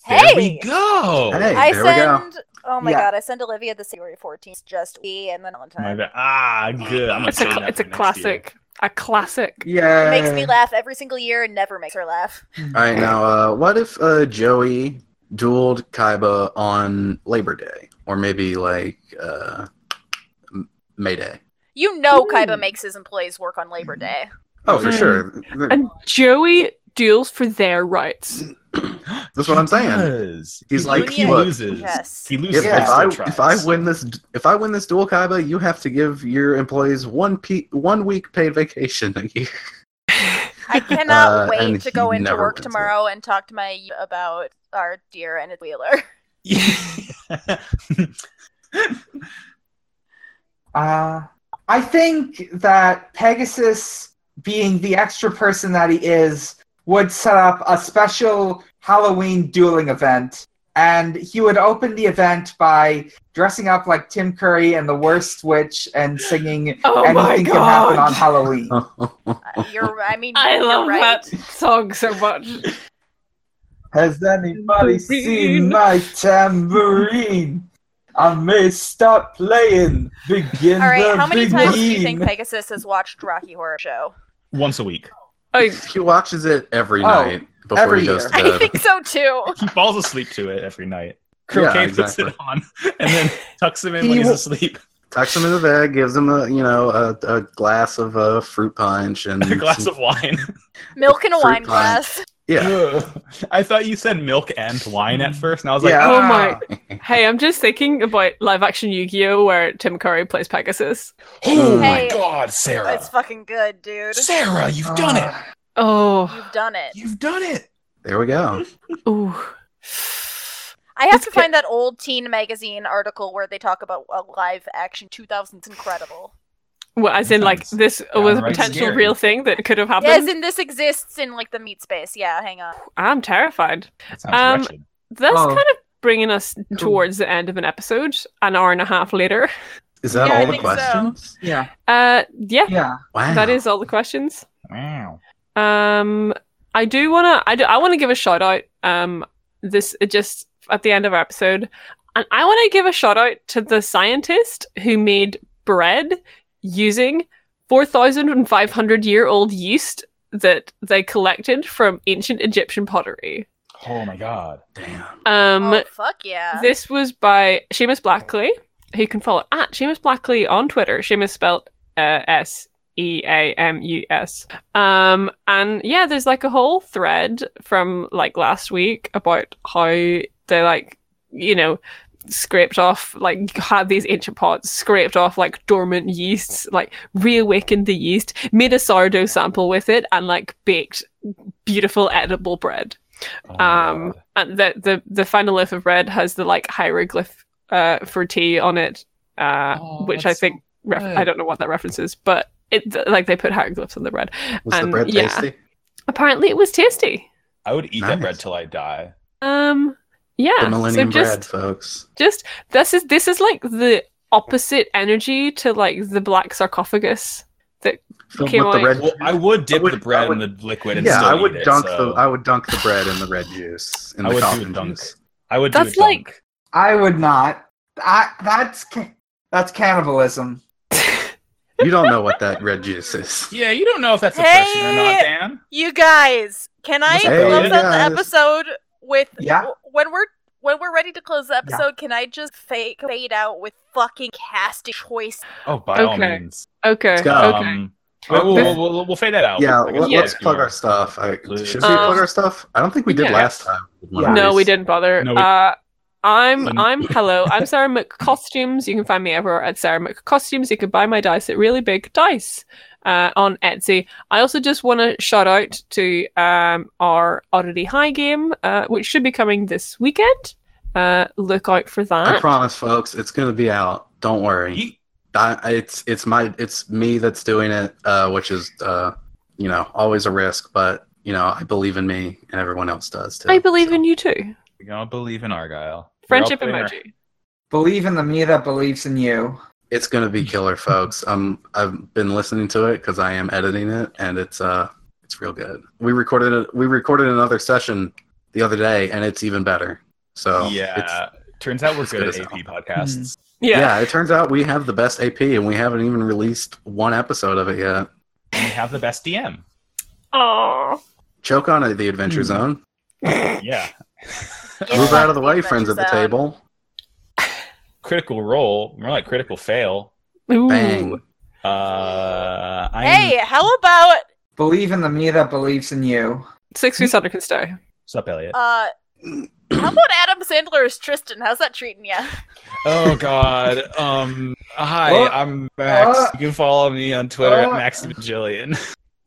[SPEAKER 2] There we
[SPEAKER 3] Hey!
[SPEAKER 2] go.
[SPEAKER 1] Hey,
[SPEAKER 3] I
[SPEAKER 1] there we go.
[SPEAKER 3] send. Oh my
[SPEAKER 5] Yeah.
[SPEAKER 3] god, I send Olivia the February 14th just E and then
[SPEAKER 2] My
[SPEAKER 3] Valentine.
[SPEAKER 2] bad. Ah, good. I'm gonna
[SPEAKER 4] It's a
[SPEAKER 2] save that
[SPEAKER 4] it's a
[SPEAKER 2] for next year.
[SPEAKER 4] classic. A classic.
[SPEAKER 5] Yeah.
[SPEAKER 3] It makes me laugh every single year and never makes her laugh.
[SPEAKER 1] All right, now uh, what if uh, Joey dueled Kaiba on Labor Day, or maybe like uh, M- May Day?
[SPEAKER 3] You know,
[SPEAKER 4] Ooh.
[SPEAKER 3] Kaiba makes his employees work on Labor Day.
[SPEAKER 1] Oh, for
[SPEAKER 4] Mm.
[SPEAKER 1] sure. Th-
[SPEAKER 4] And Joey duels for their rights.
[SPEAKER 1] That's what I'm saying.
[SPEAKER 2] Does.
[SPEAKER 1] He's
[SPEAKER 2] He
[SPEAKER 1] like,
[SPEAKER 2] loses. he
[SPEAKER 1] look.
[SPEAKER 2] loses.
[SPEAKER 3] Yes.
[SPEAKER 2] He
[SPEAKER 1] If,
[SPEAKER 2] loses.
[SPEAKER 5] Yeah.
[SPEAKER 1] if
[SPEAKER 2] but
[SPEAKER 1] I
[SPEAKER 2] he still
[SPEAKER 1] if I
[SPEAKER 2] tries.
[SPEAKER 1] win this if I win this duel, Kaiba, you have to give your employees one pe- one week paid vacation a year.
[SPEAKER 3] I cannot
[SPEAKER 1] Uh,
[SPEAKER 3] wait
[SPEAKER 1] and
[SPEAKER 3] to go
[SPEAKER 1] he
[SPEAKER 3] into
[SPEAKER 1] never
[SPEAKER 3] work
[SPEAKER 1] wins it.
[SPEAKER 3] tomorrow and talk to my about our dear Enid Wheeler.
[SPEAKER 5] Uh, I think that Pegasus, being the extra person that he is, would set up a special Halloween dueling event. And he would open the event by dressing up like Tim Curry and the Worst Witch and singing
[SPEAKER 4] Oh my
[SPEAKER 5] Anything Can Happen on
[SPEAKER 4] god!
[SPEAKER 1] Oh,
[SPEAKER 5] Halloween.
[SPEAKER 3] Uh, You're, I mean,
[SPEAKER 4] I
[SPEAKER 3] you're
[SPEAKER 4] love
[SPEAKER 3] right.
[SPEAKER 4] that song so much.
[SPEAKER 5] Has anybody
[SPEAKER 4] Tambourine.
[SPEAKER 5] seen my tambourine? I may stop playing. Begin
[SPEAKER 3] All right,
[SPEAKER 5] the
[SPEAKER 3] how many
[SPEAKER 5] beginning.
[SPEAKER 3] times do you think Pegasus has watched Rocky Horror Show?
[SPEAKER 2] Once a week.
[SPEAKER 4] I,
[SPEAKER 1] he watches it every
[SPEAKER 5] Oh,
[SPEAKER 1] night before
[SPEAKER 5] every
[SPEAKER 1] he goes
[SPEAKER 5] year.
[SPEAKER 1] to bed.
[SPEAKER 3] I think so too.
[SPEAKER 2] He falls asleep to it every night.
[SPEAKER 1] Yeah,
[SPEAKER 2] Croquet puts
[SPEAKER 1] exactly.
[SPEAKER 2] it on and then tucks him in
[SPEAKER 5] He
[SPEAKER 2] when he's
[SPEAKER 5] will-
[SPEAKER 2] asleep.
[SPEAKER 1] Tucks him in the bed, gives him a you know a, a glass of uh, fruit punch and
[SPEAKER 2] A glass
[SPEAKER 1] some-
[SPEAKER 2] of wine.
[SPEAKER 3] Milk in a
[SPEAKER 1] Fruit
[SPEAKER 3] wine
[SPEAKER 1] punch.
[SPEAKER 3] glass.
[SPEAKER 1] yeah.
[SPEAKER 2] I thought you said milk and wine at first, and I was like,
[SPEAKER 5] Yeah.
[SPEAKER 4] oh my. Hey, I'm just thinking about live action Yu Gi Oh! where Tim Curry plays Pegasus.
[SPEAKER 2] oh my
[SPEAKER 3] Hey.
[SPEAKER 2] god, Sarah.
[SPEAKER 3] It's fucking good, dude.
[SPEAKER 2] Sarah, you've done it.
[SPEAKER 5] Ah,
[SPEAKER 4] Oh.
[SPEAKER 3] You've done it.
[SPEAKER 2] You've done it.
[SPEAKER 1] There we go.
[SPEAKER 4] Ooh.
[SPEAKER 3] I have
[SPEAKER 4] It's
[SPEAKER 3] to find that old teen magazine article where they talk about a live action 2000s incredible.
[SPEAKER 4] Well, as in, like, this was a
[SPEAKER 2] Downright
[SPEAKER 4] potential
[SPEAKER 2] scary.
[SPEAKER 4] real thing that could have happened.
[SPEAKER 3] Yes, and this exists in like the meat space. Yeah, hang on.
[SPEAKER 4] I'm terrified.
[SPEAKER 2] That
[SPEAKER 4] Um,
[SPEAKER 2] sounds wretched.
[SPEAKER 4] That's
[SPEAKER 5] Oh.
[SPEAKER 4] kind of bringing us towards the end of an episode, an hour and a half later.
[SPEAKER 1] Is that
[SPEAKER 3] Yeah, I
[SPEAKER 1] all the
[SPEAKER 3] think so.
[SPEAKER 1] questions?
[SPEAKER 5] Yeah.
[SPEAKER 4] Uh, yeah,
[SPEAKER 5] Yeah.
[SPEAKER 1] Wow.
[SPEAKER 4] that is all the questions.
[SPEAKER 2] Wow.
[SPEAKER 4] Um, I do want to. I do. I want to give a shout out. Um, this it just at the end of our episode, and I want to give a shout out to the scientist who made bread using four thousand and five hundred year old yeast that they collected from ancient Egyptian pottery.
[SPEAKER 2] Oh my god.
[SPEAKER 1] Damn.
[SPEAKER 4] Um,
[SPEAKER 3] oh fuck yeah!
[SPEAKER 4] This was by Seamus Blackley, who you can follow at Seamus Blackley on Twitter. Seamus spelled uh, S E A M U S. Um, and yeah, there's like a whole thread from like last week about how they like, you know, scraped off like had these ancient pots scraped off like dormant yeasts like reawakened the yeast made a sourdough sample with it and like baked beautiful edible bread
[SPEAKER 2] Oh my
[SPEAKER 4] um,
[SPEAKER 2] God.
[SPEAKER 4] and the, the the final loaf of bread has the like hieroglyph uh for tea on it, uh,
[SPEAKER 2] Oh,
[SPEAKER 4] which I
[SPEAKER 2] that's so
[SPEAKER 4] think ref- I
[SPEAKER 2] good.
[SPEAKER 4] don't know what that references, but it th- like they put hieroglyphs on the bread.
[SPEAKER 1] Was
[SPEAKER 4] Um,
[SPEAKER 1] the bread
[SPEAKER 4] yeah.
[SPEAKER 1] tasty?
[SPEAKER 4] Apparently, it was tasty.
[SPEAKER 2] I would eat that
[SPEAKER 1] Nice.
[SPEAKER 2] bread till I die.
[SPEAKER 4] Um, yeah.
[SPEAKER 1] The millennium
[SPEAKER 4] so just
[SPEAKER 1] bread, folks.
[SPEAKER 4] just this is this is like the opposite energy to like the black sarcophagus.
[SPEAKER 1] Filled
[SPEAKER 4] Okay,
[SPEAKER 1] with the
[SPEAKER 4] well,
[SPEAKER 1] red.
[SPEAKER 2] Well, I would dip
[SPEAKER 1] I would-
[SPEAKER 2] the bread
[SPEAKER 1] I would-
[SPEAKER 2] in the liquid and
[SPEAKER 1] yeah,
[SPEAKER 2] still
[SPEAKER 1] I
[SPEAKER 2] eat
[SPEAKER 1] would
[SPEAKER 2] it,
[SPEAKER 1] dunk
[SPEAKER 2] so
[SPEAKER 1] the uh, I would dunk the bread in the red juice in
[SPEAKER 2] I
[SPEAKER 1] the
[SPEAKER 2] would do
[SPEAKER 1] coffee
[SPEAKER 2] a dunk.
[SPEAKER 1] juice.
[SPEAKER 2] I would
[SPEAKER 4] That's
[SPEAKER 2] do a dunk.
[SPEAKER 4] like-
[SPEAKER 5] I would not. I, that's ca- that's cannibalism.
[SPEAKER 1] You don't know what that red juice is.
[SPEAKER 2] Yeah, you don't know if that's oppression or
[SPEAKER 3] Hey!
[SPEAKER 2] not, Dan.
[SPEAKER 3] You guys, can I
[SPEAKER 2] Hey,
[SPEAKER 3] close out the
[SPEAKER 1] guys.
[SPEAKER 3] episode with
[SPEAKER 5] Yeah.
[SPEAKER 3] w- when we're when we're ready to close the episode? Can I just fake fade out with fucking casting choice?
[SPEAKER 2] Oh, by all
[SPEAKER 4] Okay.
[SPEAKER 2] means.
[SPEAKER 4] Okay.
[SPEAKER 1] Let's go.
[SPEAKER 4] Okay.
[SPEAKER 2] Um, wait, we'll, we'll, we'll, we'll fade that out.
[SPEAKER 1] Yeah,
[SPEAKER 2] Like,
[SPEAKER 1] let,
[SPEAKER 2] yeah,
[SPEAKER 1] us
[SPEAKER 2] if you
[SPEAKER 1] plug
[SPEAKER 2] want.
[SPEAKER 1] our stuff. I, should we
[SPEAKER 4] Um,
[SPEAKER 1] plug our stuff? I don't think we did
[SPEAKER 4] yeah.
[SPEAKER 1] last time.
[SPEAKER 5] Yeah.
[SPEAKER 4] No, we didn't bother.
[SPEAKER 2] No, we-
[SPEAKER 4] Uh, I'm
[SPEAKER 2] Some-
[SPEAKER 4] I'm hello. I'm Sarah McCostumes. You can find me everywhere at Sarah McCostumes. You can buy my dice at Really Big Dice uh, on Etsy. I also just want to shout out to um, our Oddity High game, uh, which should be coming this weekend. Uh, look out for
[SPEAKER 1] I
[SPEAKER 4] that.
[SPEAKER 1] promise, folks, it's gonna be out. Don't worry.
[SPEAKER 2] Yeet.
[SPEAKER 1] I, it's it's my it's me that's doing it, uh, which is uh, you know always a risk, but you know I believe in me, and everyone else does too.
[SPEAKER 4] I believe
[SPEAKER 1] So-
[SPEAKER 4] in you too.
[SPEAKER 2] We don't believe in Argyle. We're all
[SPEAKER 4] Friendship
[SPEAKER 2] putting our-
[SPEAKER 4] emoji.
[SPEAKER 5] Believe in the me that believes in you.
[SPEAKER 1] It's gonna be killer, folks. Um, I've been listening to it because I am editing it, and it's uh, it's real good. We recorded it. We recorded another session the other day, and it's even better. So Oh, it's,
[SPEAKER 2] yeah. Turns out we're
[SPEAKER 1] it's
[SPEAKER 2] good
[SPEAKER 1] good
[SPEAKER 2] at
[SPEAKER 1] as
[SPEAKER 2] AP
[SPEAKER 3] Hmm.
[SPEAKER 2] podcasts.
[SPEAKER 1] yeah.
[SPEAKER 4] Yeah.
[SPEAKER 1] It turns out we have the best AP, and we haven't even released one episode of it yet.
[SPEAKER 2] And we have the best DM.
[SPEAKER 4] Aww.
[SPEAKER 1] Choke on it, the Adventure
[SPEAKER 5] Hmm.
[SPEAKER 1] Zone.
[SPEAKER 2] Yeah.
[SPEAKER 3] Yeah.
[SPEAKER 1] Move out of the way,
[SPEAKER 3] Adventure
[SPEAKER 1] friends at the
[SPEAKER 3] Zone.
[SPEAKER 1] table.
[SPEAKER 2] critical roll, more like critical fail.
[SPEAKER 4] Ooh.
[SPEAKER 1] Bang.
[SPEAKER 2] Uh, I'm,
[SPEAKER 3] Hey, how about
[SPEAKER 5] Believe in the me that believes in you.
[SPEAKER 4] Six weeks under can stay.
[SPEAKER 2] What's up, Elliot?
[SPEAKER 3] uh? How about Adam Sandler as Tristan? How's that treating you?
[SPEAKER 2] oh God. Um. Hi,
[SPEAKER 5] Uh,
[SPEAKER 2] I'm Max.
[SPEAKER 5] uh,
[SPEAKER 2] you can folfollow me on Twitter
[SPEAKER 5] uh,
[SPEAKER 2] at Max Vigilian.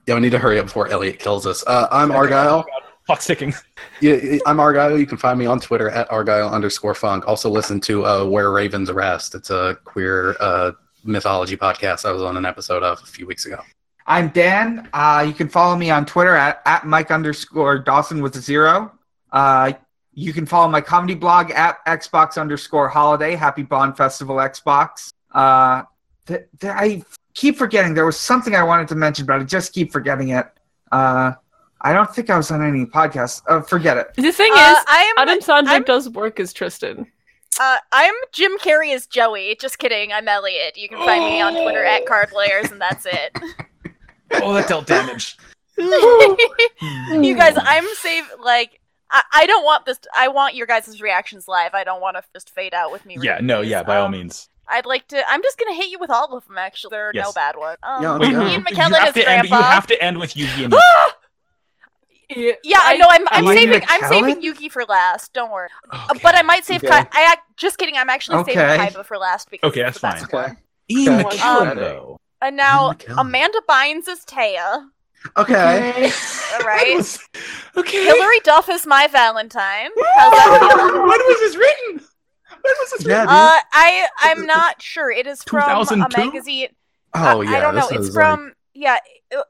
[SPEAKER 1] Yeah, we need to hurry up before Elliot kills us. Uh, I'm Argyle.
[SPEAKER 2] Fuck sticking.
[SPEAKER 1] Yeah, yeah, I'm Argyle. You can find me on Twitter at Argyle underscore funk. Also listen to uh, Where Ravens Rest. It's a queer uh, mythology podcast I was on an episode of a few weeks ago.
[SPEAKER 5] I'm Dan. Uh, you can follow me on Twitter at, at Mike underscore Dawson with a zero. Uh, you can follow my comedy blog at Xbox underscore holiday. Happy Bond Festival Xbox. Uh, th- th- I keep forgetting. There was something I wanted to mention, but I just keep forgetting it. Uh, I don't think I was on any podcast. Uh, forget it.
[SPEAKER 4] The thing
[SPEAKER 3] Uh,
[SPEAKER 4] is,
[SPEAKER 3] I am
[SPEAKER 4] Adam Sandler
[SPEAKER 3] I'm-
[SPEAKER 4] does work as Tristan.
[SPEAKER 3] Uh, I'm Jim Carrey as Joey. Just kidding. I'm Elliot. You can find me on Twitter at cardplayers, and that's it.
[SPEAKER 2] Oh, that dealt damage. Hmm.
[SPEAKER 3] you guys, I'm save like I, I don't want this. I want your guys' reactions live. I don't want to just fade out with me.
[SPEAKER 2] Yeah.
[SPEAKER 3] reading
[SPEAKER 2] No.
[SPEAKER 3] these.
[SPEAKER 2] Yeah. By all
[SPEAKER 3] Um,
[SPEAKER 2] means.
[SPEAKER 3] I'd like to. I'm just gonna hit you with all of them. Actually, there are no
[SPEAKER 2] Yes.
[SPEAKER 3] bad ones. Um,
[SPEAKER 1] Yeah,
[SPEAKER 2] Wait,
[SPEAKER 1] yeah.
[SPEAKER 3] Ian
[SPEAKER 2] you
[SPEAKER 3] McKellen
[SPEAKER 2] have
[SPEAKER 3] as
[SPEAKER 2] to end-
[SPEAKER 3] grandpa.
[SPEAKER 2] You have to end with Yugi and
[SPEAKER 4] Yeah,
[SPEAKER 3] yeah, I know. I'm, I'm
[SPEAKER 5] Ian
[SPEAKER 3] saving. I'm saving
[SPEAKER 5] McKellen?
[SPEAKER 3] Yuki for last. Don't worry. Uh,
[SPEAKER 2] Okay.
[SPEAKER 3] But I might save.
[SPEAKER 5] Okay.
[SPEAKER 3] Kai. I ac- just kidding. I'm actually
[SPEAKER 5] Okay.
[SPEAKER 3] saving Kaiba for last because
[SPEAKER 2] Okay,
[SPEAKER 3] it's the
[SPEAKER 2] that's
[SPEAKER 3] best
[SPEAKER 1] fine.
[SPEAKER 3] one.
[SPEAKER 2] Ian
[SPEAKER 5] Okay.
[SPEAKER 2] McKellen,
[SPEAKER 5] Um,
[SPEAKER 2] though.
[SPEAKER 3] And now um,
[SPEAKER 1] Ian McKellen.
[SPEAKER 3] Amanda Bynes is Taya.
[SPEAKER 1] Okay.
[SPEAKER 3] All right.
[SPEAKER 2] okay.
[SPEAKER 3] Hillary Duff is my Valentine. How's that feel?
[SPEAKER 2] when was this written? When was this
[SPEAKER 1] Yeah,
[SPEAKER 2] written?
[SPEAKER 1] dude.
[SPEAKER 3] Uh, I I'm not sure. It is from a
[SPEAKER 2] 2002?
[SPEAKER 3] magazine. I-
[SPEAKER 1] oh, yeah.
[SPEAKER 3] I don't know.
[SPEAKER 1] this
[SPEAKER 3] It's
[SPEAKER 1] is, like-
[SPEAKER 3] from yeah. It,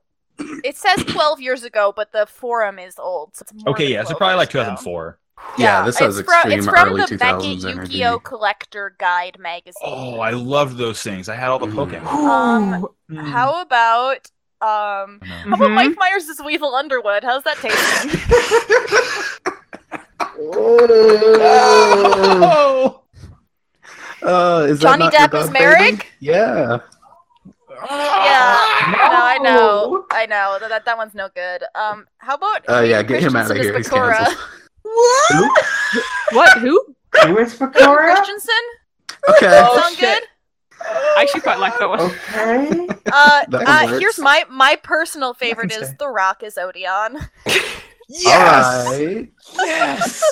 [SPEAKER 3] it says 12 years ago, but the forum is old. So it's more
[SPEAKER 2] Okay,
[SPEAKER 3] than
[SPEAKER 2] yeah, so
[SPEAKER 3] 12
[SPEAKER 2] probably like
[SPEAKER 3] years ago.
[SPEAKER 2] 2004.
[SPEAKER 1] Yeah, this has
[SPEAKER 3] it's from,
[SPEAKER 1] extreme
[SPEAKER 3] it's from
[SPEAKER 1] early
[SPEAKER 3] the Beckett
[SPEAKER 1] 2000s energy.
[SPEAKER 3] Yukio Collector Guide magazine.
[SPEAKER 2] Oh, I loved those things. I had all the
[SPEAKER 1] Mm.
[SPEAKER 2] Pokemon.
[SPEAKER 3] Um, How about um?
[SPEAKER 2] I know.
[SPEAKER 3] How
[SPEAKER 1] Mm-hmm.
[SPEAKER 3] about
[SPEAKER 4] Mhm.
[SPEAKER 3] Mike Myers as Weevil Underwood? How's that tasting?
[SPEAKER 2] Oh!
[SPEAKER 1] Uh, is
[SPEAKER 3] Johnny
[SPEAKER 1] that not your
[SPEAKER 3] Depp is
[SPEAKER 1] dog, baby?
[SPEAKER 3] Merrick?
[SPEAKER 1] Yeah.
[SPEAKER 2] Ah!
[SPEAKER 3] yeah, no, I know, I I know that, that that one's no good. Um, how about
[SPEAKER 1] Uh, yeah,
[SPEAKER 3] Hayden
[SPEAKER 1] get him out of
[SPEAKER 3] Christensen
[SPEAKER 1] here.
[SPEAKER 3] as
[SPEAKER 1] He's
[SPEAKER 3] Bakura?
[SPEAKER 1] canceled.
[SPEAKER 7] What?
[SPEAKER 4] What? Who?
[SPEAKER 5] Who is
[SPEAKER 3] Hayden
[SPEAKER 5] Fakora?
[SPEAKER 3] Christensen,
[SPEAKER 1] Okay.
[SPEAKER 4] Oh,
[SPEAKER 3] sound
[SPEAKER 4] shit.
[SPEAKER 3] good?
[SPEAKER 4] I actually quite like that one.
[SPEAKER 5] Okay.
[SPEAKER 3] Uh,
[SPEAKER 1] That one
[SPEAKER 3] uh
[SPEAKER 1] works.
[SPEAKER 3] here's my my personal favorite is
[SPEAKER 5] stay.
[SPEAKER 3] The Rock is Odeon.
[SPEAKER 1] All right.
[SPEAKER 5] Yes.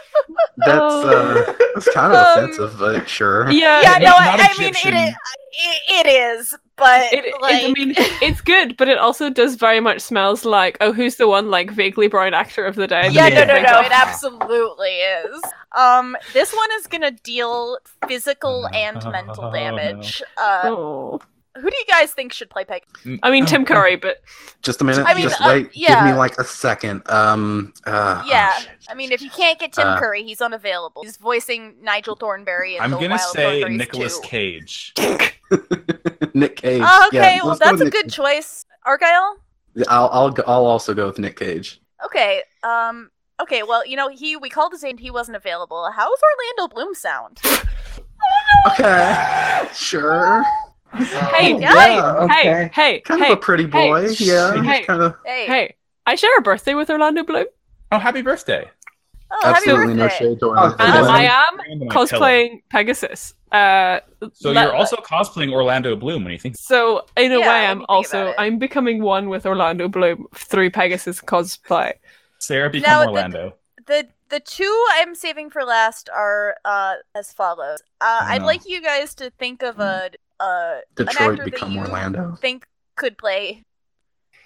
[SPEAKER 1] That's uh, that's kind of
[SPEAKER 3] Um,
[SPEAKER 1] offensive, but sure.
[SPEAKER 4] Yeah.
[SPEAKER 3] yeah,
[SPEAKER 2] it's
[SPEAKER 3] no, I,
[SPEAKER 2] not
[SPEAKER 3] I mean it,
[SPEAKER 2] Egyptian.
[SPEAKER 3] is- it, it is, but
[SPEAKER 4] It, it-
[SPEAKER 3] like,
[SPEAKER 4] I mean, it's good, but it also does very much smells like, oh, who's the one like vaguely brown actor of the day? that
[SPEAKER 3] yeah,
[SPEAKER 4] you
[SPEAKER 2] Yeah.
[SPEAKER 3] no, no,
[SPEAKER 4] think
[SPEAKER 3] no,
[SPEAKER 4] of?
[SPEAKER 3] it absolutely is. Um, this one is gonna deal physical and mental
[SPEAKER 2] Oh, no.
[SPEAKER 3] damage. Uh,
[SPEAKER 4] Oh.
[SPEAKER 3] who do you guys think should play Peg?
[SPEAKER 4] I mean, Tim Curry, but
[SPEAKER 1] Just a minute.
[SPEAKER 3] I mean,
[SPEAKER 1] just
[SPEAKER 3] uh,
[SPEAKER 1] wait.
[SPEAKER 3] yeah.
[SPEAKER 1] Give me like a second. Um. Uh, oh,
[SPEAKER 3] Yeah,
[SPEAKER 1] shit.
[SPEAKER 3] I mean, if you can't get Tim
[SPEAKER 1] Uh,
[SPEAKER 3] Curry, he's unavailable. He's voicing Nigel Thornberry. In
[SPEAKER 2] I'm
[SPEAKER 3] the
[SPEAKER 2] gonna
[SPEAKER 3] Wild
[SPEAKER 2] say
[SPEAKER 3] Thornberries
[SPEAKER 2] Nicolas
[SPEAKER 3] 2.
[SPEAKER 2] Cage.
[SPEAKER 1] Nick Cage.
[SPEAKER 3] Oh, okay,
[SPEAKER 1] Yeah,
[SPEAKER 3] well
[SPEAKER 1] let's go
[SPEAKER 3] that's
[SPEAKER 1] with
[SPEAKER 3] a
[SPEAKER 1] Nick-
[SPEAKER 3] good choice, Argyle.
[SPEAKER 1] I'll I'll go- I'll also go with Nick Cage.
[SPEAKER 3] Okay, um, okay, well you know he we called his name, he wasn't available. How's Orlando Bloom sound?
[SPEAKER 1] Okay. Sure.
[SPEAKER 5] Oh,
[SPEAKER 4] hey,
[SPEAKER 3] yeah.
[SPEAKER 4] hey, hey,
[SPEAKER 1] Kind
[SPEAKER 4] hey,
[SPEAKER 1] of a pretty boy.
[SPEAKER 4] hey,
[SPEAKER 1] yeah.
[SPEAKER 4] hey.
[SPEAKER 1] Kind of.
[SPEAKER 3] Hey,
[SPEAKER 4] hey! I share a birthday with Orlando Bloom,
[SPEAKER 2] Oh, happy birthday!
[SPEAKER 3] oh, happy
[SPEAKER 1] Absolutely no
[SPEAKER 3] birthday.
[SPEAKER 1] shade to
[SPEAKER 5] Oh,
[SPEAKER 1] Orlando
[SPEAKER 4] and
[SPEAKER 5] Hello.
[SPEAKER 1] Bloom.
[SPEAKER 4] Um, I am
[SPEAKER 2] Random and killing.
[SPEAKER 4] cosplaying Pegasus. Uh,
[SPEAKER 2] So
[SPEAKER 4] le-
[SPEAKER 2] you're also cosplaying Orlando Bloom when you think.
[SPEAKER 4] so in
[SPEAKER 3] Yeah,
[SPEAKER 4] a
[SPEAKER 3] when
[SPEAKER 4] way,
[SPEAKER 3] you
[SPEAKER 4] I'm
[SPEAKER 3] think about
[SPEAKER 4] also
[SPEAKER 3] it.
[SPEAKER 4] I'm becoming one with Orlando Bloom through Pegasus cosplay.
[SPEAKER 2] Sarah become
[SPEAKER 3] No, the-
[SPEAKER 2] Orlando.
[SPEAKER 3] The the two I'm saving for last are uh as follows. Uh,
[SPEAKER 2] Oh,
[SPEAKER 3] I'd
[SPEAKER 2] no.
[SPEAKER 3] like you guys to think of a
[SPEAKER 2] Mm-hmm.
[SPEAKER 3] uh
[SPEAKER 1] Detroit
[SPEAKER 3] actor that
[SPEAKER 1] become
[SPEAKER 3] you-
[SPEAKER 1] Orlando.
[SPEAKER 3] think could play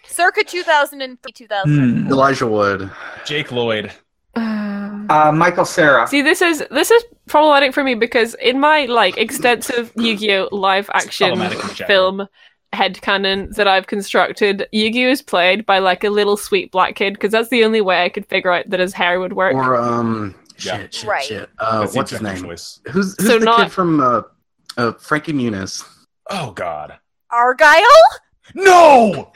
[SPEAKER 3] circa 2003
[SPEAKER 2] Hmm.
[SPEAKER 3] 2000.
[SPEAKER 5] Hmm.
[SPEAKER 1] Elijah Wood.
[SPEAKER 2] Jake Lloyd.
[SPEAKER 5] Uh, Michael Sarah.
[SPEAKER 4] See, this is this is problematic for me because in my like extensive Yu-Gi-Oh live action
[SPEAKER 2] problematic in general.
[SPEAKER 4] film headcanon that I've constructed, Yu-Gi-Oh is played by like a little sweet black kid because that's the only way I could figure out that his hair would work.
[SPEAKER 1] Or um.
[SPEAKER 2] Yeah.
[SPEAKER 1] Shit. Shit.
[SPEAKER 3] Right.
[SPEAKER 1] Shit. Uh,
[SPEAKER 2] That's the
[SPEAKER 1] what's his
[SPEAKER 2] objective
[SPEAKER 1] name?
[SPEAKER 2] Choice.
[SPEAKER 1] Who's who's
[SPEAKER 4] So
[SPEAKER 1] the
[SPEAKER 4] not-
[SPEAKER 1] kid from uh, uh Frankie Muniz?
[SPEAKER 2] Oh God.
[SPEAKER 3] Argyle?
[SPEAKER 2] No!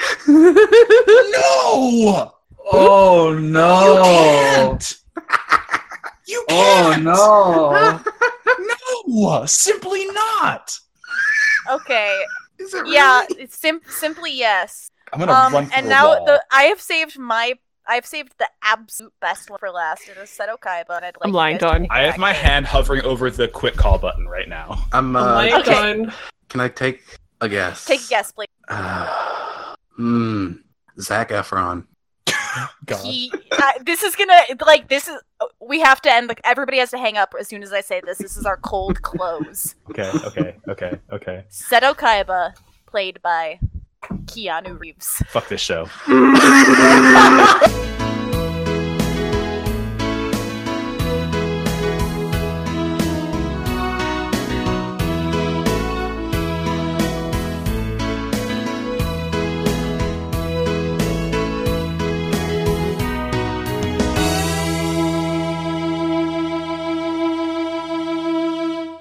[SPEAKER 4] Oh
[SPEAKER 2] no!
[SPEAKER 5] Oh no.
[SPEAKER 2] You
[SPEAKER 5] Oh
[SPEAKER 4] Ah.
[SPEAKER 5] no.
[SPEAKER 2] No! Simply not!
[SPEAKER 3] Okay.
[SPEAKER 1] Is it
[SPEAKER 3] Yeah,
[SPEAKER 1] really?
[SPEAKER 3] it's sim- simply yes.
[SPEAKER 2] I'm gonna run
[SPEAKER 3] Um
[SPEAKER 2] through
[SPEAKER 3] and
[SPEAKER 2] a
[SPEAKER 3] now
[SPEAKER 2] wall.
[SPEAKER 3] the I have saved my I've saved the absolute best one for last. It is Seto Kaiba and I'd like
[SPEAKER 4] I'm
[SPEAKER 3] you
[SPEAKER 4] lying
[SPEAKER 3] guys to
[SPEAKER 4] down.
[SPEAKER 3] pick
[SPEAKER 2] I have
[SPEAKER 3] that
[SPEAKER 2] my
[SPEAKER 3] game.
[SPEAKER 2] hand hovering over the quick call button right now.
[SPEAKER 1] I'm. Uh,
[SPEAKER 4] my
[SPEAKER 3] Okay.
[SPEAKER 4] God.
[SPEAKER 1] Can I take a guess?
[SPEAKER 3] Take a guess, please.
[SPEAKER 1] Uh, Hmm. Zach Efron.
[SPEAKER 2] God.
[SPEAKER 3] He, I, this is gonna like this is we have to end like everybody has to hang up as soon as I say this. This is our cold close.
[SPEAKER 2] Okay, okay, okay, okay.
[SPEAKER 3] Seto Kaiba played by Keanu Reeves.
[SPEAKER 2] Fuck this show.